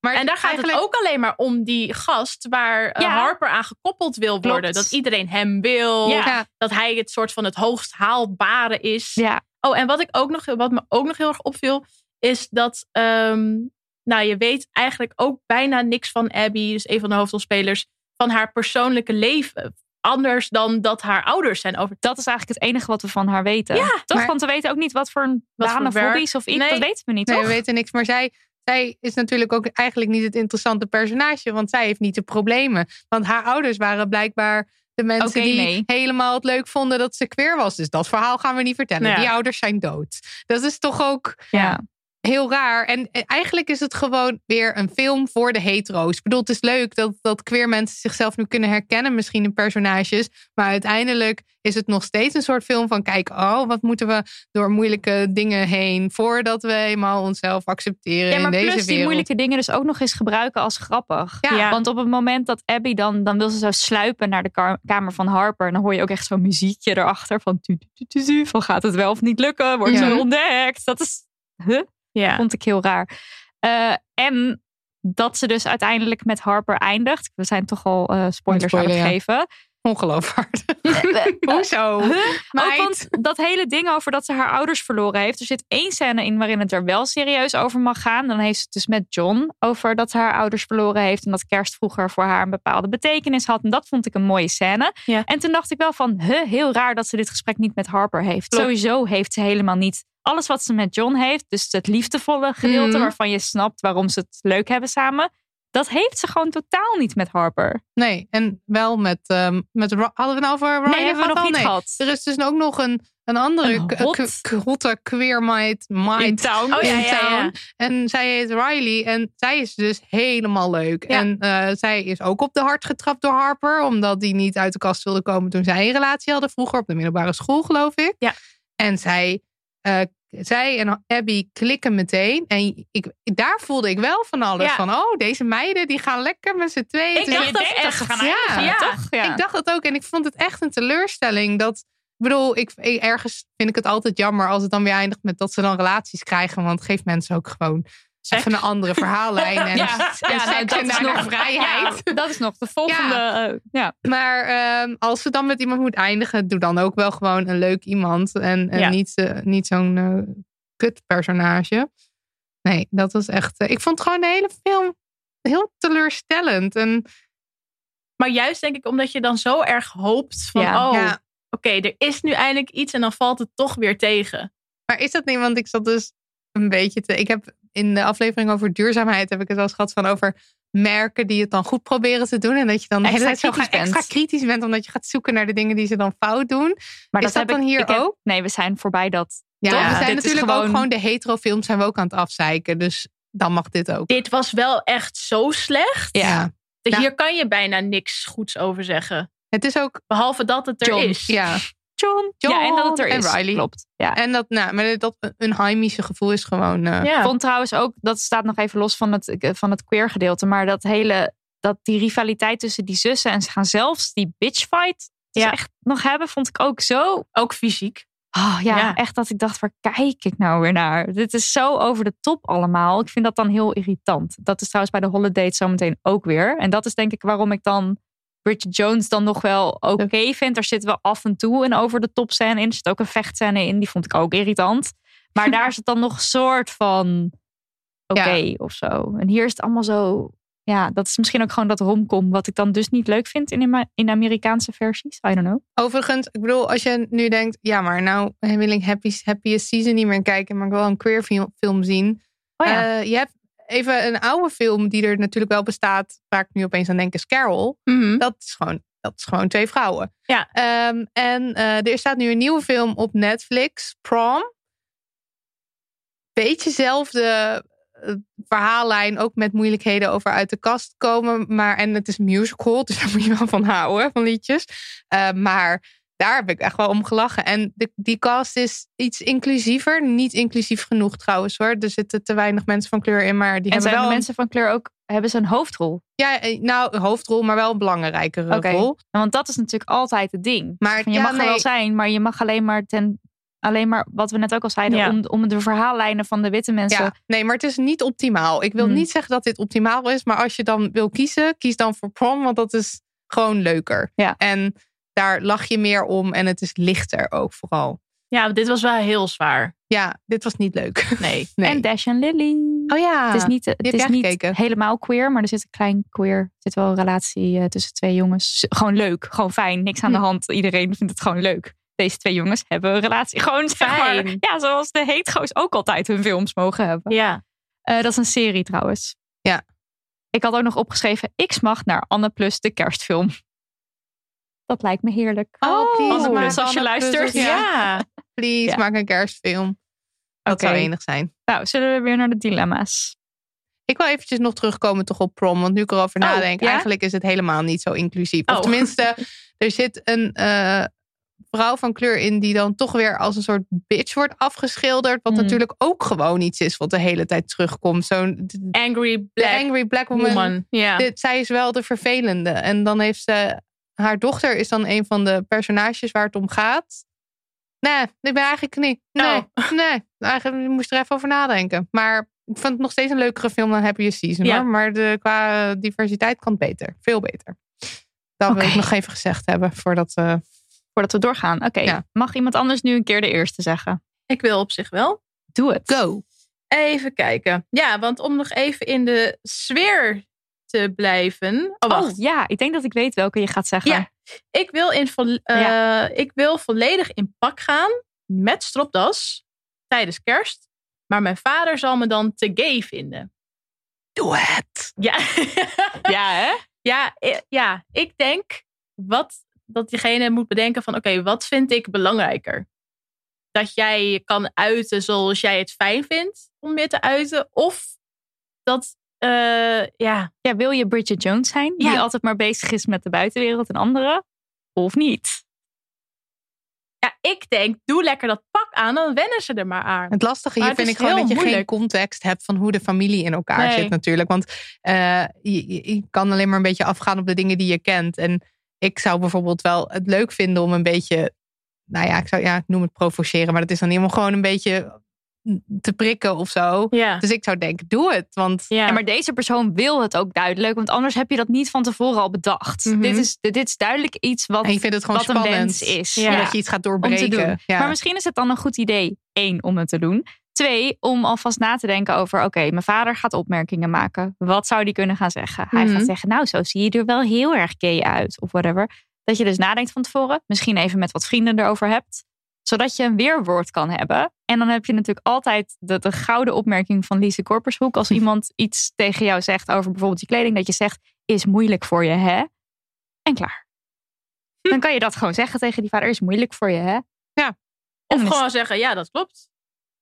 Maar En daar gaat eigenlijk- het ook alleen maar om die gast waar eh, Ja. Harper aan gekoppeld wil worden. Klopt. Dat iedereen hem wil. Ja. Ja. Dat hij het soort van het hoogst haalbare is. Ja, Oh, en wat, ik ook nog, wat me ook nog heel erg opviel, is dat. ehm, nou, je weet eigenlijk ook bijna niks van Abby, dus een van de hoofdrolspelers, van haar persoonlijke leven. Anders dan dat haar ouders zijn over. dat is eigenlijk het enige wat we van haar weten. Ja, toch? maar- Want we weten ook niet wat voor een Wat baan voor of werk. hobby's of iets. Nee. Dat weten we niet, Nee, toch? we weten niks. Maar zij, zij is natuurlijk ook eigenlijk niet het interessante personage. Want zij heeft niet de problemen. Want haar ouders waren blijkbaar de mensen Oké, die nee. helemaal het leuk vonden dat ze queer was. Dus dat verhaal gaan we niet vertellen. Ja. Die ouders zijn dood. Dat is toch ook Ja. heel raar. En eh, eigenlijk is het gewoon weer een film voor de hetero's. Ik bedoel, het is leuk dat, dat queer mensen zichzelf nu kunnen herkennen, misschien in personages. Maar uiteindelijk is het nog steeds een soort film van: kijk, oh, wat moeten we door moeilijke dingen heen voordat we helemaal onszelf accepteren Ja, in maar deze plus die wereld. moeilijke dingen dus ook nog eens gebruiken als grappig. Ja. Want op het moment dat Abby dan, dan wil ze zo sluipen naar de kar- kamer van Harper. En dan hoor je ook echt zo'n muziekje erachter van tu, tu, tu, tu, tu, van gaat het wel of niet lukken? Wordt Ja. ze ontdekt? Dat is, huh? Ja. Vond ik heel raar. Eh, en dat ze dus uiteindelijk met Harper eindigt. We zijn toch al eh, spoilers Spoiler, aan ja. het geven. Ongeloofwaardig. Hoezo? Huh? Ook want dat hele ding over dat ze haar ouders verloren heeft. Er zit één scène in waarin het er wel serieus over mag gaan. Dan heeft ze het dus met John over dat ze haar ouders verloren heeft. En dat kerst vroeger voor haar een bepaalde betekenis had. En dat vond ik een mooie scène. En toen dacht ik wel van, huh, heel raar dat ze dit gesprek niet met Harper heeft. Klopt. Sowieso heeft ze helemaal niet alles wat ze met John heeft. Dus het liefdevolle gedeelte Mhm. waarvan je snapt waarom ze het leuk hebben samen. Dat heeft ze gewoon totaal niet met Harper. Nee, en wel met, ehm, met Ro- hadden we het nou over Ryan hebben we nog Gosling? niet Nee. gehad. Er is dus ook nog een, een andere Een k- hot. k- krotte queer meid, meid In town. Oh, ja, in ja, ja. town. En zij heet Riley en zij is dus helemaal leuk. En eh, zij is ook op de hart getrapt door Harper, omdat die niet uit de kast wilde komen toen zij een relatie hadden vroeger op de middelbare school, geloof ik. Ja. En zij, eh, zij en Abby klikken meteen. En ik, daar voelde ik wel van alles. Ja. Van, oh, deze meiden die gaan lekker met z'n tweeën. Ik Het is dacht echt- dat echt. ze gaan eindigen, toch? Ja. Ik dacht dat ook. En ik vond het echt een teleurstelling. Dat, ik bedoel, ik, ik- ergens vind ik het altijd jammer als het dan weer eindigt met dat ze dan relaties krijgen. Want het geeft mensen ook gewoon even een andere verhaallijn. En, Ja, ja, en nou, seks dat en is daarna nog- vrijheid. ja, dat is nog de volgende. eh, ja. Maar ehm, als ze dan met iemand moet eindigen, doe dan ook wel gewoon een leuk iemand. En, en Ja. niet, eh, niet zo'n eh, kutpersonage. Nee, dat was echt. eh, ik vond gewoon de hele film heel teleurstellend. En Maar juist denk ik omdat je dan zo erg hoopt van... Ja. oh, Ja. oké, er is nu eindelijk iets en dan valt het toch weer tegen. Maar is dat niet? Want ik zat dus een beetje te. Ik heb in de aflevering over duurzaamheid heb ik het wel eens gehad van over merken die het dan goed proberen te doen. En dat je dan de hele Extra tijd zo kritisch ga- extra bent. kritisch bent. Omdat je gaat zoeken naar de dingen die ze dan fout doen. Maar is dat, heb dan ik- hier ik heb- ook? Nee, we zijn voorbij dat. Ja, Toch? we zijn Dit is natuurlijk ook gewoon de heterofilms zijn we ook aan het afzeiken. Dus dan mag dit ook. Dit was wel echt zo slecht. Ja. Dat Ja. Hier kan je bijna niks goeds over zeggen. Het is ook Behalve dat het er John. is. Ja. John. ja, en dat het er en is. Riley. Klopt. Ja. En dat, nou, maar dat een heimische gevoel is gewoon. eh, Ik vond trouwens ook, dat staat nog even los van het, eh, van het queer gedeelte, maar dat hele, dat die rivaliteit tussen die zussen en ze gaan zelfs die bitchfight die ze echt nog hebben, vond ik ook zo. Ook fysiek. Oh ja, Ja. echt dat ik dacht, waar kijk ik nou weer naar? Dit is zo over de top allemaal. Ik vind dat dan heel irritant. Dat is trouwens bij de holiday zometeen ook weer. En dat is denk ik waarom ik dan Bridget Jones dan nog wel oké vind. Er zit wel af en toe een over de top scène in. Er zit ook een vechtscène in, die vond ik ook irritant. Maar daar is het dan nog een soort van oké of zo. En hier is het allemaal zo... Ja, dat is misschien ook gewoon dat romcom. Wat ik dan dus niet leuk vind in, de Ma- in de Amerikaanse versies. I don't know. Overigens, ik bedoel, als je nu denkt, ja, maar nou wil ik Happy, Happiest Season niet meer kijken, maar ik wil een queer film, film zien. Oh ja. Eh, je hebt even een oude film die er natuurlijk wel bestaat, waar ik nu opeens aan denk, is Carol. Mhm. Dat, is gewoon, dat is gewoon twee vrouwen. Ja. Ehm, en eh, er staat nu een nieuwe film op Netflix, Prom. Beetje zelfde eh, verhaallijn, ook met moeilijkheden over uit de kast komen. Maar, en het is een musical, dus daar moet je wel van houden, van liedjes. Eh, maar daar heb ik echt wel om gelachen. En de, die cast is iets inclusiever. Niet inclusief genoeg trouwens hoor. Er zitten te weinig mensen van kleur in, maar die en hebben zijn wel... de een- mensen van kleur ook... Hebben ze een hoofdrol? ja, eh, nou, een hoofdrol, maar wel een belangrijkere Oké. rol. Want dat is natuurlijk altijd het ding. Maar Van, je ja, mag er wel nee. zijn, maar je mag alleen maar ten. Alleen maar wat we net ook al zeiden, Ja. om, om de verhaallijnen van de witte mensen. Ja, nee, maar het is niet optimaal. Ik wil Hmm. niet zeggen dat dit optimaal is, maar als je dan wil kiezen, kies dan voor prom, want dat is gewoon leuker. Ja. En daar lach je meer om en het is lichter ook vooral. Ja, dit was wel heel zwaar. Ja, dit was niet leuk. Nee. Nee. En Dash en Lily. oh ja, het is niet, het heb is jij niet gekeken. helemaal queer, maar er zit een klein queer. Er zit wel een relatie eh, tussen twee jongens. Gewoon leuk, gewoon fijn, niks Hm. aan de hand. Iedereen vindt het gewoon leuk. Deze twee jongens hebben een relatie. Gewoon zeg maar, Fijn. Ja, zoals de hetero's ook altijd hun films mogen hebben. Ja. Eh, dat is een serie trouwens. Ja. Ik had ook nog opgeschreven, X mag naar Anne Plus de kerstfilm. Dat lijkt me heerlijk. Oh, please, Anne maak Plus, als je Anne luistert. Plus, ja. Please, Ja. maak een kerstfilm. Dat Oké. zou enig zijn. Nou, zullen we weer naar de dilemma's? Ik wil eventjes nog terugkomen toch op prom. Want nu ik erover Oh, nadenk, ja? eigenlijk is het helemaal niet zo inclusief. Of Oh. tenminste, er zit een eh, vrouw van kleur in die dan toch weer als een soort bitch wordt afgeschilderd. Wat Mm. natuurlijk ook gewoon iets is wat de hele tijd terugkomt. Zo'n d- de Angry black angry black woman. woman. Ja. Dit, zij is wel de vervelende. En dan heeft ze... Haar dochter is dan een van de personages waar het om gaat. Nee, ik ben eigenlijk niet. Nee, Nou. nee. Eigenlijk ik moest er even over nadenken. Maar ik vond het nog steeds een leukere film dan Happy Season. Ja. Hoor. Maar de, qua diversiteit kan het beter. Veel beter. Dat wil ik nog even gezegd hebben voordat... eh Voordat we doorgaan. Oké, mag iemand anders nu een keer de eerste zeggen? Ik wil op zich wel. Doe het. Go. Even kijken. Ja, want om nog even in de sfeer te blijven. Oh, wacht. ja, ik denk dat ik weet welke je gaat zeggen. Ja. Ik wil, in vo- eh, ik wil volledig in pak gaan met stropdas tijdens kerst. Maar mijn vader zal me dan te gay vinden. Doe het! Ja, ja hè? Ja, i- ja, ik denk wat, dat diegene moet bedenken van... oké, wat vind ik belangrijker? Dat jij je kan uiten zoals jij het fijn vindt om je te uiten. Of dat, eh, ja... Ja, wil je Bridget Jones zijn? Die altijd maar bezig is met de buitenwereld en anderen? Of niet? Ja, ik denk, doe lekker dat pak aan, dan wennen ze er maar aan. Het lastige hier Maar het vind is ik gewoon heel dat je geen moeilijk. context hebt van hoe de familie in elkaar Nee. zit natuurlijk. Want eh, je, je- je kan alleen maar een beetje afgaan op de dingen die je kent. En ik zou bijvoorbeeld wel het leuk vinden om een beetje, nou ja, ik zou ja, ik noem het provoceren, maar dat is dan helemaal gewoon een beetje te prikken of zo. Dus ik zou denken, doe het. Want Ja, maar deze persoon wil het ook duidelijk, want anders heb je dat niet van tevoren al bedacht. dit, is, dit is duidelijk iets wat, Mhm. En ik vind het gewoon wat een spannend. wens is. Ja, dat je iets gaat om te doorbreken. doen. Ja. Maar misschien is het dan een goed idee, één, om het te doen. Twee, om alvast na te denken over, oké, mijn vader gaat opmerkingen maken. Wat zou die kunnen gaan zeggen? Hij Mhm. gaat zeggen, nou, zo zie je er wel heel erg gay uit, of whatever. Dat je dus nadenkt van tevoren, misschien even met wat vrienden erover hebt zodat je een weerwoord kan hebben. En dan heb je natuurlijk altijd de, de gouden opmerking van Lise Korpershoek. Als iemand iets tegen jou zegt over bijvoorbeeld je kleding, dat je zegt, is moeilijk voor je, hè? En klaar. Dan kan je dat gewoon zeggen tegen die vader, is moeilijk voor je, hè? Ja. Of gewoon zeggen, ja, dat klopt.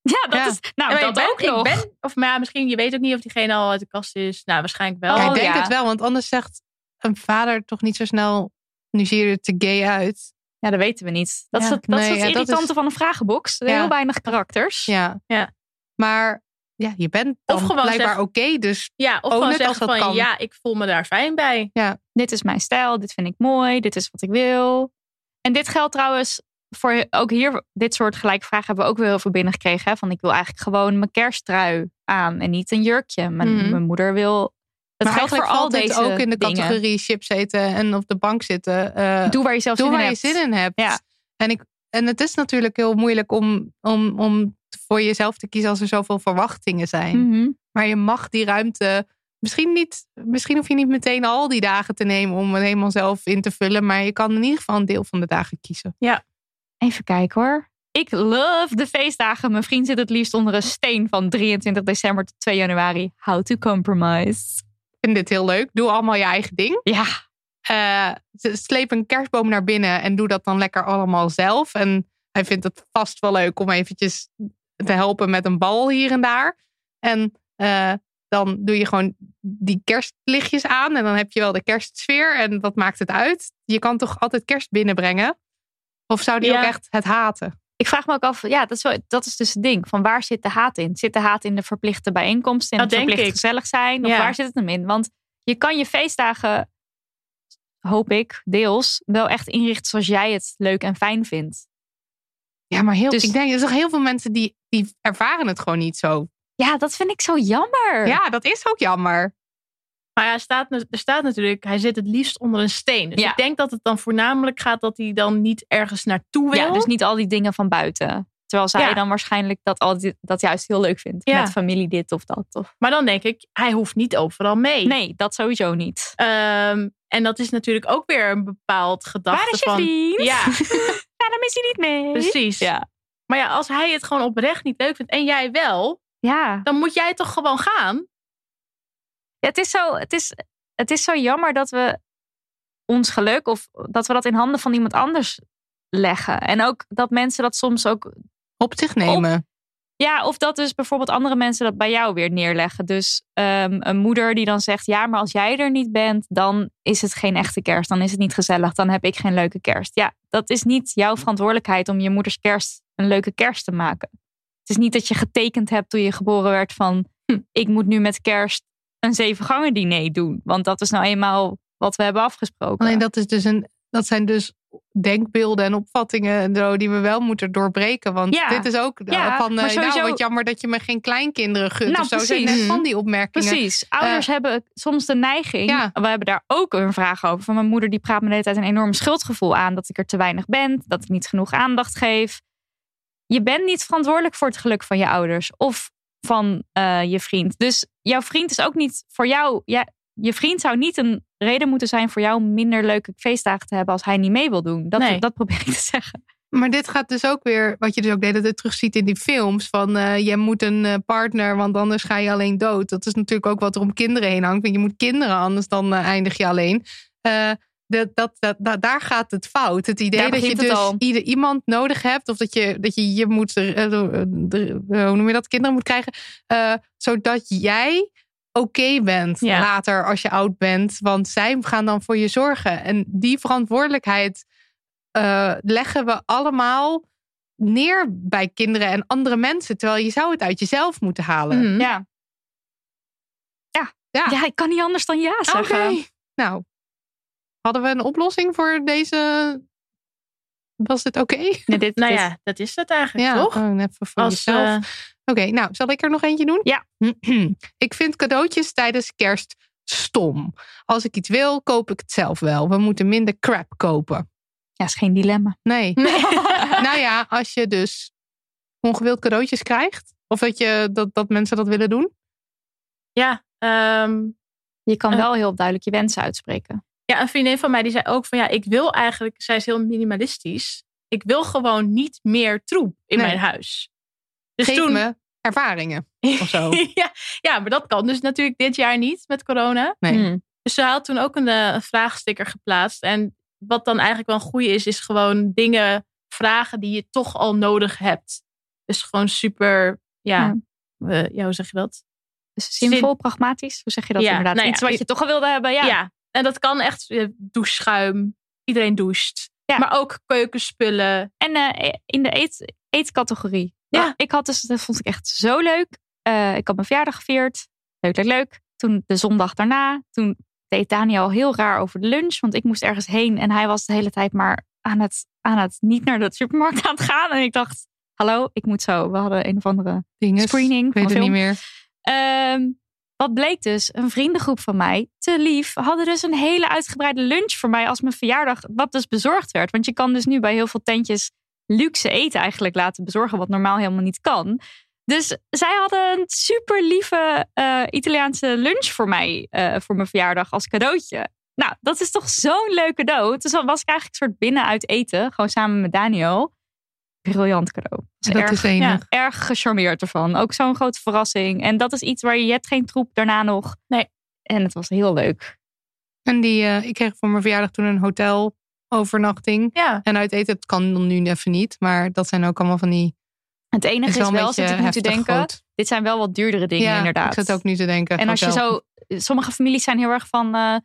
Ja, dat is... Nou, En dat ik ben, ook nog. Ik ben, of maar ja, misschien, je weet ook niet of diegene al uit de kast is. Nou, waarschijnlijk wel. Ja, ik denk het wel, want anders zegt een vader toch niet zo snel, nu zie je er te gay uit. Ja, dat weten we niet. Dat is het, dat is het irritante van een vragenbox. Ja. Heel weinig karakters. Ja. ja. Maar ja, je bent dan gewoon blijkbaar zeggen- oké, dus Ja, of own gewoon it als zeggen dat van, kan. ja, ik voel me daar fijn bij. Ja. Dit is mijn stijl, dit vind ik mooi, dit is wat ik wil. En dit geldt trouwens voor ook hier, dit soort gelijke vragen hebben we ook weer heel veel binnengekregen. Hè? Van ik wil eigenlijk gewoon mijn kersttrui aan en niet een jurkje. Mijn, Mhm. mijn moeder wil. Dat maar geldt voor eigenlijk al valt het deze ook in de dingen. categorie chips eten en op de bank zitten. eh, Doe waar je zelf doe zin in waar hebt. je zin in hebt. En, ik, en het is natuurlijk heel moeilijk om, om, om voor jezelf te kiezen als er zoveel verwachtingen zijn. Mhm. Maar je mag die ruimte. Misschien, niet, misschien hoef je niet meteen al die dagen te nemen om het helemaal zelf in te vullen. Maar je kan in ieder geval een deel van de dagen kiezen. Ja. Even kijken hoor. Ik love de feestdagen. Mijn vriend zit het liefst onder een steen van 23 december tot 2 januari. How to compromise. Ik vind dit heel leuk. Doe allemaal je eigen ding. Ja. Eh, sleep een kerstboom naar binnen en doe dat dan lekker allemaal zelf. En hij vindt het vast wel leuk om eventjes te helpen met een bal hier en daar. En eh, dan doe je gewoon die kerstlichtjes aan en dan heb je wel de kerstsfeer. En wat maakt het uit? Je kan toch altijd kerst binnenbrengen? Of zou die Ja. ook echt het haten? Ik vraag me ook af, ja, dat is, wel- dat is dus het ding. Van waar zit de haat in? Zit de haat in de verplichte bijeenkomsten? In Dat het denk verplicht ik. gezellig zijn? Of Ja. waar zit het hem in? Want je kan je feestdagen, hoop ik, deels wel echt inrichten zoals jij het leuk en fijn vindt. Ja, maar heel, Dus- ik denk, er zijn toch heel veel mensen die, die ervaren het gewoon niet zo. Ja, dat vind ik zo jammer. Ja, dat is ook jammer. Maar ja, er staat, er staat natuurlijk, hij zit het liefst onder een steen. Dus Ja. ik denk dat het dan voornamelijk gaat dat hij dan niet ergens naartoe wil. Ja, dus niet al die dingen van buiten. Terwijl zij Ja. dan waarschijnlijk dat, al die- dat juist heel leuk vindt. Ja. Met familie dit of dat. Of. Maar dan denk ik, hij hoeft niet overal mee. Ehm, Nee, dat sowieso niet. en dat is natuurlijk ook weer een bepaald gedachte Waar is je van... vriend? Ja, Ja, dan is hij niet mee. precies. Ja. Maar ja, als hij het gewoon oprecht niet leuk vindt en jij wel... Ja. dan moet jij toch gewoon gaan? Ja, het, is zo, het, is, het is zo jammer dat we ons geluk of dat we dat in handen van iemand anders leggen. En ook dat mensen dat soms ook. Op zich nemen. Ja, of dat dus bijvoorbeeld andere mensen dat bij jou weer neerleggen. Dus ehm, een moeder die dan zegt: Ja, maar als jij er niet bent, dan is het geen echte kerst. Dan is het niet gezellig. Dan heb ik geen leuke kerst. Ja, dat is niet jouw verantwoordelijkheid om je moeders kerst een leuke kerst te maken. Het is niet dat je getekend hebt toen je geboren werd van "Hm, ik moet nu met kerst een zeven gangen diner doen. Want dat is nou eenmaal wat we hebben afgesproken. Alleen dat, is dus een, dat zijn dus denkbeelden en opvattingen en zo die we wel moeten doorbreken. Want Ja. dit is ook eh, Ja, van, eh, maar sowieso- nou wat jammer dat je me geen kleinkinderen gunt Nou, of zo. Zijn precies. net van die opmerkingen. Precies. Ouders Eh, hebben soms de neiging. We hebben daar ook een vraag over. Van mijn moeder die praat me de hele tijd een enorm schuldgevoel aan. Dat ik er te weinig ben. Dat ik niet genoeg aandacht geef. Je bent niet verantwoordelijk voor het geluk van je ouders. Of van eh, je vriend. Dus jouw vriend is ook niet voor jou. Ja, je vriend zou niet een reden moeten zijn voor jou om minder leuke feestdagen te hebben als hij niet mee wil doen. Dat, dat probeer ik te zeggen. Maar dit gaat dus ook weer, wat je dus ook deed, dat het terugziet in die films. Van eh, je moet een eh, partner, want anders ga je alleen dood. Dat is natuurlijk ook wat er om kinderen heen hangt. Want je moet kinderen, anders dan eh, eindig je alleen. Eh, dat, dat, dat, da- daar gaat het fout. Het idee Daar dat je begint het dus al. ieder, iemand nodig hebt. Of dat je dat je, je moet, eh, eh, eh, hoe noem je dat, kinderen moet krijgen. eh, zodat jij oké bent later als je oud bent. Want zij gaan dan voor je zorgen. En die verantwoordelijkheid eh, leggen we allemaal neer bij kinderen en andere mensen. Terwijl je zou het uit jezelf moeten Mm, halen. Mhm. Ja. Ja. ja. ik kan niet anders dan ja zeggen. Nou, hadden we een oplossing voor deze... Was dit oké? dit, nou ja, dat is het eigenlijk, Ja, eh, toch? gewoon even voor Als, jezelf. eh, Oké, nou, zal ik er nog eentje doen? Ja. ik vind cadeautjes tijdens kerst stom. Als ik iets wil, koop ik het zelf wel. We moeten minder crap kopen. Ja, is geen dilemma. Nee. eh, nou ja, als je dus ongewild cadeautjes krijgt. Of dat, je, dat, dat mensen dat willen doen. Ja, Ehm, je kan wel heel duidelijk je wensen uitspreken. Ja, een vriendin van mij die zei ook van ja, ik wil eigenlijk, zij is heel minimalistisch. Ik wil gewoon niet meer troep in Nee. mijn huis. Dus Geef toen, me ervaringen. Of zo. ja, ja, maar dat kan dus natuurlijk dit jaar niet met corona. Nee. Mm. Dus ze had toen ook een, eh, een vraagsticker geplaatst. En wat dan eigenlijk wel een goede is, is gewoon dingen vragen die je toch al nodig hebt. Dus gewoon super, ja, eh, ja hoe zeg je dat? Dus Zinvol, pragmatisch. Hoe zeg je dat inderdaad? nou ja, Iets wat je toch al wilde hebben. Ja. en dat kan echt eh, doucheschuim. Iedereen doucht. Maar ook keukenspullen. En eh, in de eet, eetcategorie. Ja. Ik had dus, dat vond ik echt zo leuk. Eh, ik had mijn verjaardag gevierd. Leuk, leuk, leuk. Toen de zondag daarna. Toen deed Daniel heel raar over de lunch. Want ik moest ergens heen. En hij was de hele tijd maar aan het, aan het niet naar de supermarkt aan het gaan. En ik dacht, hallo, ik moet zo. We hadden een of andere Dinges. screening. Ik van weet het niet film. meer. Ehm, wat bleek dus? Een vriendengroep van mij, te lief, hadden dus een hele uitgebreide lunch voor mij als mijn verjaardag, wat dus bezorgd werd. Want je kan dus nu bij heel veel tentjes luxe eten eigenlijk laten bezorgen, wat normaal helemaal niet kan. Dus zij hadden een super lieve eh, Italiaanse lunch voor mij, eh, voor mijn verjaardag als cadeautje. Nou, dat is toch zo'n leuk cadeau. Dus dan was ik eigenlijk een soort binnen uit eten, gewoon samen met Daniel. Briljant cadeau. Ja, dat is enig. ja, erg gecharmeerd ervan. Ook zo'n grote verrassing. En dat is iets waar je, je hebt geen troep daarna nog. Nee. En het was heel leuk. En die, eh, ik kreeg voor mijn verjaardag toen een hotelovernachting. Ja. En uit eten, dat kan dan nu even niet. Maar dat zijn ook allemaal van die... Het enige is Het is wel wel, een beetje zit ik nu te heftig denken, groot. dit zijn wel wat duurdere dingen ja, inderdaad. ik zit ook nu te denken. en als je hotel. zo, sommige families zijn heel erg van, eh,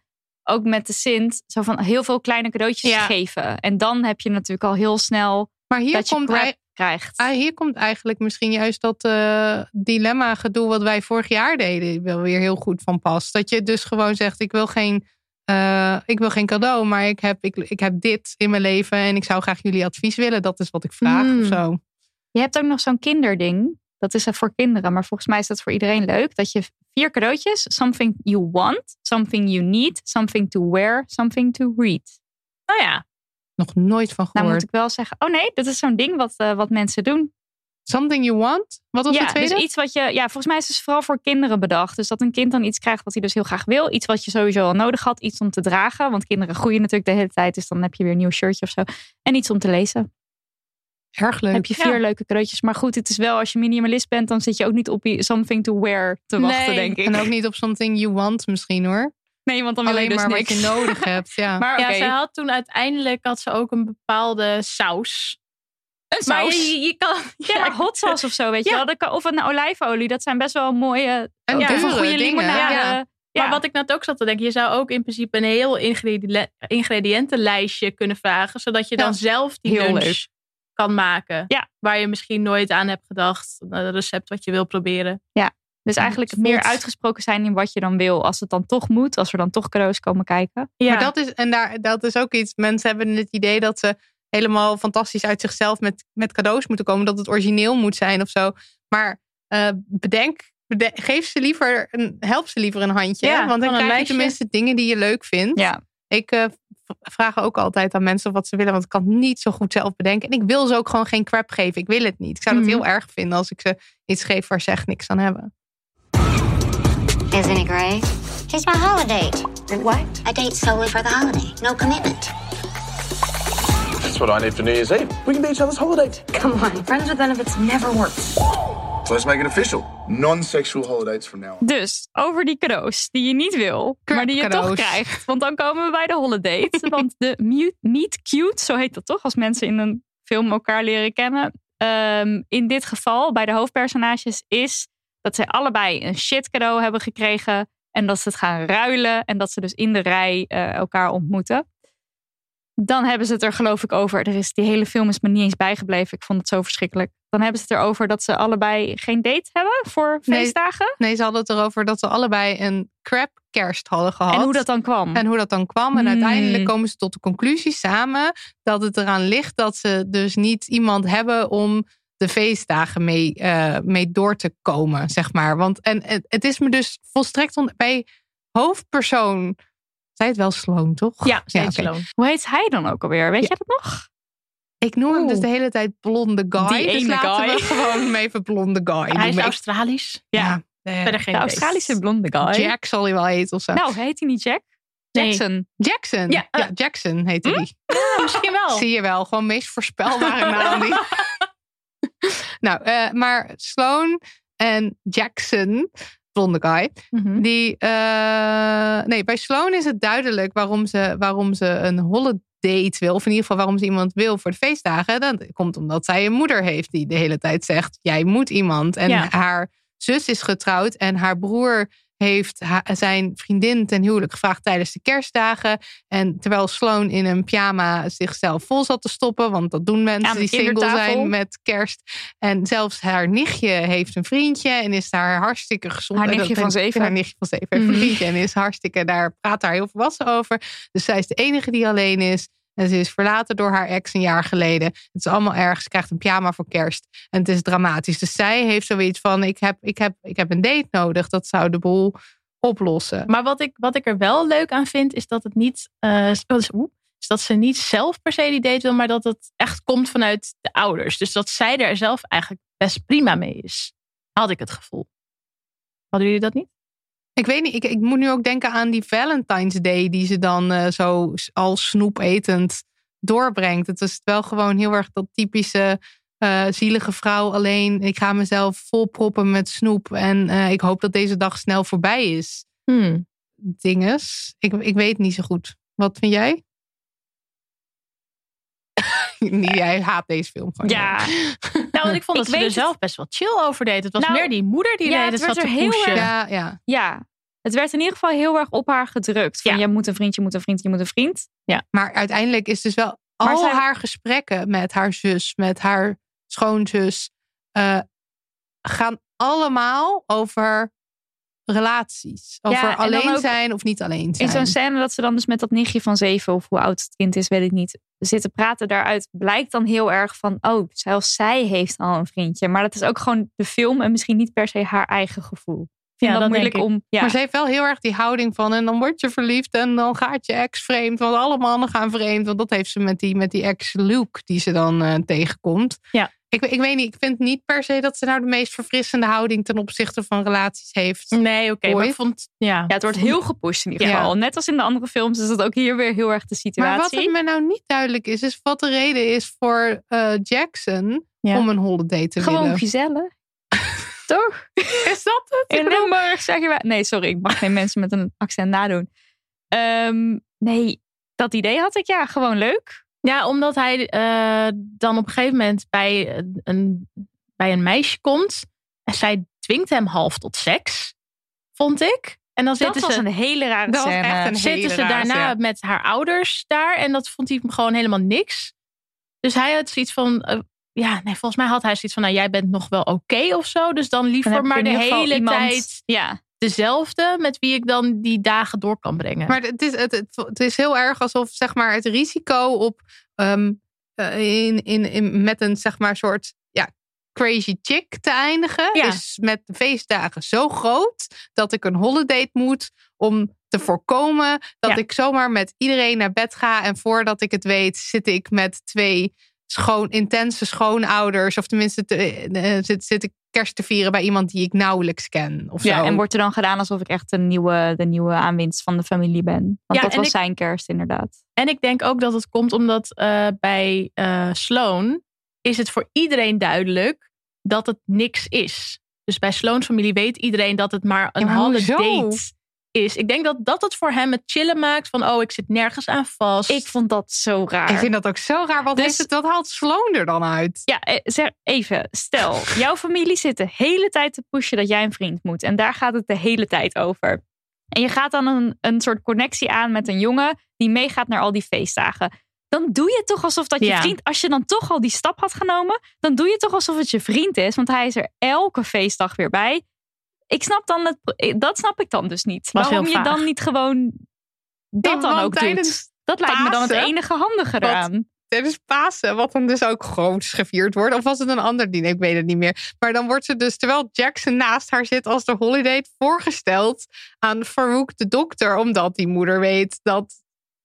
ook met de Sint, zo van heel veel kleine cadeautjes Ja. geven. En dan heb je natuurlijk al heel snel Maar hier dat je komt crap ei- krijgt. Ah, hier komt eigenlijk misschien juist dat eh, dilemma gedoe wat wij vorig jaar deden wel weer heel goed van pas. Dat je dus gewoon zegt, ik wil geen, eh, ik wil geen cadeau, maar ik heb, ik, ik heb dit in mijn leven en ik zou graag jullie advies willen. Dat is wat ik vraag Mm. of zo. Je hebt ook nog zo'n kinderding. Dat is er voor kinderen, maar volgens mij is dat voor iedereen leuk. Dat je vier cadeautjes, something you want, something you need, something to wear, something to read. Oh Nou ja. Nog nooit van Nou gehoord. moet ik wel zeggen, oh nee, dat is zo'n ding wat, eh, wat mensen doen. Something you want? Wat was ja, de tweede? Dus iets wat je, ja, volgens mij is het vooral voor kinderen bedacht. Dus dat een kind dan iets krijgt wat hij dus heel graag wil. Iets wat je sowieso al nodig had. Iets om te dragen. Want kinderen groeien natuurlijk de hele tijd. Dus dan heb je weer een nieuw shirtje of zo. En iets om te lezen. Erg leuk. heb je vier Ja. leuke cadeautjes. Maar goed, het is wel als je minimalist bent. Dan zit je ook niet op i- something to wear te wachten, Nee, denk ik. En ook niet op something you want misschien hoor. Nee, want dan wil Alleen je dus maar niks. wat je nodig hebt. Ja. Maar Ah, oké. Ja, ze had toen uiteindelijk had ze ook een bepaalde saus. Een Maar saus? je, je kan... Ja, maar hot sauce of zo, weet je wel. Dat kan- Of een olijfolie, dat zijn best wel mooie... En of een dure goede dingen, limonade. ja. Ja. Maar wat ik net ook zat te denken, je zou ook in principe een heel ingrediële- ingrediëntenlijstje kunnen vragen, zodat je dan Ja. zelf die Heel lunch leuk. kan maken. Ja. Waar je misschien nooit aan hebt gedacht, een recept wat je wil proberen. Ja, Dus eigenlijk Vond. meer uitgesproken zijn in wat je dan wil. Als het dan toch moet, als er dan toch cadeaus komen kijken. Maar dat is, en daar, dat is ook iets. Mensen hebben het idee dat ze helemaal fantastisch uit zichzelf met, met cadeaus moeten komen. Dat het origineel moet zijn of zo. Maar eh, bedenk, bede- geef ze liever, een, help ze liever een handje. Ja, want van een dan krijg je lijstje. tenminste dingen die je leuk vindt. Ja. Ik eh, v- vraag ook altijd aan mensen wat ze willen. Want ik kan het niet zo goed zelf bedenken. En ik wil ze ook gewoon geen crap geven. Ik wil het niet. Ik zou het Mhm. heel erg vinden als ik ze iets geef waar ze echt niks aan hebben. Isn't it great? She's my holiday. What? I date solely for the holiday. No commitment. That's what I need for New Year's Eve. We can be each other's holiday. Come on, friends with benefits never works. So let's make it official. Non-sexual holidays from now on. Dus over die cadeaus die je niet wil, maar die je toch Crapcadeaus. krijgt. Want dan komen we bij de holiday. want de mute- meet cute, zo heet dat toch? Als mensen in een film elkaar leren kennen. Ehm, in dit geval, bij de hoofdpersonages, is dat zij allebei een shit cadeau hebben gekregen. En dat ze het gaan ruilen. En dat ze dus in de rij eh, elkaar ontmoeten. Dan hebben ze het er geloof ik over. Er is, die hele film is me niet eens bijgebleven. Ik vond het zo verschrikkelijk. Dan hebben ze het erover dat ze allebei geen date hebben voor feestdagen. Nee, ze hadden het erover dat ze allebei een crap kerst hadden gehad. En hoe dat dan kwam. En hoe dat dan kwam. Hmm. En uiteindelijk komen ze tot de conclusie samen dat het eraan ligt dat ze dus niet iemand hebben om de feestdagen mee, eh, mee door te komen, zeg maar. Want en het, het is me dus volstrekt on- bij hoofdpersoon. Zij het wel Sloan, toch? Ja, zij het oké. Sloan. Hoe heet hij dan ook alweer? Weet jij dat nog? Ik noem hem dus de hele tijd blonde guy. Die dus ene laten guy. we gewoon hem even blonde guy Hij is noemen. Ik- Australisch. Ja. eh, Verder geen de idee. Australische blonde guy. Jack zal hij wel heten of zo. Nou, heet hij niet Jack? Nee. Jackson. Jackson. Ja, Ja, eh. Jackson heette die. Ja, misschien wel. Zie je wel, gewoon meest voorspelbare naam. Die... nou, eh, maar Sloan en Jackson, blonde guy, Mhm. die, eh, nee, bij Sloan is het duidelijk waarom ze, waarom ze een holiday wil, of in ieder geval waarom ze iemand wil voor de feestdagen. Dat komt omdat zij een moeder heeft die de hele tijd zegt, jij moet iemand. En Ja. haar zus is getrouwd en haar broer heeft ha- zijn vriendin ten huwelijk gevraagd tijdens de kerstdagen. En terwijl Sloan in een pyjama zichzelf vol zat te stoppen, want dat doen mensen Aan de die single kindertafel. zijn met kerst. En zelfs haar nichtje heeft een vriendje en is daar hartstikke gezond. Haar en dat nichtje van ben- zeven. Haar nichtje van zeven heeft een Mm. vriendje en is hartstikke daar praat daar heel volwassen over. Dus zij is de enige die alleen is. En ze is verlaten door haar ex een jaar geleden. Het is allemaal erg. Ze krijgt een pyjama voor kerst. En het is dramatisch. Dus zij heeft zoiets van: ik heb, ik heb, ik heb een date nodig. Dat zou de boel oplossen. Maar wat ik, wat ik er wel leuk aan vind, is dat het niet. eh, s- oh, is- oeh, is dat ze niet zelf per se die date wil, maar dat het echt komt vanuit de ouders. Dus dat zij er zelf eigenlijk best prima mee is. Had ik het gevoel. Hadden jullie dat niet? Ik weet niet, ik, ik moet nu ook denken aan die Valentine's Day die ze dan eh, zo s- al snoep etend doorbrengt. Het is wel gewoon heel erg dat typische eh, zielige vrouw alleen. Ik ga mezelf volproppen met snoep en eh, ik hoop dat deze dag snel voorbij is. Dinges. Ik, ik weet niet zo goed. Wat vind jij? nee, jij haat deze film gewoon. Ja. Nou, want ik vond Ik dat ze weet er het. zelf best wel chill over deed. Het was Nou, meer die moeder die ja, deed het het werd zat te er heel pushen. erg- Ja, ja. Ja. Het werd in ieder geval heel erg op haar gedrukt. Van, je moet een vriend, je moet een vriend, je moet een vriend. Ja. Maar uiteindelijk is dus wel al Maar zij- haar gesprekken met haar zus, met haar schoonzus, eh, gaan allemaal over relaties. Over en dan alleen ook zijn of niet alleen zijn. In zo'n scène dat ze dan dus met dat nichtje van zeven... of hoe oud het kind is, weet ik niet... zitten praten daaruit, blijkt dan heel erg van... oh, zelfs zij heeft al een vriendje. Maar dat is ook gewoon de film... en misschien niet per se haar eigen gevoel. Ik vind Ja, dat dat moeilijk denk ik. om... Ja. Maar ze heeft wel heel erg die houding van en dan word je verliefd en dan gaat je ex vreemd. Want alle mannen gaan vreemd. Want dat heeft ze met die, met die ex Luke die ze dan eh, tegenkomt. Ja. Ik, ik weet niet, ik vind niet per se dat ze nou de meest verfrissende houding ten opzichte van relaties heeft. Nee, oké. maar Ooit. ik vond, ja. ja, het wordt heel gepusht in ieder Ja. geval. Net als in de andere films is dat ook hier weer heel erg de Maar wat situatie. het me nou niet duidelijk is, is wat de reden is voor eh, Jackson Ja. om een holiday te Gewoon willen. gezellig. Toch? Is dat het? Ik In bedoel, Limburg zeg je wel. Nee, sorry, ik mag geen mensen met een accent nadoen. Ehm, nee, dat idee had ik ja, gewoon leuk. Ja, omdat hij eh, dan op een gegeven moment bij een- een, bij een meisje komt. En zij dwingt hem half tot seks, vond ik. En dan Dat zitten was ze, een hele rare Dat was scène. echt een hele zitten ze raar, daarna ja. met haar ouders daar. En dat vond hij gewoon helemaal niks. Dus hij had zoiets van, eh, ja, nee, volgens mij had hij zoiets van, nou jij bent nog wel oké of zo. Dus dan liever heb ik maar in de ieder geval hele iemand- tijd ja. dezelfde met wie ik dan die dagen door kan brengen. Maar het is, het, het, het is heel erg alsof zeg maar, het risico op ehm, eh, in, in, in, met een zeg maar, soort ja, crazy chick te eindigen, Ja. is met de feestdagen zo groot dat ik een holiday moet om te voorkomen dat Ja. ik zomaar met iedereen naar bed ga. En voordat ik het weet, zit ik met twee schoon, intense schoonouders. Of tenminste, te- eh, zit, zit ik kerst te vieren bij iemand die ik nauwelijks ken. Of Ja, zo. en wordt er dan gedaan alsof ik echt een nieuwe, de nieuwe aanwinst van de familie ben. Want Ja, dat en was ik- zijn kerst inderdaad. En ik denk ook dat het komt omdat eh, bij eh, Sloan is het voor iedereen duidelijk dat het niks is. Dus bij Sloans familie weet iedereen dat het maar een Ja, maar hoezo? holiday is. Ik denk dat dat het voor hem het chillen maakt van oh, ik zit nergens aan vast. Ik vond dat zo raar. Ik vind dat ook zo raar. Wat Dus- heeft het, dat haalt Sloan er dan uit? Ja, eh, zeg even, stel, jouw familie zit de hele tijd te pushen dat jij een vriend moet. En daar gaat het de hele tijd over. En je gaat dan een, een soort connectie aan met een jongen die meegaat naar al die feestdagen. Dan doe je toch alsof dat je Ja. vriend, als je dan toch al die stap had genomen, dan doe je toch alsof het je vriend is. Want hij is er elke feestdag weer bij. Ik snap dan het, eh, dat snap ik dan dus niet. Was Waarom heel je vaag. dan niet gewoon dat Ja, dan want ook tijdens doet. Dat lijkt me dan het Pasen- enige handige Wat- eraan. Tijdens Pasen, wat dan dus ook groots gevierd wordt. Of was het een ander diner? Ik weet het niet meer. Maar dan wordt ze dus, terwijl Jackson naast haar zit als de holiday, voorgesteld aan Farouk de dokter. Omdat die moeder weet dat,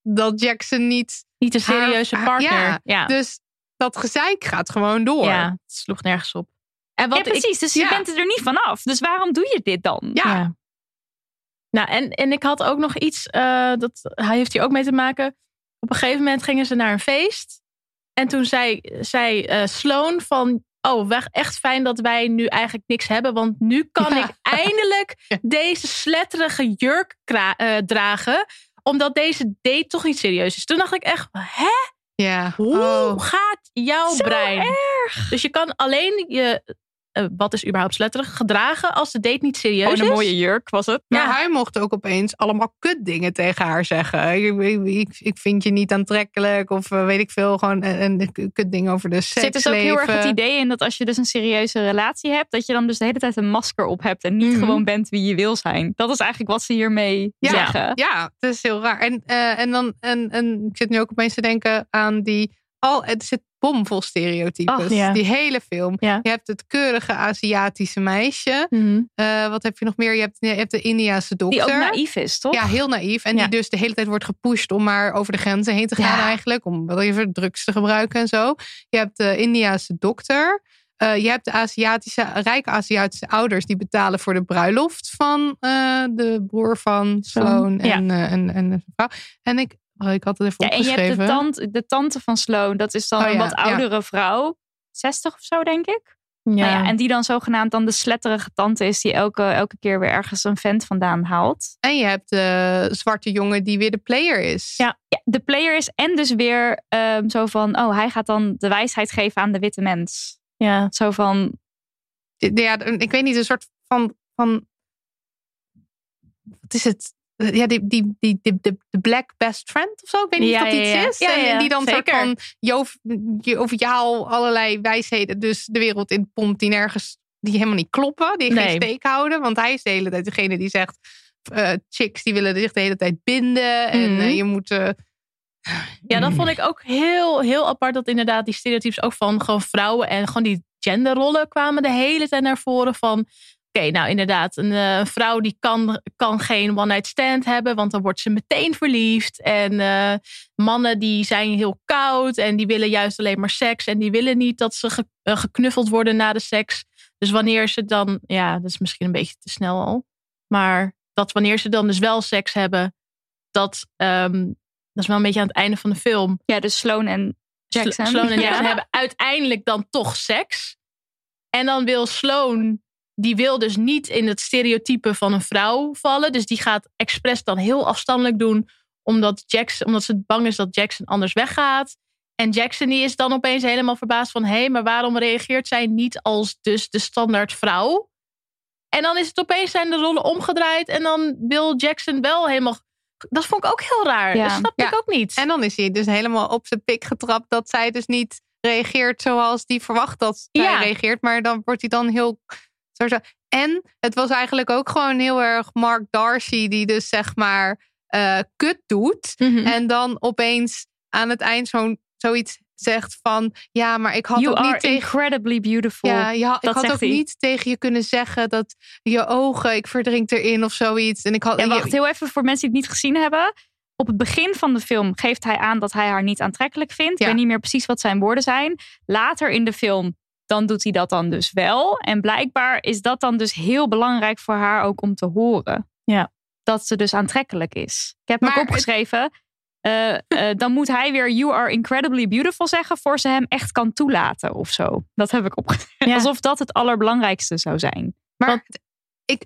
dat Jackson niet... Niet een haar- serieuze haar- partner. ja, Ja. dus dat gezeik gaat gewoon door. Ja, het sloeg nergens op. En ja, precies. dus je bent er niet vanaf. Dus waarom doe je dit dan? Ja. Nou, en, en ik had ook nog iets, eh, dat hij heeft hier ook mee te maken. Op een gegeven moment gingen ze naar een feest. En toen zei, zei eh, Sloan van, oh, we- echt fijn dat wij nu eigenlijk niks hebben. Want nu kan Ja. ik eindelijk deze sletterige jurk kra- eh, dragen. Omdat deze date toch niet serieus is. Toen dacht ik echt, hè? Ja. Hoe Oh. gaat jouw Zo brein? erg. Dus je kan alleen je, eh, wat is überhaupt sletterig, gedragen als de date niet serieus Gewoon is. Oh, een mooie jurk was het. Maar hij mocht ook opeens allemaal kutdingen tegen haar zeggen. Ik, ik, ik- ik vind je niet aantrekkelijk. Of eh, weet ik veel. Gewoon een, een kutding over de Er seksleven. zit dus ook heel erg het idee in dat als je dus een serieuze relatie hebt, dat je dan dus de hele tijd een masker op hebt en niet Mhm. gewoon bent wie je wil zijn. Dat is eigenlijk wat ze hiermee Ja, zeggen. ja, het is heel raar. En, eh, en dan, en, en ik zit nu ook opeens te denken aan die. Al, het zit bomvol stereotypes. Ach, ja. Die hele film. Ja. Je hebt het keurige Aziatische meisje. Mhm. Eh, wat heb je nog meer? Je hebt, je hebt de Indiase dokter. Die ook naïef is, toch? Ja, heel naïef. En Ja. die dus de hele tijd wordt gepusht om maar over de grenzen heen te gaan Ja. eigenlijk. Om wel even drugs te gebruiken en zo. Je hebt de Indiaanse dokter. Eh, je hebt de Aziatische, rijke Aziatische ouders die betalen voor de bruiloft van eh, de broer van Sloan Ja. en, eh, en, en zijn vrouw. En ik, oh, ik had het even Ja, en je opgeschreven. hebt de tante, de tante van Sloan, dat is dan Oh een ja, wat ja. oudere vrouw, 60 of zo, denk ik. Ja. Nou ja, en die dan zogenaamd dan de sletterige tante is die elke, elke keer weer ergens een vent vandaan haalt. En je hebt de zwarte jongen die weer de player is. Ja. Ja, de player is en dus weer ehm, zo van, oh, hij gaat dan de wijsheid geven aan de witte mens. Ja. Zo van, ja, ik weet niet, een soort van. van wat is het? Ja, die, die, die, die, de, de black best friend of zo. Ik weet niet Ja, of dat ja, iets ja. is. Ja, ja, en die dan soort zeker. van jov- joviaal allerlei wijsheden. Dus de wereld in pompt die nergens. die helemaal niet kloppen. Die geen Nee. steek houden. Want hij is de hele tijd degene die zegt. eh, chicks die willen zich de hele tijd binden. En Mhm. eh, je moet. eh, Ja, dat vond ik ook heel, heel apart. Dat inderdaad die stereotypes ook van gewoon vrouwen en gewoon die genderrollen kwamen de hele tijd naar voren. Van oké, nou inderdaad, een eh, vrouw die kan, kan geen one-night stand hebben, want dan wordt ze meteen verliefd. En eh, mannen die zijn heel koud en die willen juist alleen maar seks. En die willen niet dat ze ge- eh, geknuffeld worden na de seks. Dus wanneer ze dan, ja, dat is misschien een beetje te snel al. Maar dat wanneer ze dan dus wel seks hebben, dat, ehm, dat is wel een beetje aan het einde van de film. ja, dus Sloan en Jackson. Slo- Sloan en Ja. Jackson hebben uiteindelijk dan toch seks. En dan wil Sloan, die wil dus niet in het stereotype van een vrouw vallen. Dus die gaat expres dan heel afstandelijk doen. Omdat, Jackson, omdat ze bang is dat Jackson anders weggaat. En Jackson die is dan opeens helemaal verbaasd van... hé, hey, maar waarom reageert zij niet als dus de standaard vrouw? En dan is het opeens zijn de rollen omgedraaid. En dan wil Jackson wel helemaal... Dat vond ik ook heel raar. Ja. Dat snap Ja. ik ook niet. En dan is hij dus helemaal op zijn pik getrapt dat zij dus niet reageert zoals die verwacht dat hij Ja. reageert. Maar dan wordt hij dan heel. zo- zo- En het was eigenlijk ook gewoon heel erg Mark Darcy, die dus zeg maar eh, kut doet. Mhm. En dan opeens aan het eind zo'n, zoiets zegt van: Ja, maar ik had You ook are niet tegen. incredibly beautiful. Ja, je had- Dat ik had zegt ook hij. niet tegen je kunnen zeggen dat je ogen, ik verdrink erin of zoiets. En ik had. En je- wacht, heel even voor mensen die het niet gezien hebben. Op het begin van de film geeft hij aan dat hij haar niet aantrekkelijk vindt. Ik weet niet meer precies wat zijn woorden zijn. Later in de film, dan doet hij dat dan dus wel. En blijkbaar is dat dan dus heel belangrijk voor haar ook om te horen. Ja. Dat ze dus aantrekkelijk is. Ik heb me ook Maar opgeschreven. eh, eh, dan moet hij weer You are incredibly beautiful zeggen. voor ze hem echt kan toelaten of zo. Dat heb ik opgeschreven. Alsof dat het allerbelangrijkste zou zijn. Maar het- ik,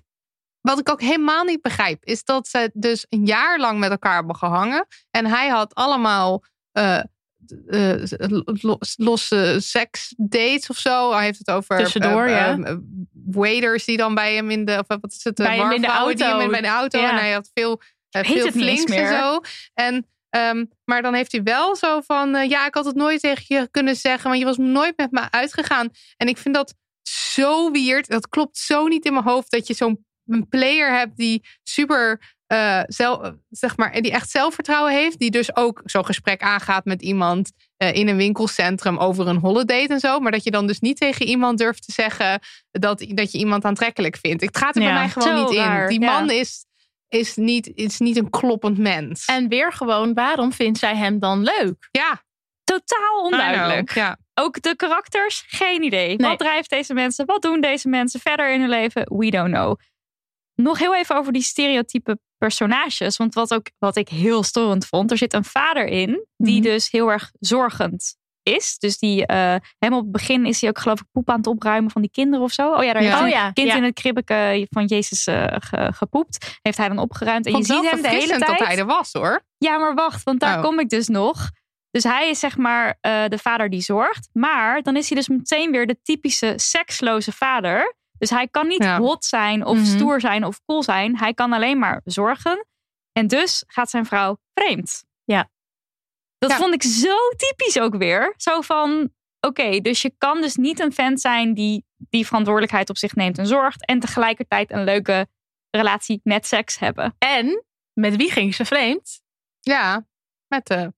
wat ik ook helemaal niet begrijp, is dat ze dus een jaar lang met elkaar hebben gehangen. En hij had allemaal eh, eh, los- losse seksdates of zo. Hij heeft het over Tussendoor, eh, ja. eh, waiters die dan bij hem in de. Of wat is het? eh, Bij hem in de barvrouwen die hem auto. in- bij de auto. Ja. En hij had veel, eh, Ik weet veel het niet eens flinks en meer. zo. En, ehm, maar dan heeft hij wel zo van: eh, ja, ik had het nooit tegen je kunnen zeggen, want je was nooit met me uitgegaan. En ik vind dat zo weird. Dat klopt zo niet in mijn hoofd dat je zo'n een player hebt die super. eh, zel, zeg maar, die echt zelfvertrouwen heeft, die dus ook zo'n gesprek aangaat met iemand eh, in een winkelcentrum over een holiday en zo, maar dat je dan dus niet tegen iemand durft te zeggen dat, dat je iemand aantrekkelijk vindt. Het gaat er bij Ja, mij gewoon zo niet raar, in. Die ja. man is, is, niet, is niet een kloppend mens. En weer gewoon, waarom vindt zij hem dan leuk? Ja. Totaal onduidelijk. Ja. Ook de karakters, geen idee. Wat drijft deze mensen? Wat doen deze mensen verder in hun leven? We don't know. Nog heel even over die stereotype personages. Want wat, ook, wat ik heel storend vond. Er zit een vader in die dus heel erg zorgend is. Dus die, eh helemaal op het begin is hij ook geloof ik poep aan het opruimen van die kinderen of zo. Oh ja, daar Ja. heeft Oh een ja, kind ja. in het kribbeke van Jezus eh, ge- gepoept. Heeft hij dan opgeruimd. En Vond je wel ziet hem de hele verfrissend tijd. dat hij er was hoor. Ja, maar wacht, want daar Oh. kom ik dus nog. Dus hij is zeg maar eh, de vader die zorgt. Maar dan is hij dus meteen weer de typische seksloze vader. Dus hij kan niet Ja. hot zijn of Mhm. stoer zijn of cool zijn. Hij kan alleen maar zorgen. En dus gaat zijn vrouw vreemd. Ja. Dat vond ik zo typisch ook weer. Zo van, oké, dus je kan dus niet een fan zijn die die verantwoordelijkheid op zich neemt en zorgt. En tegelijkertijd een leuke relatie met seks hebben. En met wie ging ze vreemd? Ja, met de Met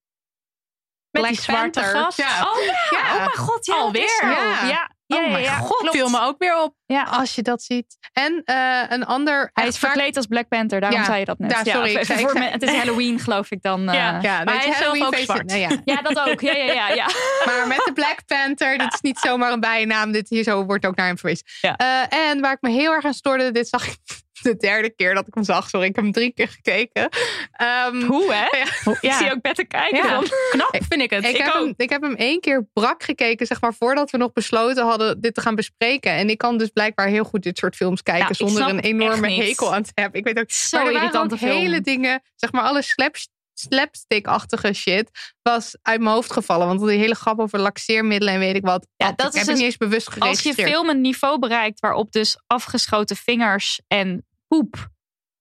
Black die zwarte Panther. gast. Ja. Oh ja, Ja. oh mijn god, ja, Alweer? dat is zo. Ja. ja. oh mijn god, klopt. viel me ook weer op. Als je dat ziet. En eh, een ander. Hij Oh, is verkleed als Black Panther, daarom Ja, zei je dat net. daar- sorry, even ik zei- voor ik zei- me- het is Halloween, geloof ik dan. eh. Ja, ja, nee, het is Halloween feest- nee, ja. Ja, dat ook. Ja, ja, ja, ja. Maar met de Black Panther, dit is niet zomaar een bijnaam. Dit hier zo wordt ook naar hem verwezen. Eh, en waar ik me heel erg aan stoorde, dit zag ik de derde keer dat ik hem zag. Sorry, ik heb hem drie keer gekeken. Ehm, Hoe, hè? ja. Ik zie ook beter kijken Ja. dan. Knap vind ik het. Ik, heb hem, ik heb hem één keer brak gekeken, zeg maar, voordat we nog besloten hadden dit te gaan bespreken. En ik kan dus blijkbaar heel goed dit soort films kijken Ja, Nou, ik zonder snap een het echt enorme niet. hekel aan te hebben. Ik weet ook, Zo maar er waren irritante ook film. hele dingen, zeg maar, alle slaps- slapstick-achtige shit was uit mijn hoofd gevallen. Want die hele grap over laxeermiddelen en weet ik wat. Ja, dat is ik heb dus- het niet eens bewust Als je geregistreerd. film een niveau bereikt waarop dus afgeschoten vingers en poep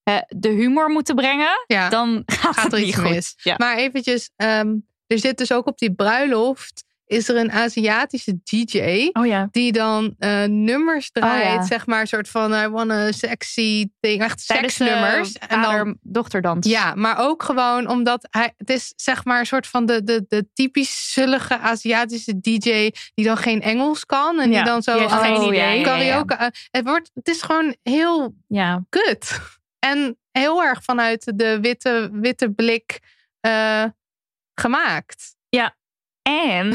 eh, de humor moeten brengen, Ja. dan gaat, gaat het er niet iets goed. mis. Ja. Maar eventjes, ehm, er zit dus ook op die bruiloft is er een Aziatische DJ die dan eh, nummers draait, Oh ja. zeg maar, een soort van I wanna sexy thing, echt Tijdens de seksnummers. vader-dochterdans. Ja, maar ook gewoon omdat hij, het is zeg maar een soort van de, de, de typisch zullige Aziatische DJ die dan geen Engels kan en Ja, die dan zo die heeft geen oh, idee. ja, ja, ja. karaoke. eh, Het wordt, het is gewoon heel ja. kut en heel erg vanuit de witte, witte blik eh, gemaakt. Ja. En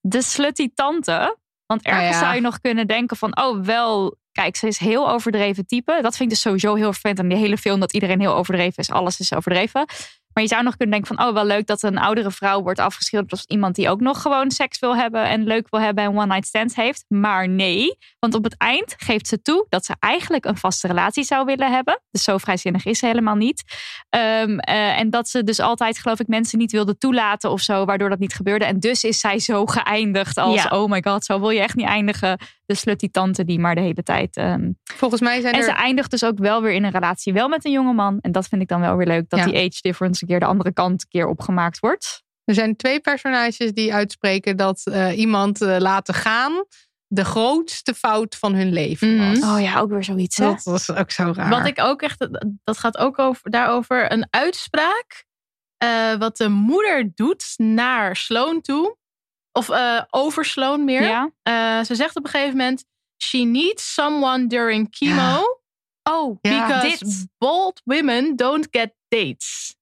de slutty tante. Want ergens Oh ja. zou je nog kunnen denken van... oh, wel... Kijk, ze is heel overdreven type. Dat vind ik dus sowieso heel vervelend aan die hele film... dat iedereen heel overdreven is. Alles is overdreven. Maar je zou nog kunnen denken van... oh, wel leuk dat een oudere vrouw wordt afgeschilderd... als iemand die ook nog gewoon seks wil hebben... en leuk wil hebben en one-night stands heeft. Maar nee, want op het eind geeft ze toe... dat ze eigenlijk een vaste relatie zou willen hebben. Dus zo vrijzinnig is ze helemaal niet. Ehm, eh, en dat ze dus altijd, geloof ik, mensen niet wilde toelaten of zo... waardoor dat niet gebeurde. En dus is zij zo geëindigd als... Ja. oh my god, zo wil je echt niet eindigen. De slutty tante die maar de hele tijd... ehm, Volgens mij zijn en er ze eindigt dus ook wel weer in een relatie. Wel met een jonge man. En dat vind ik dan wel weer leuk. Dat Ja. die age difference een keer de andere kant een keer opgemaakt wordt. Er zijn twee personages die uitspreken dat eh, iemand eh, laten gaan de grootste fout van hun leven Mm. was. Oh ja, ook weer zoiets. Dat was ook zo raar. Wat ik ook echt, dat gaat ook over, daarover een uitspraak. eh, wat de moeder doet naar Sloan toe. Of eh, over Sloan meer. Ja. Eh, ze zegt op een gegeven moment: She needs someone during chemo. Oh, Ja. because dit. bold women don't get dates.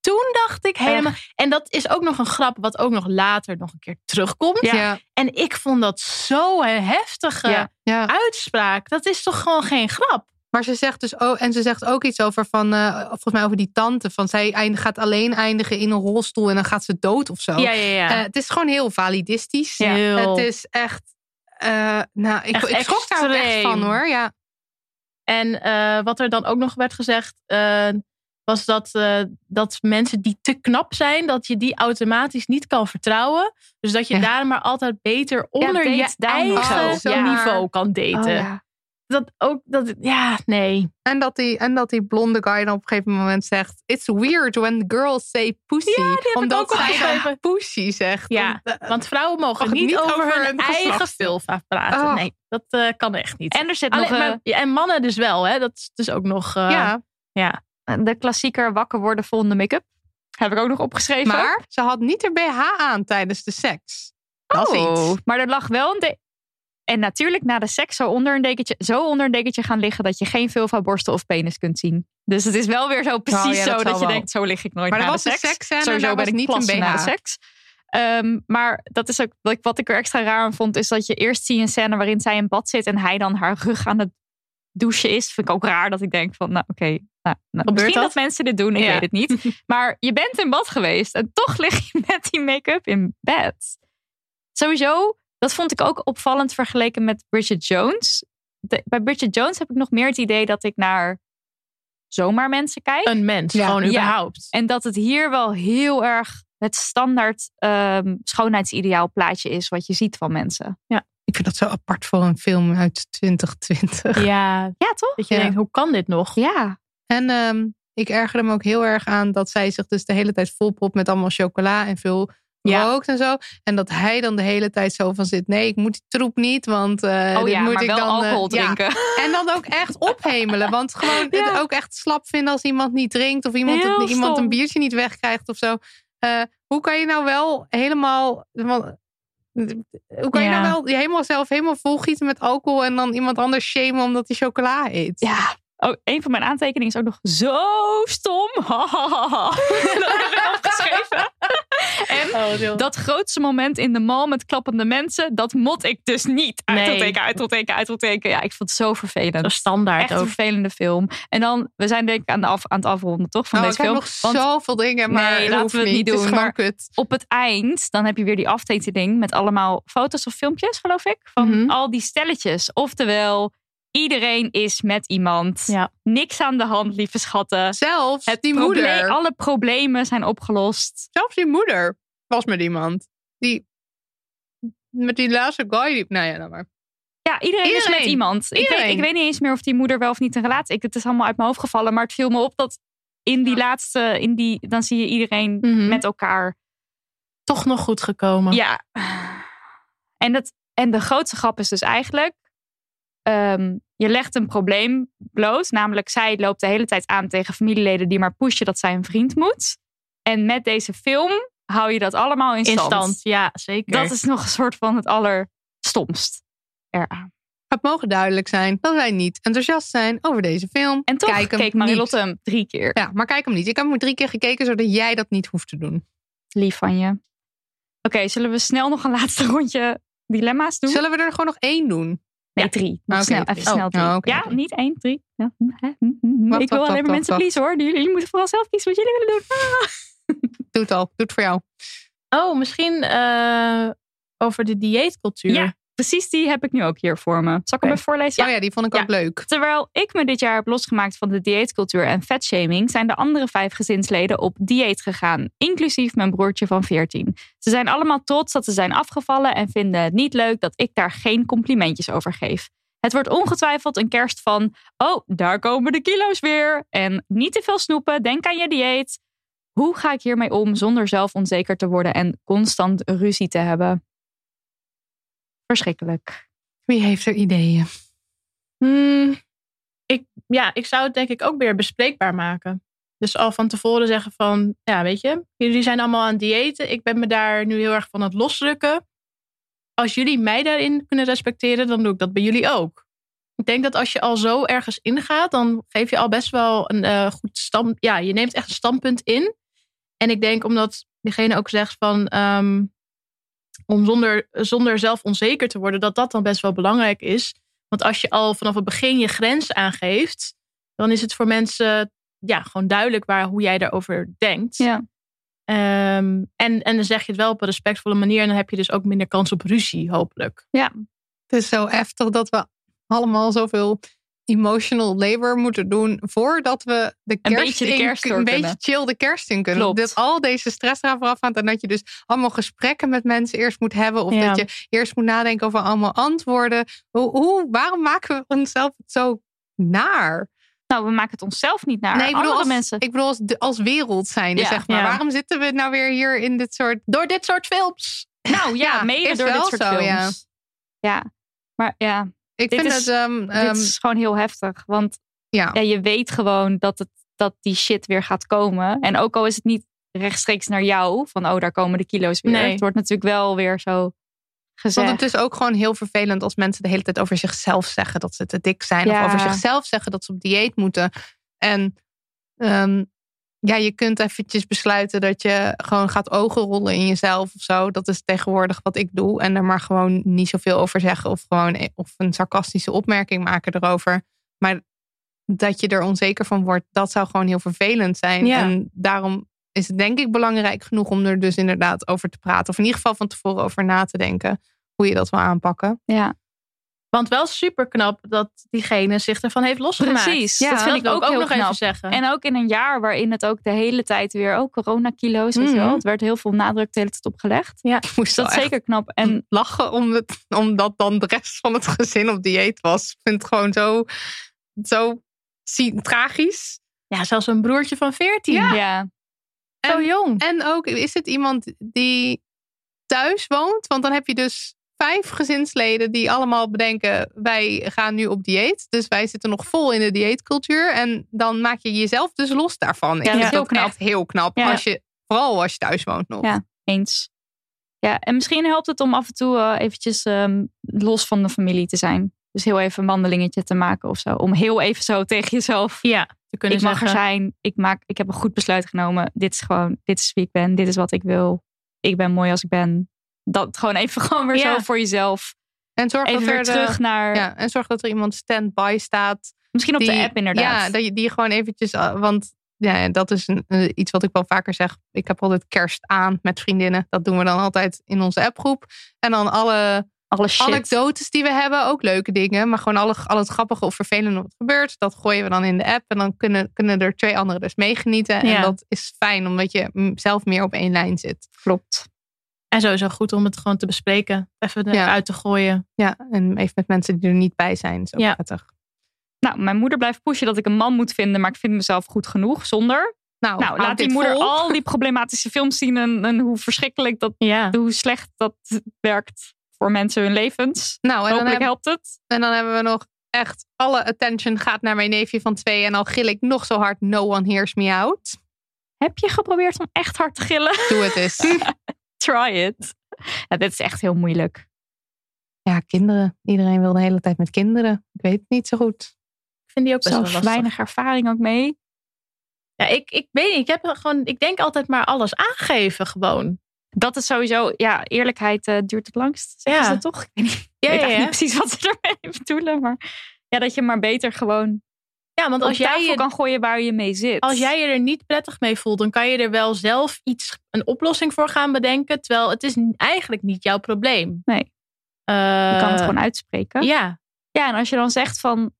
Toen dacht ik helemaal. En dat is ook nog een grap, wat ook nog later nog een keer terugkomt. Ja. Ja. En ik vond dat zo'n heftige Ja. Ja. uitspraak. Dat is toch gewoon geen grap? Maar ze zegt dus ook, en ze zegt ook iets over van, eh, volgens mij over die tante. Van zij eind- gaat alleen eindigen in een rolstoel en dan gaat ze dood of zo. Ja, ja, ja. Eh, het is gewoon heel validistisch. Ja. Heel. Eh, Het is echt, eh, nou, ik, Echt ik schrok daar ook echt extreem. van hoor. Ja. En eh, wat er dan ook nog werd gezegd, eh, was dat, eh, dat mensen die te knap zijn, dat je die automatisch niet kan vertrouwen. Dus dat je Ja. daar maar altijd beter onder date je down of eigen zo. Ja. niveau kan daten. Oh, ja. Dat ook, dat, ja, nee. En dat, die, en dat die blonde guy dan op een gegeven moment zegt... It's weird when girls say pussy. ik Omdat ook al zij dan geschreven. pussy zegt. eh, Ja, want vrouwen mogen mag niet, over, hun een eigen geslacht. vulva praten. Oh. Nee, dat eh, kan echt niet. En er zit Alleen, nog eh, maar- ja, en mannen dus wel, hè? Dat is dus ook nog. eh, Ja, ja. de klassieker wakker worden volgende make-up. Heb ik ook nog opgeschreven. maar ze had niet haar BH aan tijdens de seks. Dat is Oh, iets. maar er lag wel een. de- En natuurlijk na de seks zo onder een dekentje, zo onder een dekentje gaan liggen dat je geen vulva, borsten of penis kunt zien. Dus het is wel weer zo precies Oh ja, zo dat dat, zal je wel. denkt, zo lig ik nooit Maar na er de was een seks. seksscène en Sowieso daar ben was ik niet een plassen na de BH. seks. Ehm, maar dat is ook wat ik, wat ik er extra raar aan vond, is dat je eerst zie je een scène waarin zij in bad zit en hij dan haar rug aan het douchen is. Vind ik ook raar dat ik denk van, nou oké, nou, nou, Gebeurt misschien dat? dat? mensen dit doen, ik Ja. weet het niet. Maar je bent in bad geweest en toch lig je met die make-up in bed. Sowieso, dat vond ik ook opvallend vergeleken met Bridget Jones. De- bij Bridget Jones heb ik nog meer het idee dat ik naar zomaar mensen kijk. Een mens, Ja. gewoon Ja. überhaupt. En dat het hier wel heel erg het standaard ehm schoonheidsideaal plaatje is wat je ziet van mensen. Ik vind dat zo apart voor een film uit 2020. Ja, Ja, toch? dat je Ja. denkt, hoe kan dit nog? Ja. En ehm, ik ergerde me ook heel erg aan dat zij zich dus de hele tijd volpropt met allemaal chocola en veel Ja. rookt en zo. En dat hij dan de hele tijd zo van zit. Nee, ik moet die troep niet, want eh oh dit ja, moet maar ik wel dan, eh, alcohol ja. drinken. En dan ook echt ophemelen. Want gewoon Ja. het ook echt slap vinden als iemand niet drinkt. Of iemand, Heel het- iemand stom. een biertje niet wegkrijgt of zo. Eh, hoe kan je nou wel helemaal... want- eh, hoe kan je Ja. nou wel je helemaal zelf helemaal volgieten met alcohol... en dan iemand anders shamen omdat hij chocola eet? Ja. Oh, een van mijn aantekeningen is ook nog zo stom. Ha, ha, ha, ha. dat heb ik opgeschreven. En Oh, dat grootste moment in de mall met klappende mensen, dat mot ik dus niet. Uitroepteken, uitroepteken, uitroepteken. Ja, ik vond het zo Zo vervelend. standaard Echt een ook. vervelende film. En dan, we zijn denk ik aan, de af, aan het afronden, toch? Van Nou, ik deze heb film. nog Want zoveel dingen, maar Nee, dat laten hoeft we het niet Het doen, is gewoon maar- kut. op het eind, dan heb je weer die aftekening met allemaal foto's of filmpjes, geloof ik. Van Mhm. al die stelletjes. Oftewel, iedereen is met iemand. Ja. Niks aan de hand, lieve schatten. Zelfs Het die probleem- moeder. Alle problemen zijn opgelost. Zelfs die moeder was met iemand. Die... Met die laatste guy. Die, nou ja, nou maar. Ja, iedereen, is met Iedereen. iemand. Ik weet, Iedereen. ik weet niet eens meer of die moeder wel of niet een relatie. Ik, het is allemaal uit mijn hoofd gevallen. Maar het viel me op dat in die laatste, in die, dan zie je iedereen Mhm. met elkaar. Toch nog goed gekomen. Ja. En, dat, en de grootste grap is dus eigenlijk. ehm, je legt een probleem bloot. Namelijk, zij loopt de hele tijd aan tegen familieleden die maar pushen dat zij een vriend moet. En met deze film hou je dat allemaal in in stand. stand. Ja, zeker. Dat is nog een soort van het allerstomst eraan. Het mogen duidelijk zijn dat wij niet enthousiast zijn over deze film. En toch kijk hem keek Marilotte niet. hem drie keer. Ja, maar kijk hem niet. Ik heb hem drie keer gekeken, zodat jij dat niet hoeft te doen. Lief van je. Oké, zullen we snel nog een laatste rondje dilemma's doen? Zullen we er gewoon nog één doen? Nee, drie. Ah, oké, snel, drie. even snel Oh, drie. oh, oké, ja, oké. niet één, drie. Ja. hm, hè, hm, hm, hm. Wacht, Ik wil wacht, alleen maar wacht, mensen wacht. pleasen hoor. Jullie, jullie moeten vooral zelf kiezen wat jullie willen doen. Doe het al. Doe het voor jou. Oh, misschien eh, over de dieetcultuur. Ja, precies die heb ik nu ook hier voor me. Zal ik hem even voorlezen? Oh ja, die vond ik ook leuk. Terwijl ik me dit jaar heb losgemaakt van de dieetcultuur en vetshaming, zijn de andere vijf gezinsleden op dieet gegaan, inclusief mijn broertje van 14. Ze zijn allemaal trots dat ze zijn afgevallen en vinden het niet leuk dat ik daar geen complimentjes over geef. Het wordt ongetwijfeld een kerst van: oh, daar komen de kilo's weer. En niet te veel snoepen, denk aan je dieet. Hoe ga ik hiermee om zonder zelf onzeker te worden en constant ruzie te hebben? Verschrikkelijk. Wie heeft er ideeën? Hmm, ik, ja, ik zou het denk ik ook weer bespreekbaar maken. Dus al van tevoren zeggen van, ja weet je, jullie zijn allemaal aan het diëten. Ik ben me daar nu heel erg van aan het losrukken. Als jullie mij daarin kunnen respecteren, dan doe ik dat bij jullie ook. Ik denk dat als je al zo ergens ingaat, dan geef je al best wel een eh, goed stand. Ja, je neemt echt een standpunt in. En ik denk omdat diegene ook zegt van, ehm, om zonder, zonder zelf onzeker te worden, dat dat dan best wel belangrijk is. Want als je al vanaf het begin je grens aangeeft, dan is het voor mensen ja, gewoon duidelijk waar, hoe jij daarover denkt. Ehm, en, en dan zeg je het wel op een respectvolle manier. En dan heb je dus ook minder kans op ruzie, hopelijk. Ja. Het is zo heftig dat we allemaal zoveel emotional labor moeten doen voordat we de Een kerst beetje de in- kerst door een kunnen. beetje chill de kerst in kunnen. Klopt. Dat al deze stress eraan vooraf gaat en dat je dus allemaal gesprekken met mensen eerst moet hebben of Ja. dat je eerst moet nadenken over allemaal antwoorden. Hoe, hoe waarom maken we onszelf het zo naar? Nou, we maken het onszelf niet naar. Nee, ik bedoel, Andere als, mensen. Ik bedoel als, de- als wereld zijn, Ja, zeg maar. ja. Waarom zitten we nou weer hier in dit soort... Door dit soort films! Nou ja, mede is door dit wel soort zo, films. ja. Ja. maar ja. Ik dit vind is, het, ehm, dit ehm, is gewoon heel heftig. Want ja. je weet gewoon dat, het, dat die shit weer gaat komen. En ook al is het niet rechtstreeks naar jou, van oh, daar komen de kilo's weer. Nee. Het wordt natuurlijk wel weer zo gezegd. Want het is ook gewoon heel vervelend als mensen de hele tijd over zichzelf zeggen dat ze te dik zijn. Ja. Of over zichzelf zeggen dat ze op dieet moeten. En ehm, ja, je kunt eventjes besluiten dat je gewoon gaat ogen rollen in jezelf of zo. Dat is tegenwoordig wat ik doe. En daar maar gewoon niet zoveel over zeggen. Of gewoon e- of een sarcastische opmerking maken erover. Maar dat je er onzeker van wordt, dat zou gewoon heel vervelend zijn. Ja. En daarom is het denk ik belangrijk genoeg om er dus inderdaad over te praten. Of in ieder geval van tevoren over na te denken hoe je dat wil aanpakken. Ja. Want wel super knap dat diegene zich ervan heeft losgemaakt. Precies, dat vind ik wil ook, heel nog knap. even zeggen. En ook in een jaar waarin het ook de hele tijd weer, ook coronakilo's, weet je Mhm. wel. Het werd heel veel nadruk de hele tijd opgelegd. Ja. Dus dat is zeker knap. En lachen om het, omdat dan de rest van het gezin op dieet was. Ik vind het gewoon zo, zo zie- tragisch. Ja, zelfs een broertje van 14. Ja. Zo jong. En ook, is het iemand die thuis woont? Want dan heb je dus vijf gezinsleden die allemaal bedenken... wij gaan nu op dieet. Dus wij zitten nog vol in de dieetcultuur. En dan maak je jezelf dus los daarvan. Ik dat vind is heel dat echt heel knap. Ja. Als je, vooral als je thuis woont nog. Ja, eens. Ja, en misschien helpt het om af en toe eh, eventjes ehm, los van de familie te zijn. Dus heel even een wandelingetje te maken of zo. Om heel even zo tegen jezelf. Ja, te kunnen ik mag er zeggen. zijn. Ik, maak, ik heb een goed besluit genomen. Dit is gewoon, dit is wie ik ben. Dit is wat ik wil. Ik ben mooi als ik ben. Dat gewoon even gewoon weer Ja. zo voor jezelf. En zorg Even dat er weer de- terug naar- Ja, en zorg dat er iemand stand-by staat. Misschien op de app inderdaad. Ja, dat je die gewoon eventjes. eh, Want ja, dat is een, eh, iets wat ik wel vaker zeg. Ik heb altijd kerst aan met vriendinnen. Dat doen we dan altijd in onze appgroep. En dan alle. Alle shit. anekdotes die we hebben, ook leuke dingen. Maar gewoon alle, al het grappige of vervelende wat gebeurt, dat gooien we dan in de app. En dan kunnen, kunnen er twee anderen dus meegenieten. Ja. En dat is fijn, omdat je mm, zelf meer op één lijn zit. Klopt. En sowieso goed om het gewoon te bespreken. Even Ja. uit te gooien. Ja, en even met mensen die er niet bij zijn. Is ook Ja. prettig. Nou, mijn moeder blijft pushen dat ik een man moet vinden, maar ik vind mezelf goed genoeg zonder. Oh, Nou, houd laat die dit moeder vol. al die problematische films zien en, en hoe verschrikkelijk dat, hoe slecht dat werkt voor mensen hun levens. Nou, en dan Hopelijk heb- helpt het. En dan hebben we nog echt alle attention gaat naar mijn neefje van twee. En al gil ik nog zo hard, no one hears me out. Heb je geprobeerd om echt hard te gillen? Doe het eens. Try it. Ja, dit is echt heel moeilijk. Ja, kinderen. Iedereen wil de hele tijd met kinderen. Ik weet het niet zo goed. Ik vind die ook best wel Zelfs lastig. weinig ervaring ook mee. Ja, ik, ik weet niet. Ik, heb er gewoon, ik denk altijd maar alles aangeven gewoon. Dat is sowieso, ja, eerlijkheid eh, duurt het langst. Zeggen Ja. ze toch? Ik weet, niet, ik Ja, weet ja, eigenlijk ja. niet precies wat ze ermee bedoelen. Maar ja, dat je maar beter gewoon Ja, want als op tafel jij, je, kan gooien waar je mee zit. als jij je er niet prettig mee voelt, dan kan je er wel zelf iets, een oplossing voor gaan bedenken. Terwijl het is n- eigenlijk niet jouw probleem. Eh, Nee. Je kan het gewoon uitspreken. Ja. Ja, en als je dan zegt van,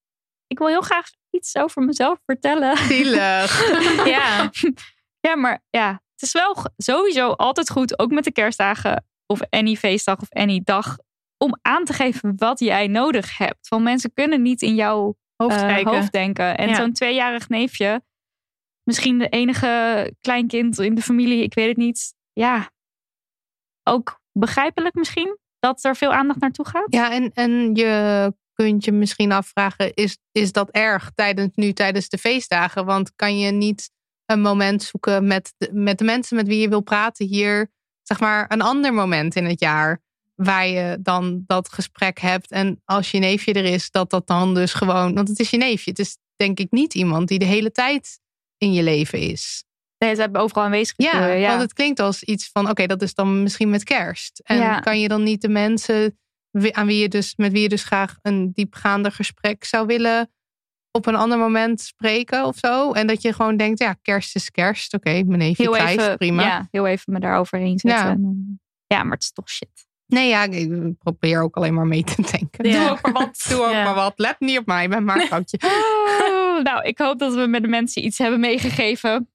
ik wil heel graag iets over mezelf vertellen. Zielig. ja. Ja, maar ja, het is wel g- sowieso altijd goed, ook met de kerstdagen of any feestdag of any dag, om aan te geven wat jij nodig hebt. Want mensen kunnen niet in jouw Hoofd eh, kijken. hoofd denken. En Ja. zo'n tweejarig neefje, Misschien de enige kleinkind in de familie, ik weet het niet. Ja, ook begrijpelijk misschien dat er veel aandacht naartoe gaat. Ja, en, en je kunt je misschien afvragen, is, is dat erg tijdens, nu tijdens de feestdagen? Want kan je niet een moment zoeken met de, met de mensen met wie je wil praten hier, zeg maar een ander moment in het jaar waar je dan dat gesprek hebt. En als je neefje er is, dat dat dan dus gewoon, want het is je neefje. Het is denk ik niet iemand die de hele tijd in je leven is. Nee, ze hebben overal aanwezig. Ja, eh, want het klinkt als iets van, oké, dat is dan misschien met kerst. En Ja. kan je dan niet de mensen wi- aan wie je dus, met wie je dus graag een diepgaander gesprek zou willen op een ander moment spreken of zo? En dat je gewoon denkt, ja, kerst is kerst. Oké, mijn neefje heel krijgt, even, prima. Ja, heel even me daarover heen zetten. Ja. En dan- Ja, maar het is toch shit. Nee, ja, ik probeer ook alleen maar mee te denken. Ja. Doe ook maar wat. Doe ook maar wat. Let niet op mij, ik ben maar een foutje. Oh, nou, ik hoop dat we met de mensen iets hebben meegegeven.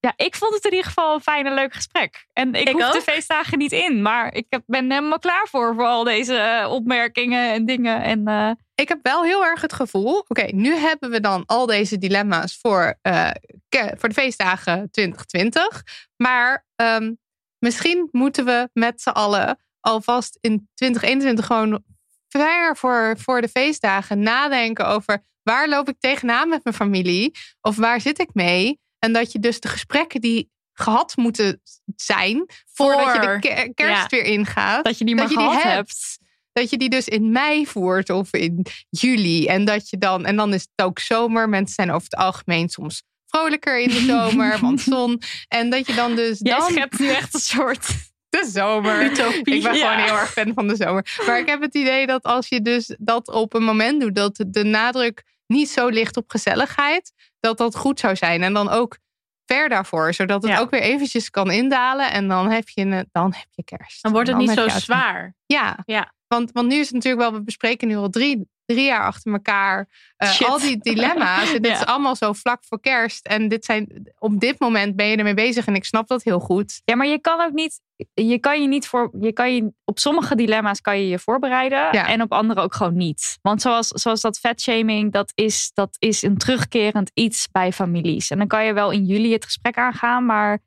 Ja, ik vond het in ieder geval een fijn en leuk gesprek. En ik, Ik hoef de ook. feestdagen niet in, maar ik heb- ben helemaal klaar voor, voor al deze eh, opmerkingen en dingen. En, eh, Ik heb wel heel erg het gevoel. Oké, nu hebben we dan al deze dilemma's voor, eh, ke- voor de feestdagen 2020. Maar ehm, misschien moeten we met z'n allen alvast in 2021 gewoon ver voor, voor de feestdagen nadenken over waar loop ik tegenaan met mijn familie? Of waar zit ik mee? En dat je dus de gesprekken die gehad moeten zijn voordat je de Voor. ke- kerst Ja. weer ingaat. Dat je die maar gehad Dat je die dus in mei voert of in juli. En dat je dan, en dan is het ook zomer. Mensen zijn over het algemeen soms vrolijker in de zomer, want zon. En dat je dan dus. jij dan schept nu echt een soort... de zomer. Utopie, ik ben ja. gewoon heel erg fan van de zomer. Maar ik heb het idee dat als je dus dat op een moment doet, dat de nadruk niet zo ligt op gezelligheid, dat dat goed zou zijn. En dan ook ver daarvoor, zodat het ook weer eventjes kan indalen. En dan heb je, een- dan heb je kerst. Dan wordt het niet heb zo je uit- zwaar. Ja, ja. Want, want nu is het natuurlijk wel, we bespreken nu al drie, drie jaar achter elkaar eh, Shit. al die dilemma's. En dit Ja. is allemaal zo vlak voor kerst. En dit zijn, op dit moment ben je ermee bezig en ik snap dat heel goed. Ja, maar je kan ook niet. Je kan je niet voor. Je kan je, op sommige dilemma's kan je je voorbereiden. Ja. En op andere ook gewoon niet. Want zoals, zoals dat vetshaming, dat is, dat is een terugkerend iets bij families. En dan kan je wel in juli het gesprek aangaan. Maar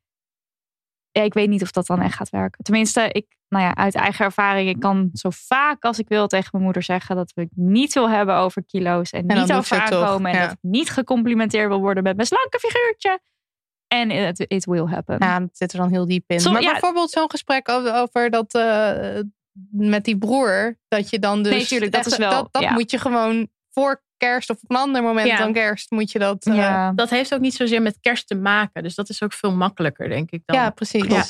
ja, ik weet niet of dat dan echt gaat werken. Tenminste, ik, nou ja, uit eigen ervaring, ik kan zo vaak als ik wil tegen mijn moeder zeggen dat we het niet wil hebben over kilo's. En, dan niet doet over ze het toch, aankomen. en ja. dat ik niet gecomplimenteerd wil worden met mijn slanke figuurtje. En it, it will happen. Ja, dat Nou, zit er dan heel diep in. Som- maar ja. bijvoorbeeld zo'n gesprek over, over dat eh, met die broer, dat je dan dus. Nee, tuurlijk, dat echt- is wel- Dat, dat ja. moet je gewoon voor kerst of op een ander moment Ja. dan kerst moet je dat. eh, Ja. Dat heeft ook niet zozeer met kerst te maken. Dus dat is ook veel makkelijker, denk ik. Dan. Ja, precies. Ja.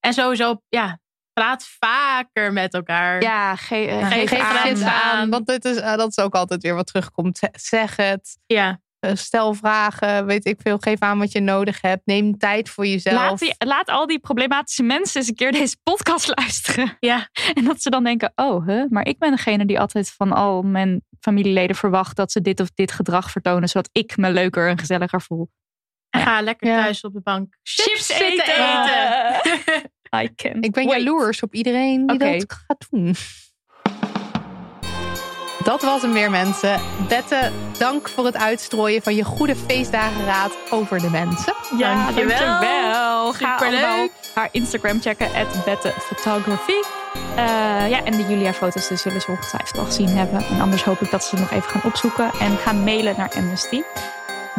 En sowieso, ja, praat vaker met elkaar. Ja, ge- eh, geef, shit aan. aan. Want dit is, eh, dat is ook altijd weer wat terugkomt. Ze- Zeg het. Ja. Eh, Stel vragen, weet ik veel. Geef aan wat je nodig hebt. Neem tijd voor jezelf. Laat, die- laat al die problematische mensen eens een keer deze podcast luisteren. Ja. En dat ze dan denken, oh, hè, maar ik ben degene die altijd van al mijn familieleden verwacht dat ze dit of dit gedrag vertonen, zodat ik me leuker en gezelliger voel. Ga lekker thuis op de bank chips, zitten eten. I can't Ik ben wait. jaloers op iedereen die Oké. dat gaat doen. Dat was hem weer, mensen. Bette, dank voor het uitstrooien van je goede feestdagenraad over de mensen. Ja, Dankjewel. dankjewel. Ga Superleuk. allemaal haar Instagram checken, @bettephotography. Eh, ja, en de Julia-foto's dus zullen ze ongetwijfeld al gezien hebben. En anders hoop ik dat ze nog even gaan opzoeken en gaan mailen naar Amnesty.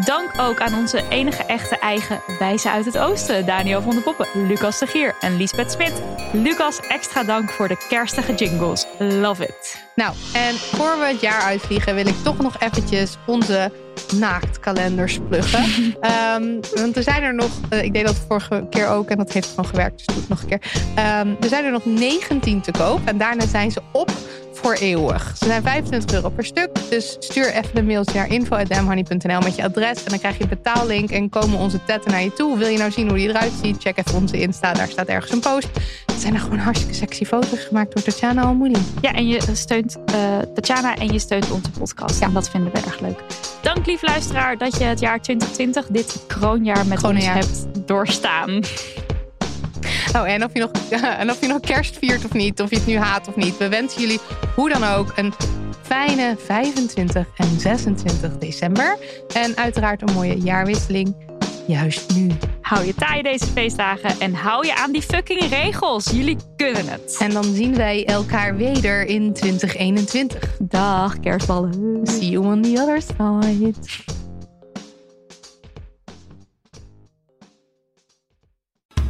Dank ook aan onze enige echte eigen wijze uit het oosten. Daniel van de Poppen, Lucas de Gier en Lisbeth Smit. Lucas, extra dank voor de kerstige jingles. Love it. Nou, en voor we het jaar uitvliegen wil ik toch nog eventjes onze naaktkalenders pluggen. Ehm, want er zijn er nog, eh, ik deed dat vorige keer ook en dat heeft gewoon gewerkt, dus doe het nog een keer. Ehm, er zijn er nog 19 te koop en daarna zijn ze op voor eeuwig. Ze zijn 25 euro per stuk, dus stuur even een mailtje naar info.damhoney.nl met je adres en dan krijg je een betaallink en komen onze tetten naar je toe. Wil je nou zien hoe die eruit ziet? Check even onze Insta, daar staat ergens een post. Het zijn er gewoon hartstikke sexy foto's gemaakt door Tatjana Almoeding. Ja, en je steunt eh Tatjana en je steunt onze podcast. En dat vinden we erg leuk. Dank, lief luisteraar, dat je het jaar 2020, dit kroonjaar met Kroonjaar. ons hebt doorstaan. Oh, en of, je nog, en of je nog kerst viert of niet, of je het nu haat of niet. We wensen jullie hoe dan ook een fijne 25 en 26 december. En uiteraard een mooie jaarwisseling. Juist nu. Hou je taai deze feestdagen en hou je aan die fucking regels. Jullie kunnen het. En dan zien wij elkaar weder in 2021. Dag kerstballen. See you on the other side.